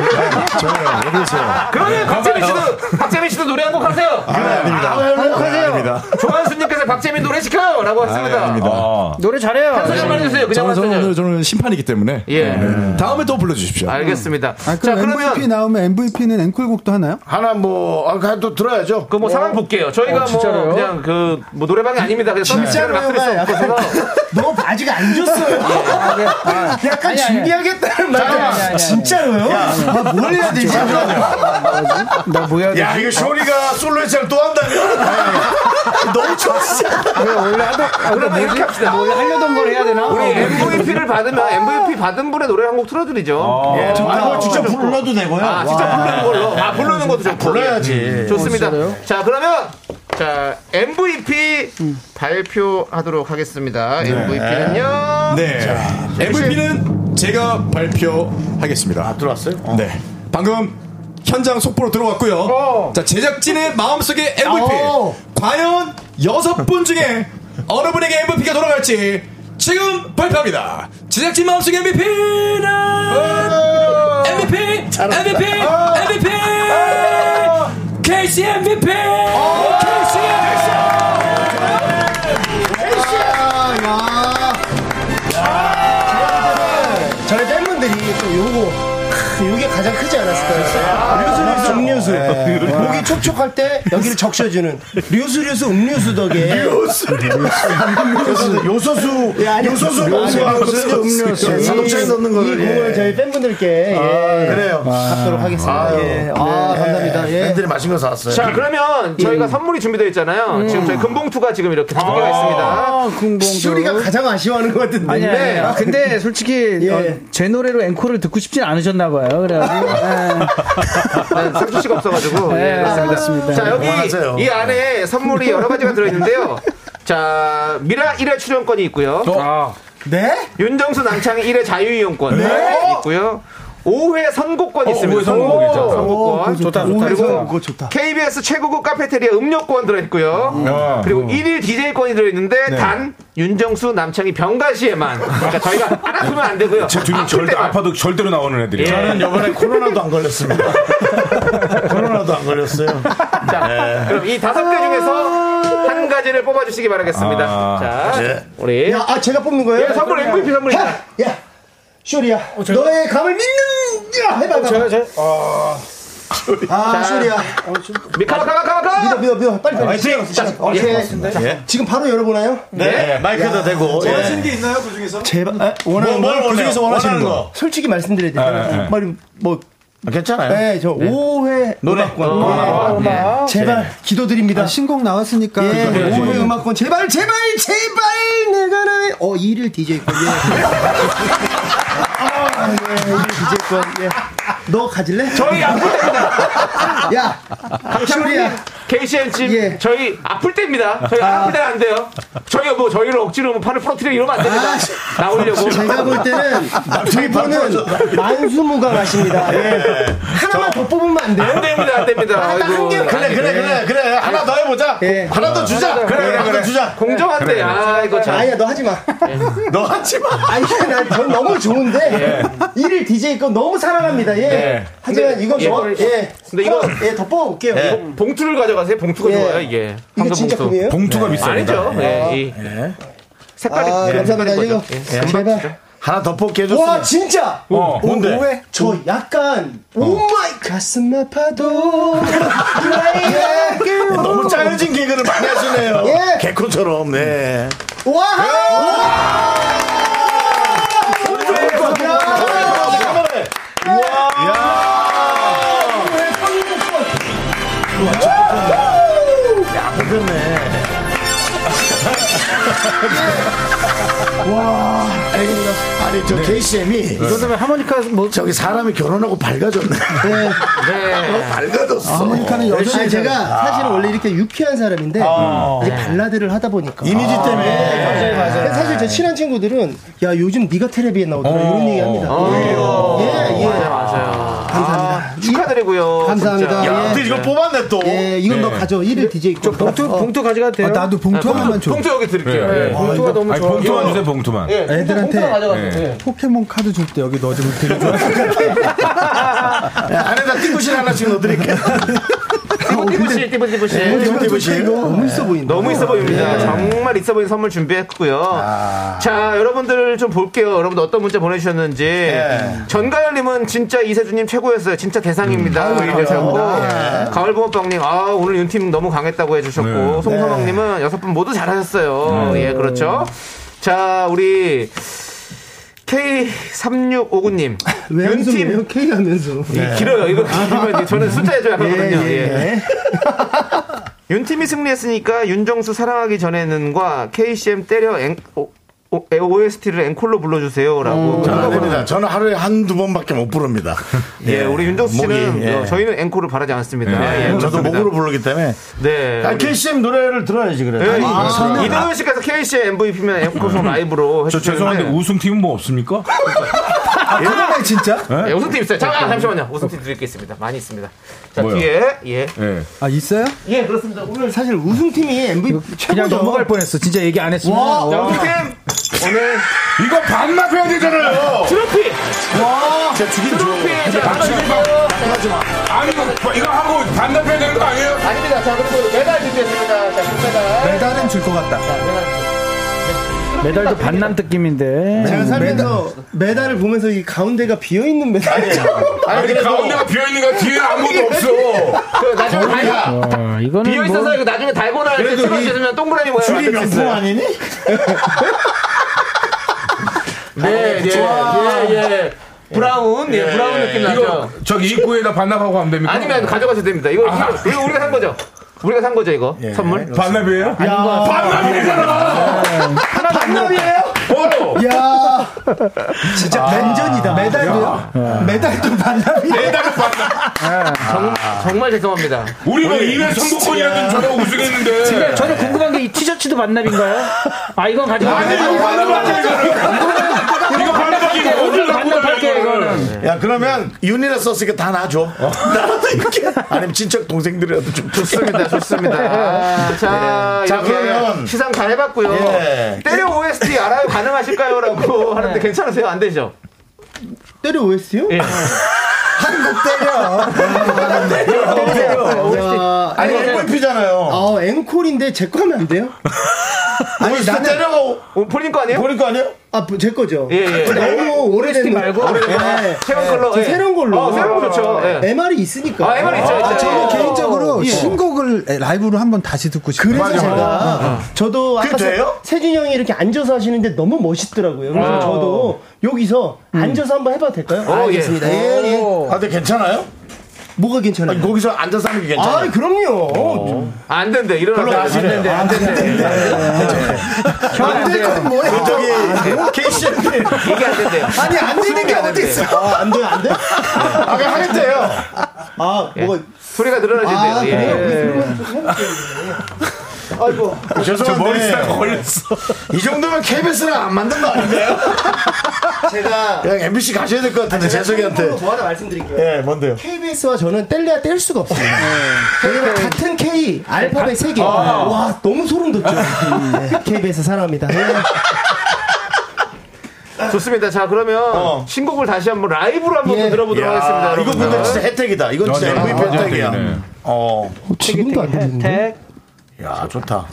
S5: 저예요. 여기서.
S3: 그러면 박재민 씨도 박재민 씨도 노래 한 곡 하세요.
S5: 아닙니다. 아닙니다.
S3: 조한수님께서 박재민 노래 시켜요라고 했습니다. 어.
S5: 아닙니다. 네.
S12: 노래 잘해요. 네.
S3: 한 소절만 해주세요. 그냥
S5: 저는,
S3: 한
S5: 저는
S3: 소절.
S5: 오늘 저는 심판이기 때문에
S3: 예.
S5: 네. 다음에 또 불러주십시오.
S3: 알겠습니다.
S8: 아, 그럼
S3: 자, 그러면-
S8: MVP 나오면 MVP는 앵콜곡도 하나요?
S2: 하나 뭐, 아, 그냥 또 들어야죠.
S3: 그뭐 상황 볼게요. 저희가
S12: 어,
S3: 뭐
S12: 진짜로요?
S3: 그냥 그 뭐 노래방이 아닙니다. 그래서
S6: 진짜로요?
S3: 막들었어 예,
S6: 약간- 너무 바지가 안 줬어요.
S3: 아, 네.
S6: 약간
S12: 아니, 아니.
S6: 준비하겠다는 말.
S12: 아니, 아니, 아니, 아니.
S6: 진짜로요? 아, 뭘 해야 되지?
S12: 나 아, 뭐야?
S2: 아, 야, 이거 쇼리가 솔로 해체를 또 한다면? 너무 좋지.
S12: 네. 원래 하던 아,
S3: 그러면
S12: 뭐지?
S3: 이렇게 합시다.
S12: 나 원래 하려던 걸 해야 되나?
S3: 우리 MVP를 받으면 MVP 받은 분의 노래 를 한 곡 틀어드리죠. 예.
S2: 정말 진짜 불러도 되고요. 네.
S3: 아, 진짜 부르는 걸로. 아, 부르는 것도 좋고.
S2: 불러야지.
S3: 좋습니다. 자, 그러면 자, MVP 발표하도록
S2: 네.
S3: 하겠습니다. MVP는요.
S5: 네. MVP는 제가 발표하겠습니다.
S3: 아,
S2: 들어왔어요?
S5: 네. 방금 현장 속보로 들어왔고요. 자, 제작진의 마음속의 MVP.
S3: 어.
S6: 오.
S5: 과연 여섯 분 중에 어느 분에게 MVP가 돌아갈지 지금 발표합니다. 제작진 마음속의 MVP는 MVP, MVP, MVP, KC MVP, KC MVP.
S6: 저희 팬분들이 또 요거 크, 요게 가장 크지 않았을까요? 류수 류수 음료수 목이 촉촉할 때 여기를 적셔주는 류수 류수 음료수 덕에 류수 류수
S2: 요소수, 요소수
S6: 요소수 예,
S2: 요소수
S6: 음료수
S2: 음료수. 자동차에 넣는 거를.
S6: 이 공을 저희 팬분들께 예,
S2: 그래요.
S6: 갖도록 하겠습니다.
S2: 아유. 예.
S6: 예. 예. 아 감사합니다. 예.
S2: 팬들이 맛있는 거 사왔어요.
S3: 어, 네. 자, 그러면 저희가 선물이 준비되어 있잖아요.
S2: 음.
S3: 지금 저희 금봉투가 지금 이렇게
S2: 아.
S3: 두 개가 있습니다.
S12: 아, 군봉.
S6: 쇼리가 가장 아쉬워하는 것 같은데.
S12: 아니, 아니, 아니. 근데 솔직히
S3: 예.
S12: 어, 제 노래로 앵콜을 듣고 싶진 않으셨나 봐요. 그래가지고
S3: 네, 상추 씨가 없어가지고.
S12: 아. 네,
S3: 예, 그렇습니다.
S12: 그렇습니다.
S3: 자, 여기
S2: 원하세요.
S3: 이
S8: 네.
S3: 안에 선물이 여러 가지가 들어있는데요. 자, 미라 1회 출연권이 있고요. 아.
S6: 네?
S3: 윤정수 남창희 1회 자유이용권 있고요. 5회 선곡권 있습니다.
S4: 선곡이죠.
S3: 오, 선곡권.
S6: 어, 좋다, 좋다.
S3: 그리고
S6: 그거 좋다.
S3: KBS 최고급 카페테리아 음료권 들어있고요. 그리고 1일 DJ권이 들어있는데 단 윤정수 남창희 병가시에만. 그러니까 저희가 알아두면 안 되고요.
S4: 제 둘이
S3: 네, 아플
S4: 절대
S3: 때만.
S4: 아파도 절대로 나오는 애들이.
S3: 예.
S2: 저는 이번에 코로나도 안 걸렸습니다. 코로나도 안 걸렸어요.
S3: 자,
S2: 네.
S3: 그럼 이 다섯 개 중에서 한 가지를 뽑아주시기 바라겠습니다.
S4: 아.
S3: 자,
S2: 예.
S3: 우리
S6: 야, 아 제가 뽑는 거예요?
S3: 예, 선물 MVP 선물입니다.
S6: 야, 쇼리야, 너의 감을 믿는 야, 해봐. 제가 제 아, 소리야.
S8: 어,
S3: 미카마 카마 카마
S8: 아,
S3: 카.
S6: 믿어 믿어 믿어. 빨리 빨리. 화이팅.
S2: 예. 예.
S6: 지금 바로 열어보나요?
S2: 네. 마이크도 대고. 예.
S5: 원하시는 게 있나요 그 중에서?
S6: 제발 아, 원하는
S2: 뭐, 뭘
S6: 거 그중에서
S2: 원해요?
S6: 원하시는
S2: 원하는
S6: 거.
S2: 거.
S6: 솔직히 말씀드려야 돼요.
S2: 네, 네.
S6: 정말 뭐
S2: 아, 괜찮아요.
S6: 네, 저
S2: 네.
S6: 5회
S2: 노래.
S6: 음악권.
S2: 어,
S6: 예.
S2: 음악.
S6: 음악. 제발 기도드립니다.
S8: 아, 신곡 나왔으니까
S6: 예,
S8: 그거 해야지.
S6: 5회 음악권 제발 제발 제발 내가 나의 어 1일 DJ권. 예. 아, 예, 1일 DJ권. 예. 너 가질래?
S3: 저희 아플 때입니다.
S6: 야,
S3: 강창훈님, KCM 집
S6: 예.
S3: 저희 아플 때입니다. 저희 아. 플 때는 안 돼요. 저희가 뭐 저희를 억지로 뭐 팔을 부러뜨리고 이러면 안 됩니다. 나오려고.
S6: 아, 제가 볼 때는
S2: 아,
S6: 두 분은 만수무강하십니다. 예. 하나만 더 뽑으면 안 돼요?
S3: 안 됩니다, 안 됩니다.
S6: 아, 딱한
S3: 아이고. 아,
S6: 개만.
S2: 그래 그래 그래 그래 하나 더 해보자.
S6: 예.
S2: 하나 더 주자. 그래 그래 하나 더 주자.
S3: 공정한데, 아, 이거 참. 예.
S6: 아니야 너 하지 마.
S2: 너 하지 마.
S6: 아니 난전 너무 좋은데 일일 DJ 건 너무 사랑합니다. 예.
S2: 예.
S6: 하지만
S3: 근데
S6: 이건
S3: 예.
S6: 저 예.
S3: 근데 이거-
S6: 어, 예더 뽑아볼게요.
S2: 예.
S6: 이거-
S3: 봉투를 가져가세요. 봉투가
S6: 예.
S3: 좋아요, 이게.
S6: 이게
S3: 황금
S6: 진짜 금이에요?
S4: 봉투가 비쌉니다.
S3: 아니죠. 예. 이
S2: 네.
S3: 색깔이.
S6: 아
S3: 예,
S6: 감사합니다
S3: 색깔인
S6: 이거.
S3: 거죠. 예.
S6: 제발.
S2: 하나 더 뽑게
S6: 와
S2: 해줬어.
S6: 진짜.
S4: 어, 뭔데?
S6: 오해? 저 약간 오 마이 가슴 아파도
S4: 어.
S6: 나의 그-
S2: 너무 짜여진 개그를 많이 하시네요.
S6: 예.
S2: 개코처럼 네.
S6: 와.
S2: 아니 저 KCM이
S12: 그다음에 하모니카 뭐
S2: 저기 사람이 결혼하고 밝아졌네.
S3: 네.
S2: 밝아졌어. 아,
S8: 아메리카는
S6: 아니
S8: 여전히
S6: 제가 사실은 원래 이렇게 유쾌한 사람인데 이제 발라드를 하다 보니까
S2: 이미지 때문에.
S6: 맞아요, 맞아요. 사실 제 친한 친구들은 야 요즘 네가 텔레비에 나오더라 이런 얘기합니다. 예, 예.
S3: 맞아요, 맞아요.
S6: 감사합니다.
S3: 축하드리고요.
S6: 감사합니다.
S3: 진짜.
S6: 예.
S2: 근데 이거 뽑았네 또.
S6: 예, 이건 너 가져. 1일 DJ 거. 어.
S12: 봉투 봉투 가져가도 돼요?
S8: 아, 나도 봉투 네. 하나만 줘.
S3: 봉투 여기 드릴게요.
S6: 네.
S4: 예, 예.
S12: 봉투가 너무
S4: 아니,
S12: 좋아.
S4: 봉투만 주세요, 봉투만.
S8: 애들한테
S12: 가져가세요.
S4: 예.
S8: 포켓몬 카드 줄 때 여기 넣어주면 되는
S2: 야, 아, 안에다 띠부실 하나씩 넣어드릴게요.
S3: 띠부띠부씨, 띠부띠부씨.
S2: 띠부띠부실.
S6: 너무 있어 보인다.
S3: 네, 너무 있어
S6: 네.
S3: 보입니다. 정말 있어 보이는 선물 준비했고요. 자, 여러분들 좀 볼게요. 여러분들 어떤 문자 보내주셨는지. 전가열님은 진짜 이세주님 최고였어요. 진짜 대상입니다. 이러셨고. 가을붕어빵님, 아, 오늘 윤팀 너무 강했다고 해주셨고.
S4: 네.
S3: 송서방님은 여섯 분 모두 잘하셨어요. 예, 그렇죠. 자, 우리. K3659님.
S6: 왜 하면서
S3: 윤팀.
S6: 왜요? K 하면서.
S2: 네.
S3: 이 길어요. 이거 길면 저는 숫자에 좀 약하거든요.
S6: 예, 예,
S3: 예. 윤팀이 승리했으니까 윤정수 사랑하기 전에는과 KCM 때려 앵, 오, 오, OST를 앵콜로 불러주세요라고.
S2: 저는 안 음, 됩니다. 저는 하루에 한두 번밖에 못 부릅니다. 예.
S3: 예, 우리 윤정수 씨는 어, 저희는 앵콜을 바라지 않습니다. 예,
S2: 네. 저도
S3: 그렇습니다.
S2: 목으로 부르기 때문에. 네.
S3: 네.
S2: 아,
S3: 우리-
S2: KCM 노래를 들어야지 그래.
S3: 예,
S2: 아니, 음.
S3: 이- 이동현 씨께서 KCM MVP면 앵콜송 라이브로 네.
S4: 저
S3: 해주셨는데
S4: 죄송한데 우승팀은 뭐 없습니까?
S2: 아,
S8: 거야 진짜?
S3: 예, 우승팀 있어요. 잠깐 잠시만요. 우승팀 드릴 게 있습니다. 많이 있습니다. 자
S4: 뭐요?
S3: 뒤에 예.
S4: 예.
S8: 아 있어요?
S3: 예 그렇습니다. 오늘
S6: 사실 우승팀이 MVP
S10: 아, 그냥
S6: 최고죠.
S10: 넘어갈 뻔했어. 진짜 얘기 안 했으면.
S3: 자, 우승팀 오늘
S11: 이거 반납해야 되잖아요.
S3: 트로피
S11: 제 죽인
S3: 트로피 자
S11: 하지 마.
S10: 아,
S11: 하지 마. 아니
S4: 뭐
S11: 이거 이거 하고 반납해야 되는 거 아니에요?
S3: 아닙니다. 자, 그리고 메달 준비했습니다. 자, 금메달.
S8: 메달은 줄 것 같다.
S10: 메달도 반남 느낌인데. 음,
S6: 제가 살면서 메달. 을 보면서 이 가운데가 비어 있는 메달이에요.
S11: 아니 근데 가운데가 비어 있는 거야. 뒤에 아무것도 없어.
S3: 그 나중에 달고
S10: 어, 이거는
S3: 비어 있어서 이거 나중에 달고 나때 찍어주면 동그라미 모양
S2: 줄이 명품 아니니?
S3: 네, 예, 예, 예. 브라운, 예, 브라운 느낌
S11: 이거
S3: 나죠.
S11: 저기 입구에다 반납하고 하면 됩니까?
S3: 아니면 예. 가져가셔도 됩니다. 이거 이거, 이거 우리가 산 거죠. 우리가 산 거죠 이거 선물.
S11: 반납이에요?
S3: 예,
S6: 야 진짜
S3: 아,
S11: 아,
S6: 반전이다. 메달도요? 메달도 반납이야. 예.
S11: 내달은 반납.
S3: 정말 죄송합니다.
S11: 우리 뭐 2회 선곡권이라든 저거 우승했는데.
S6: 예.
S12: 저는 궁금한 게 이 티셔츠도 만납인가요? 아 이건 가지고
S11: 아니 이거 반납하자 이거. 이거 반납하기 어딜 갖고
S12: 반납할게요,
S11: 다녀
S12: 이거는.
S11: 이거는.
S2: 야 그러면 윤이라 썼으니까 다 놔줘. 나라도 이렇게. 아니면 친척 동생들이라도 좀 줬어.
S3: 좋습니다, 좋습니다.
S6: 예.
S3: 아, 자,
S2: 자,
S3: 이렇게
S2: 그러면-
S3: 시상 다 해봤고요.
S2: 예.
S3: 때려 OST 알아요? 가능하실까요?라고 하는데 괜찮으세요? 안 되죠?
S6: 예. 때려 OS요?
S3: 예.
S2: 아니 MVP잖아요.
S6: 어 앵콜인데 제 거면 안 돼요?
S2: 아니 나는 때려가
S3: 어, 본인 거 아니에요?
S2: 보니까 아니에요? 네.
S6: 아, 뭐, 제 거죠.
S3: 예, 예.
S6: 너무 오래된
S3: OST 말고? 예. 새로운 걸로,
S6: 저
S3: 예.
S6: 새로운 걸로.
S3: 어, 새로운 거 좋죠. 예.
S6: MR이 있으니까.
S3: 아, MR 있죠, 있죠.
S6: 저는
S3: 예.
S6: 개인적으로
S8: 개인적으로
S6: 신곡
S8: 신곡을 예, 라이브로 한번 다시 듣고 싶어요.
S6: 그래서 제가
S3: 아.
S6: 저도
S2: 그게
S6: 아까 세-
S2: 돼요?
S6: 세준이 형이 이렇게 앉아서 하시는데 너무 멋있더라고요. 그래서
S2: 아.
S6: 저도 여기서
S3: 음.
S6: 앉아서 한번 해봐도 될까요?
S2: 어,
S6: 알겠습니다.
S2: 예.
S6: 예, 예.
S2: 아, 근데 괜찮아요?
S6: 뭐가 괜찮아요?
S2: 아니, 거기서 앉아서 하는 게 괜찮아요.
S6: 아,
S3: 어.
S6: 그럼요.
S3: 안 된대.
S2: 별로
S3: 일어나.
S2: 안 된대.
S3: 안 된대. 네.
S6: 안될건 뭐야?
S2: 저기 케이시님
S3: 이게 안 된대요.
S6: 아니 안 되는 게 어디 있어? 아, 안 돼, 안 돼?
S2: 아, 그냥 하겠대요.
S6: 아,
S3: 예.
S6: 뭐가
S3: 소리가 늘어나진대요.
S6: 아,
S2: 네.
S6: 그래요? 그러면 좀 해볼게요. 아이고.
S2: 죄송한데 이 정도면 KBS랑 안 맞는 거 아닌가요?
S6: 제가
S2: 그냥 MBC 가셔야 될 것 같은데 재석이한테.
S6: 좋아다 말씀드릴게요.
S2: 예, 뭔데요?
S6: KBS와 저는 뗄래야 뗄 수가 없어요. 왜냐면 같은 K 알파벳 세 개. 네. 와 너무 소름 돋죠. 네, KBS 사랑합니다. 네.
S3: 예. 좋습니다. 자, 그러면 신곡을 다시 한번 라이브로 한번
S6: 예.
S3: 들어보도록
S2: 야,
S3: 하겠습니다.
S2: 어. 이거
S3: 여러분들.
S2: 보면 진짜 혜택이다. 이건 진짜
S4: 맞아,
S2: MVP
S4: 맞아,
S2: 혜택이야.
S4: 혜택이네.
S2: 어,
S6: 어, 지금도 안 들리는데?
S12: 택.
S2: 야 좋다.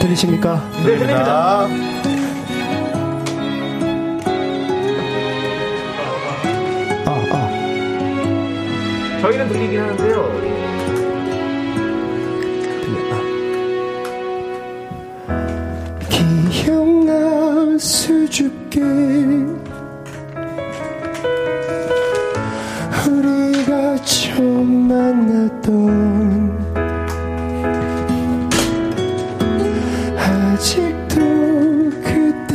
S6: 들리십니까?
S2: 들립니다.
S6: 아, 아.
S3: 저희는 들리긴 하는데요.
S9: 기억나 수줍게 우리가 처음 만났던 아직도 그때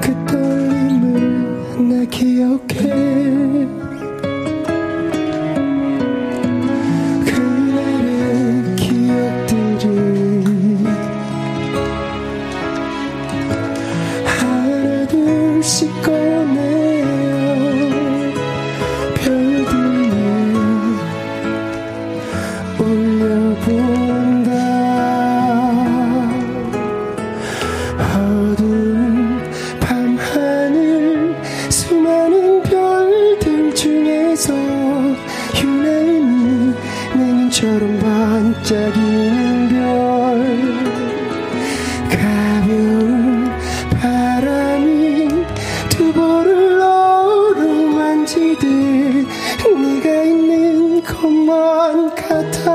S9: 그 떨림을 나 기억해 그날의 기억들이 하나둘씩 꺼내요 별들이 올려본다 어두운 밤하늘 수많은 별들 중에서 유난히 내 눈처럼 반짝이는 별 가벼운 바람이 두 볼을 너로 만지듯 네가 있는 것만 같아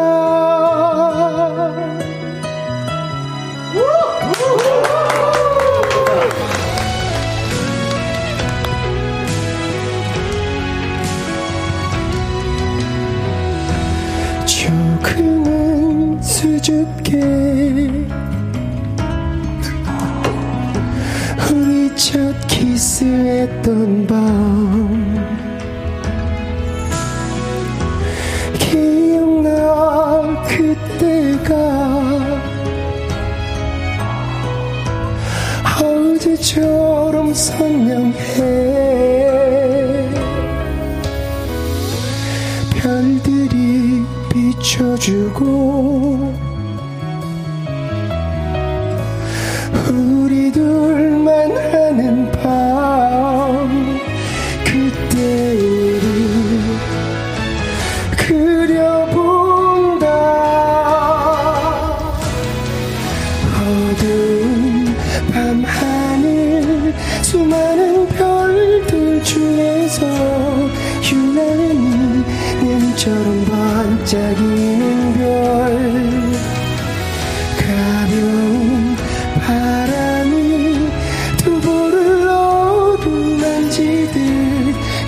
S9: 조금은 수줍게 우리 첫 키스했던 밤 기억나 그때가 어제처럼 선명해 별들이 비춰주고 우리 둘만 하는 밤 그때 우리 그려본다 어두운 밤하늘 수많은 별들 중에서 유난히 눈처럼 반짝이는 별 가벼운 바람이 두 볼을 어루만지듯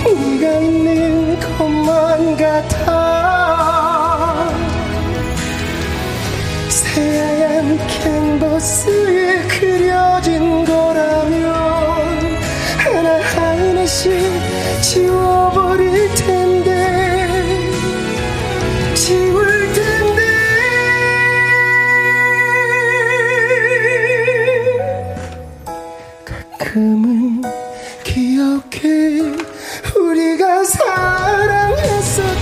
S9: 네가 있는 것만 같아 새하얀 캔버스에 그려진 거라면 하나하나씩 지워버릴 텐데 지울 텐데 가끔은 기억해 우리가 사랑했었던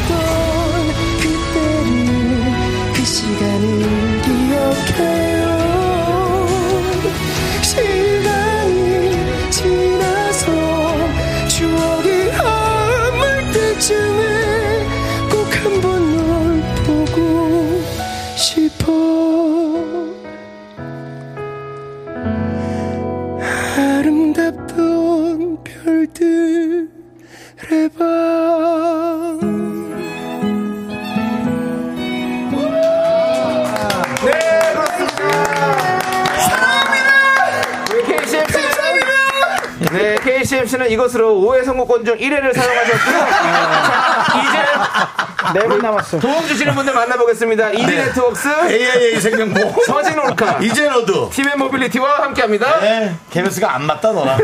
S9: 그때를 그 시간을 기억해요 시간이 지나서 추억이 허물 때쯤에 꼭 한번 널 보고 싶어
S3: 네, KCMC는 이것으로 5회 선곡권 중 1회를 사용하셨고요.
S2: 네.
S3: 자, 이제 네 분 남았어. 도움 주시는 분들 만나보겠습니다. 이지
S2: 네.
S3: 네트웍스,
S2: AIA 생명보험,
S3: 서진 올카,
S2: 이제 너도. 네.
S3: 팀의 모빌리티와 함께합니다.
S2: KBS가 안 맞다 너랑.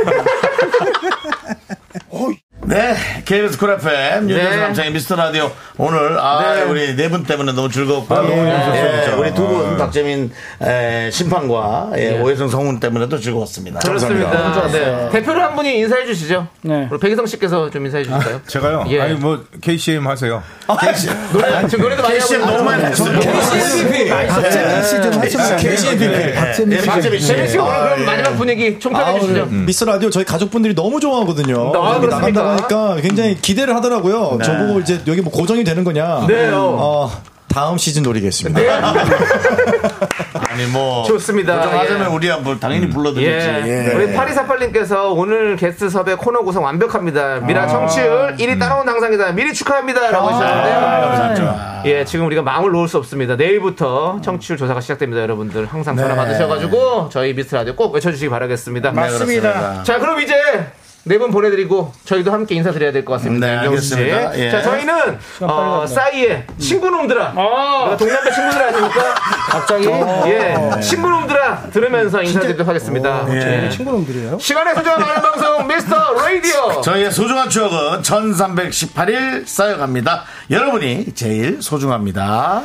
S2: 네, KBS 쿨 FM 윤정수
S3: 네.
S2: 남창의 미스터 라디오 오늘 아
S3: 네.
S2: 우리 네 분 때문에 너무 즐겁고
S4: 너무 재밌었어요,
S2: 예,
S4: 진짜.
S2: 우리 두 분 박재민 에, 심판과 예, 오해성 성훈 때문에 또 즐거웠습니다.
S3: 그렇습니다. 네. 대표로 한 분이 인사해 주시죠.
S10: 네.
S3: 우리 백희성 씨께서 좀 인사해 주실까요?
S4: 제가요?
S3: 예.
S4: 아니, 뭐, KCM 하세요.
S3: 노래, 지금 노래도 많이 하고 네.
S2: KCM 너무 많이 했어요.
S5: KCMVP.
S8: 박재민 씨좀 하시면
S5: KCMVP.
S8: 박재민
S2: 예, 박재민 씨.
S3: 재민 씨 오늘 그럼 마지막 분위기
S5: 아,
S3: 총평해 주시죠.
S5: 미스 라디오 저희 가족분들이 너무 좋아하거든요.
S3: 아, 그렇습니까?
S5: 여기
S3: 음. 네.
S5: 나간다고 하니까 굉장히 기대를 하더라고요. 저보고 이제 여기 뭐 고정이 되는 거냐.
S3: 네요. 네.
S5: 어, 다음 시즌 노리겠습니다.
S2: 아니 뭐
S3: 좋습니다.
S2: 고정하자면
S3: 예.
S2: 우리야 뭐 당연히 불러드리지. 네.
S3: 예. 우리 파리사팔님께서 오늘 게스트 섭외 코너 구성 완벽합니다. 미라
S2: 아.
S3: 청취율
S2: 음.
S3: 1위 따라온 당상이다. 미리 축하합니다. 라고
S2: 아,
S3: 하셨는데요. 예, 지금 우리가 마음을 놓을 수 없습니다. 내일부터 청취율 조사가 시작됩니다. 여러분들 항상
S2: 네.
S3: 전화 받으셔가지고 저희 미스 라디오 꼭 외쳐주시기 바라겠습니다.
S2: 맞습니다.
S3: 자, 그럼 이제 네 분 보내드리고 저희도 함께 인사드려야 될 것 같습니다.
S2: 네,
S3: 윤정수 씨.
S2: 알겠습니다. 예.
S3: 자, 저희는 어, 싸이의 친구놈들아, 내가 동남아 친구들 아니니까 갑자기
S2: 어.
S3: 예, 친구놈들아 들으면서 인사드리도록 하겠습니다.
S2: 예.
S6: 어, 친구놈들이에요.
S3: 시간의 소중한 아는 방송 미스터 라디오.
S2: 저희의 소중한 추억은 1318일 쌓여갑니다. 여러분이 제일 소중합니다.